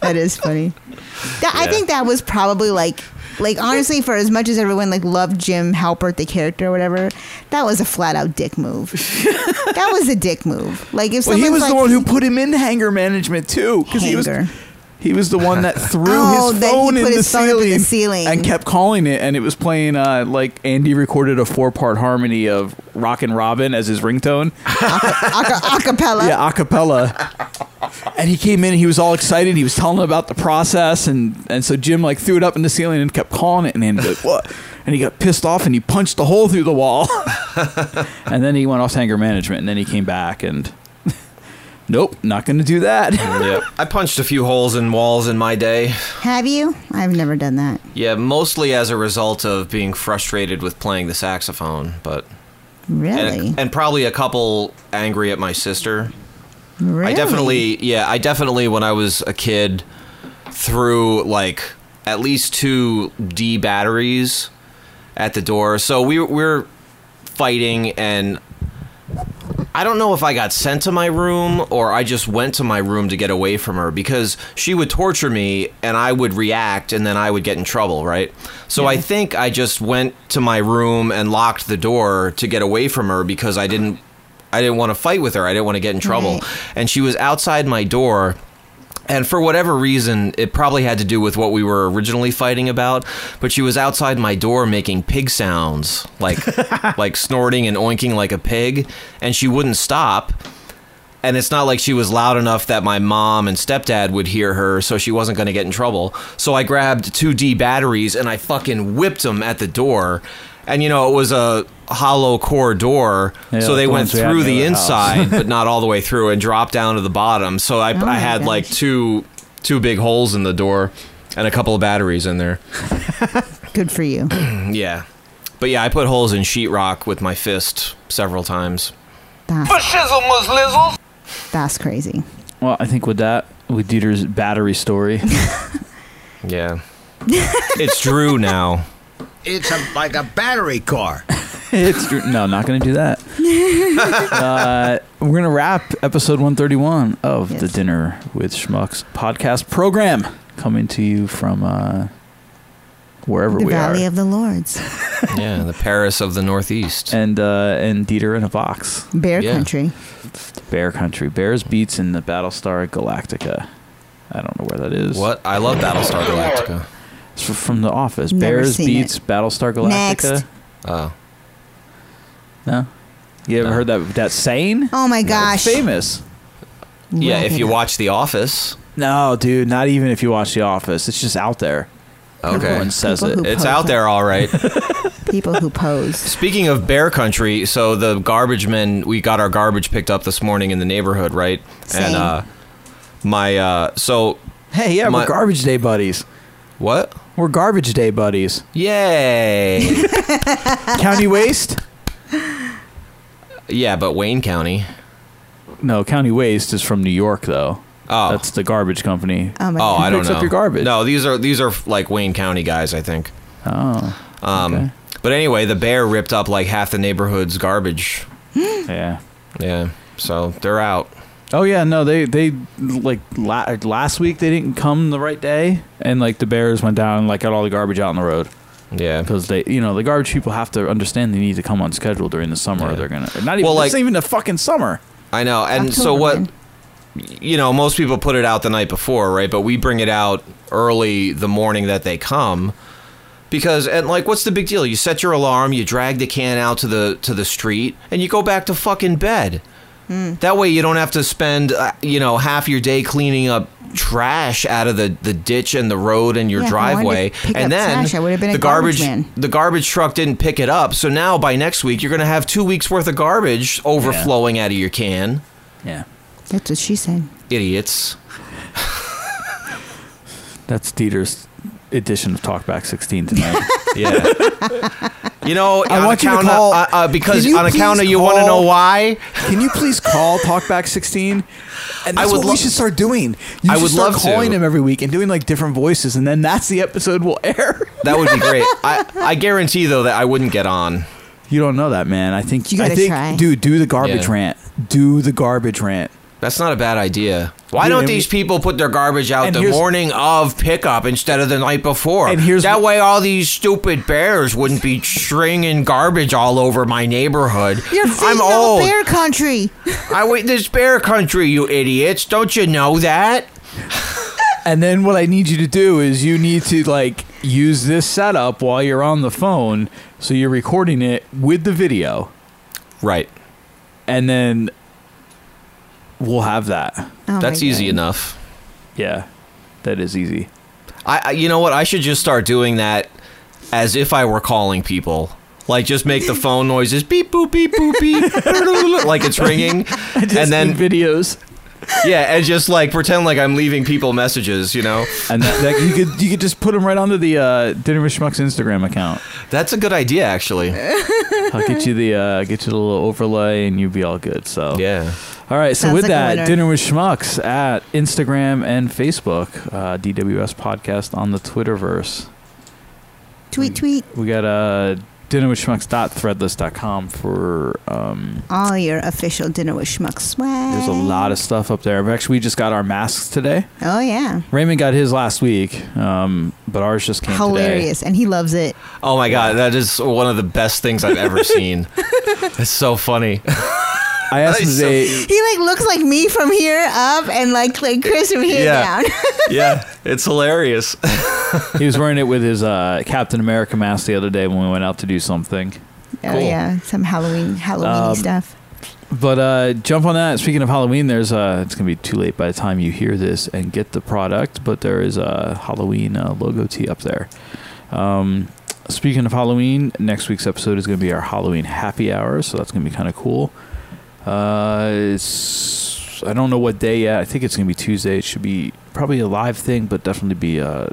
Speaker 5: that is funny. That, I
Speaker 1: Yeah.
Speaker 5: think that was probably like, like honestly, for as much as everyone like loved Jim Halpert the character or whatever, that was a flat out dick move. that was a dick move. Like if
Speaker 1: well,
Speaker 5: someone's
Speaker 1: he was
Speaker 5: like,
Speaker 1: the one who put him in hanger management too, because he was
Speaker 5: Hanger.
Speaker 1: he was the one that threw
Speaker 5: Oh,
Speaker 1: his
Speaker 5: that he
Speaker 1: phone,
Speaker 5: put
Speaker 1: in,
Speaker 5: his
Speaker 1: the
Speaker 5: phone up in
Speaker 1: ceiling
Speaker 5: the ceiling.
Speaker 1: and kept calling it, and it was playing uh, like Andy recorded a four part harmony of Rock and Robin as his ringtone.
Speaker 5: Aca- acapella.
Speaker 1: Yeah, acapella. and he came in, he was all excited. He was telling about the process, and and so Jim like threw it up in the ceiling and kept calling it, and Andy's like, "What?" And he got pissed off, and he punched a hole through the wall. and then he went off to anger management, and then he came back, and nope, not going to do that.
Speaker 7: yep. I punched a few holes in walls in my day.
Speaker 5: Have you? I've never done that.
Speaker 7: Yeah, mostly as a result of being frustrated with playing the saxophone, but
Speaker 5: Really?
Speaker 7: and, and probably a couple angry at my sister.
Speaker 5: really?
Speaker 7: I definitely, yeah, I definitely, when I was a kid, threw like at least two D batteries at the door. So we we're fighting, and I don't know if I got sent to my room or I just went to my room to get away from her because she would torture me and I would react and then I would get in trouble, right? So I think I just went to my room and locked the door to get away from her because I didn't I didn't want to fight with her. I didn't want to get in trouble. And she was outside my door and for whatever reason, it probably had to do with what we were originally fighting about, but she was outside my door making pig sounds, like like snorting and oinking like a pig, and she wouldn't stop. And it's not like she was loud enough that my mom and stepdad would hear her, so she wasn't going to get in trouble. So I grabbed 2D batteries and I fucking whipped them at the door. And you know, it was a hollow core door,
Speaker 8: Yeah,
Speaker 7: so they
Speaker 8: like
Speaker 7: went
Speaker 8: the ones we had
Speaker 7: through
Speaker 8: in
Speaker 7: the
Speaker 8: the other house.
Speaker 7: inside, but not all the way through, and dropped down to the bottom. So I,
Speaker 8: Oh my
Speaker 7: I had like two two big holes in the door and a couple of batteries in there.
Speaker 5: Good for you.
Speaker 7: yeah, but yeah, I put holes in sheetrock with my fist several times.
Speaker 13: shizzle, muslizzle.
Speaker 5: That's crazy.
Speaker 1: Well, I think with that, with Dieter's battery story.
Speaker 7: yeah. it's Drew now.
Speaker 15: It's a, like a battery car.
Speaker 1: it's Drew. No, not going to do that. uh, we're going to wrap episode 131 of the Dinner with Schmucks podcast program coming to you from uh, wherever
Speaker 5: The
Speaker 1: we
Speaker 5: Valley
Speaker 1: are.
Speaker 5: of the Lords,
Speaker 7: yeah, the Paris of the Northeast.
Speaker 1: And uh, and Dieter in a box.
Speaker 5: Bear Country.
Speaker 1: Bear Country. Bears beats in the Battlestar Galactica. I don't know where that is.
Speaker 7: What? I love Battlestar Galactica.
Speaker 1: It's f- from The Office.
Speaker 7: Never
Speaker 1: Bears
Speaker 7: seen
Speaker 1: beats Battlestar Galactica.
Speaker 5: Next.
Speaker 7: Oh.
Speaker 1: No. You ever heard that that saying?
Speaker 5: Oh my
Speaker 1: No, it's
Speaker 5: gosh.
Speaker 1: famous.
Speaker 7: Yeah, if you watch The Office.
Speaker 1: No, dude, not even if you watch The Office. It's just out there.
Speaker 7: Okay.
Speaker 1: Everyone says
Speaker 5: People
Speaker 1: it.
Speaker 5: who
Speaker 7: It's
Speaker 5: poke
Speaker 7: out there, all right.
Speaker 5: People who pose.
Speaker 7: Speaking of bear country, so the garbage men, we got our garbage picked up this morning in the neighborhood, right?
Speaker 1: Same.
Speaker 7: And uh, my, uh, so.
Speaker 1: Hey, yeah,
Speaker 7: my,
Speaker 1: we're garbage day buddies.
Speaker 7: What?
Speaker 1: We're garbage day buddies.
Speaker 7: Yay!
Speaker 1: County waste?
Speaker 7: yeah, but Wayne County.
Speaker 1: No, County Waste is from New York though.
Speaker 7: Oh.
Speaker 1: That's the garbage company.
Speaker 5: Oh,
Speaker 7: Oh, I don't
Speaker 1: picks
Speaker 7: know.
Speaker 1: up your garbage?
Speaker 7: No, these are these are like Wayne County guys, I think.
Speaker 1: Oh.
Speaker 7: Um, But anyway, the bear ripped up like half the neighborhood's garbage.
Speaker 1: yeah.
Speaker 7: Yeah. So they're out.
Speaker 1: Oh yeah, no, they they like la- last week they didn't come the right day, and like the Bears went down and like got all the garbage out on the road.
Speaker 7: Yeah,
Speaker 1: because they you know the garbage people have to understand they need to come on schedule during the summer. Or they're gonna not even
Speaker 7: Well,
Speaker 1: it's
Speaker 7: like-
Speaker 1: not even the fucking summer.
Speaker 7: I know. And so
Speaker 1: October,
Speaker 7: what you know, most people put it out the night before, right? But we bring it out early the morning that they come. Because and like what's the big deal? You set your alarm, you drag the can out to the to the street, and you go back to fucking bed.
Speaker 5: Hmm.
Speaker 7: That way you don't have to spend uh, you know half your day cleaning up trash out of the, the ditch and the road and your
Speaker 5: Yeah, if I wanted
Speaker 7: driveway
Speaker 5: to pick
Speaker 7: and
Speaker 5: up
Speaker 7: then
Speaker 5: trash, I would've been a
Speaker 7: the
Speaker 5: garbage man.
Speaker 7: the garbage truck didn't pick it up so now by next week you're going to have 2 weeks worth of garbage overflowing out of your can
Speaker 1: Yeah.
Speaker 5: That's what she said.
Speaker 7: idiots
Speaker 1: That's Dieter's edition of Talkback 16 tonight.
Speaker 7: yeah You know,
Speaker 8: I
Speaker 7: on
Speaker 8: want you to
Speaker 7: account of-
Speaker 8: call
Speaker 7: uh, uh, because
Speaker 8: Can you
Speaker 7: on account of
Speaker 8: please
Speaker 7: you want to know
Speaker 8: call-
Speaker 7: why.
Speaker 8: Can you please call Talkback 16? And
Speaker 7: I
Speaker 8: that's
Speaker 7: would
Speaker 8: what
Speaker 7: lo-
Speaker 8: we should start doing. You
Speaker 7: I
Speaker 8: should
Speaker 7: would
Speaker 8: start
Speaker 7: love to.
Speaker 8: calling him every week and doing like different voices, and then that's the episode we'll air.
Speaker 7: That would be great. I, I guarantee though that I wouldn't get on.
Speaker 8: You don't know that, man. I think
Speaker 7: You
Speaker 8: I
Speaker 7: gotta
Speaker 8: think,
Speaker 7: try.
Speaker 8: dude, do the garbage
Speaker 7: Yeah.
Speaker 8: rant. Do the garbage rant.
Speaker 7: That's not a bad idea. Why
Speaker 8: Dude,
Speaker 7: don't
Speaker 8: and
Speaker 7: these people put their garbage out
Speaker 8: and
Speaker 7: the
Speaker 8: here's-
Speaker 7: morning of pickup instead of the night before?
Speaker 8: And here's
Speaker 7: that way, all these stupid bears wouldn't be stringing garbage all over my neighborhood.
Speaker 5: You're feeding
Speaker 7: I'm
Speaker 5: all
Speaker 7: old.
Speaker 5: bear country.
Speaker 7: I wait this bear country, you idiots. Don't you know that?
Speaker 1: And then what I need you to do is you need to like use this setup while you're on the phone, so you're recording it with the video.
Speaker 7: Right.
Speaker 1: And then we'll have that.
Speaker 7: Oh That's my easy God. enough.
Speaker 1: Yeah. That is easy.
Speaker 7: I, I you know what? I should just start doing that as if I were calling people. Like just make the phone noises beep boop beep boop beep like it's ringing, and then
Speaker 1: videos.
Speaker 7: Yeah, and just like pretend like I'm leaving people messages, you know.
Speaker 1: And that, that you could you could just put them right onto the uh, Dinner with Schmuck's Instagram account.
Speaker 7: That's a good idea, actually.
Speaker 1: I'll get you the uh, get you the little overlay, and you'll be all good. So
Speaker 7: yeah.
Speaker 1: All right. So
Speaker 8: Sounds
Speaker 1: with
Speaker 8: like a
Speaker 1: that,
Speaker 8: winner.
Speaker 1: Dinner with Schmucks at Instagram and Facebook, uh, DWS Podcast on the Twitterverse.
Speaker 5: Tweet, tweet.
Speaker 1: We got uh, Dinner with Schmucks.threadless.com for um,
Speaker 5: All your official dinner with schmuck swag.
Speaker 1: there's a lot of stuff up there. Actually, we just got our masks today.
Speaker 5: Oh yeah,
Speaker 1: Raymond got his last week, um, but ours just came today.
Speaker 5: hilarious, and he loves it.
Speaker 7: Oh my god, that is one of the best things I've ever seen. That's so funny.
Speaker 1: I asked him today.
Speaker 5: He like looks like me from here up, and like like Chris from here
Speaker 7: Yeah.
Speaker 5: down. Oh,
Speaker 7: yeah, it's hilarious.
Speaker 1: he was wearing it with his uh, Captain America mask the other day when we went out to do something.
Speaker 5: Oh yeah, some Halloween Halloweeny
Speaker 1: Um,
Speaker 5: stuff.
Speaker 1: But uh, jump on that. Speaking of Halloween, there's uh, it's gonna be too late by the time you hear this and get the product. But there is a Halloween uh, logo tee up there. Um, speaking of Halloween, next week's episode is gonna be our Halloween happy hour, so that's gonna be kind of cool. Uh, it's, I don't know what day yet. I think it's gonna be Tuesday. It should be probably a live thing, but definitely be uh,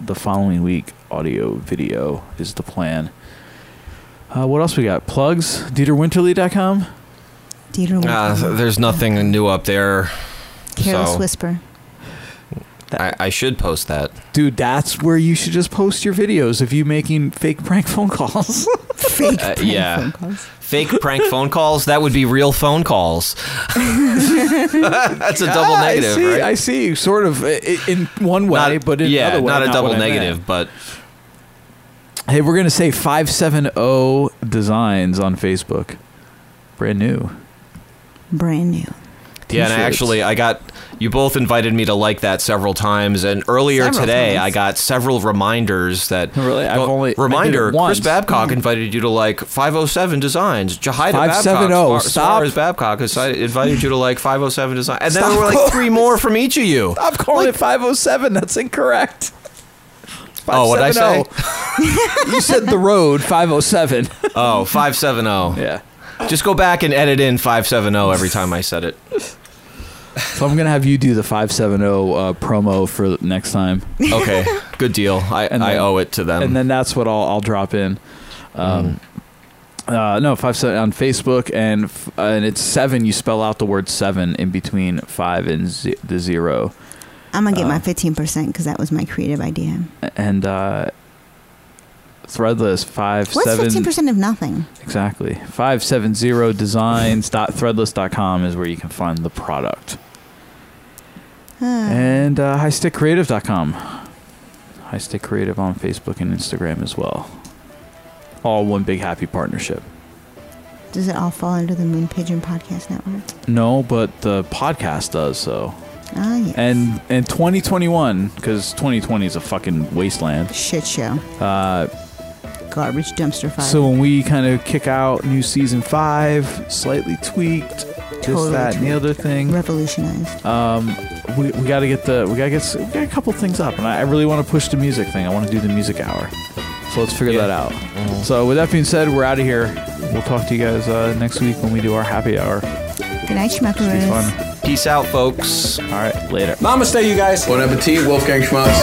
Speaker 1: the following week. Audio video is the plan. Uh, what else we got? Plugs. DieterWinterly.com.
Speaker 5: Dieter
Speaker 7: Uh, there's nothing new up there.
Speaker 5: Careless
Speaker 7: so
Speaker 5: Whisper.
Speaker 7: I, I should post that.
Speaker 1: Dude, that's where you should just post your videos of you making fake prank phone calls.
Speaker 5: fake
Speaker 7: Uh, yeah. Fake prank phone calls? That would be real phone calls. That's a double negative,
Speaker 1: Ah, I see,
Speaker 7: right?
Speaker 1: I see you sort of i- i- in one way, but in
Speaker 7: yeah,
Speaker 1: another way,
Speaker 7: not a double
Speaker 1: what I meant.
Speaker 7: negative, but
Speaker 1: Hey, we're gonna say five seven zero designs on Facebook, brand new.
Speaker 5: Brand new.
Speaker 7: yeah. And I
Speaker 1: T-shirts.
Speaker 7: actually, I got you both invited me to like that several times, and earlier
Speaker 1: Several
Speaker 7: today,
Speaker 1: times.
Speaker 7: I got several reminders that
Speaker 1: really I've only
Speaker 7: reminder. Chris
Speaker 1: once.
Speaker 7: Babcock invited you to like 507 Designs. Jahida Babcock,
Speaker 1: 570,
Speaker 7: Swa-
Speaker 1: oh, stop.
Speaker 7: Suarez Babcock insi- invited you to like 507 Designs, and then
Speaker 1: Stop
Speaker 7: there were like
Speaker 1: calling-
Speaker 7: three more from each of you.
Speaker 1: I'm calling it five oh seven. That's incorrect.
Speaker 7: Oh, what'd I say?
Speaker 1: 570. you said the road five oh seven.
Speaker 7: Oh, 570.
Speaker 1: Yeah.
Speaker 7: Just go back and edit in 570 every time I said it.
Speaker 1: So I'm gonna have you do the five seven zero uh, promo for next time.
Speaker 7: Okay, good deal. I, I
Speaker 1: then-
Speaker 7: owe it to them.
Speaker 1: and then that's what I'll I'll drop in. Um, uh, no, five seven on Facebook, and f- uh, and it's seven. You spell out the word seven in between five and ze- the zero,
Speaker 5: I'm gonna get
Speaker 1: Uh,
Speaker 5: my 15 percent because that was my creative idea.
Speaker 1: and uh, threadless five
Speaker 5: What's
Speaker 1: seven
Speaker 5: 15 percent of nothing?
Speaker 1: exactly five seven zero designs dot threadless dot com is where you can find the product,
Speaker 5: Uh,
Speaker 1: and uh, highstickcreative.com. High Stick Creative on Facebook and Instagram as well. All one big happy partnership.
Speaker 5: does it all fall under the Moon Pigeon Podcast Network?
Speaker 1: No, but the podcast does so.
Speaker 5: Ah, yeah.
Speaker 1: And and 2021 because 2020 is a fucking wasteland.
Speaker 5: Shit show.
Speaker 1: Uh,
Speaker 5: Garbage dumpster fire.
Speaker 1: so when we kind of kick out new season five, slightly tweaked, this
Speaker 5: Totally
Speaker 1: that and the
Speaker 5: tweaked.
Speaker 1: other thing.
Speaker 5: revolutionized.
Speaker 1: Um, we, we got to get the we got to get s- we got a couple things up, and I, I really want to push the music thing. I want to do the music hour. So let's figure that out. So with that being said, we're out of here. We'll talk to you guys uh, next week when we do our happy hour.
Speaker 5: Good night,
Speaker 1: Should be
Speaker 5: schmuckers.
Speaker 1: fun.
Speaker 7: Peace out, folks. All
Speaker 1: right, later.
Speaker 16: Namaste, you guys. Bon appetit, Wolfgang Schmatz.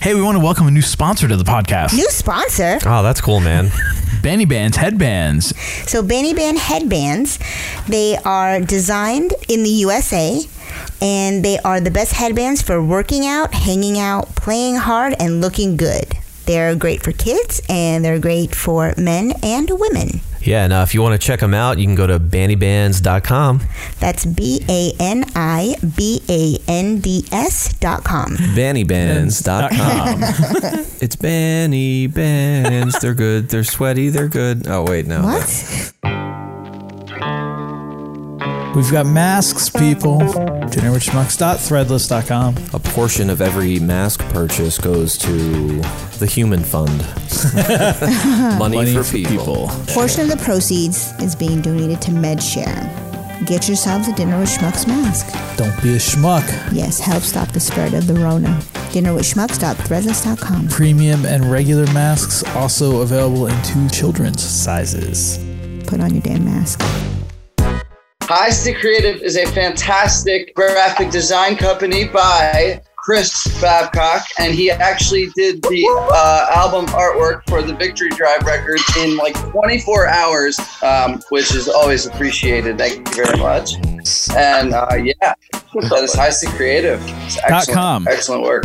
Speaker 1: Hey, we want to welcome a new sponsor to the podcast.
Speaker 5: New sponsor.
Speaker 1: Oh, that's cool, man. Banny Bands, headbands.
Speaker 5: So Banny Band headbands, they are designed in the USA and they are the best headbands for working out, hanging out, playing hard and looking good. They're great for kids and they're great for men and women.
Speaker 6: Yeah, and uh, if you want to check them out, you can go to bandybands.com.
Speaker 5: That's B A N I B A N D S dot com.
Speaker 6: Bannybands.com. it's Banny Bands. They're good. They're sweaty. They're good. Oh, wait, no.
Speaker 5: What?
Speaker 8: We've got masks, people. Dinnerwithschmucks.threadless.com.
Speaker 6: A portion of every mask purchase goes to the Human Fund. Money, for, people.
Speaker 5: Portion of the proceeds is being donated to MedShare. Get yourselves a Dinner with Schmucks mask.
Speaker 8: Don't be a schmuck.
Speaker 5: Yes, help stop the spread of the Rona. Dinner with Schmucks.threadless.com.
Speaker 8: Premium and regular masks also available in two children's sizes.
Speaker 5: Put on your damn mask.
Speaker 10: Heisty Creative is a fantastic graphic design company by Chris Babcock, and he actually did the uh, album artwork for the Victory Drive record in like 24 hours, um, which is always appreciated. Thank you very much. And uh, yeah, that is Heisty Creative. It's excellent,
Speaker 8: com.
Speaker 10: excellent work.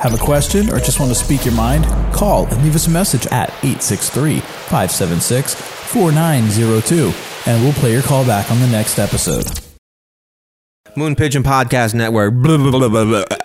Speaker 8: Have a question or just want to speak your mind? Call and leave us a message at 863 576 4902, and we'll play your call back on the next episode.
Speaker 7: Moon Pigeon Podcast Network. Blah, blah, blah, blah, blah.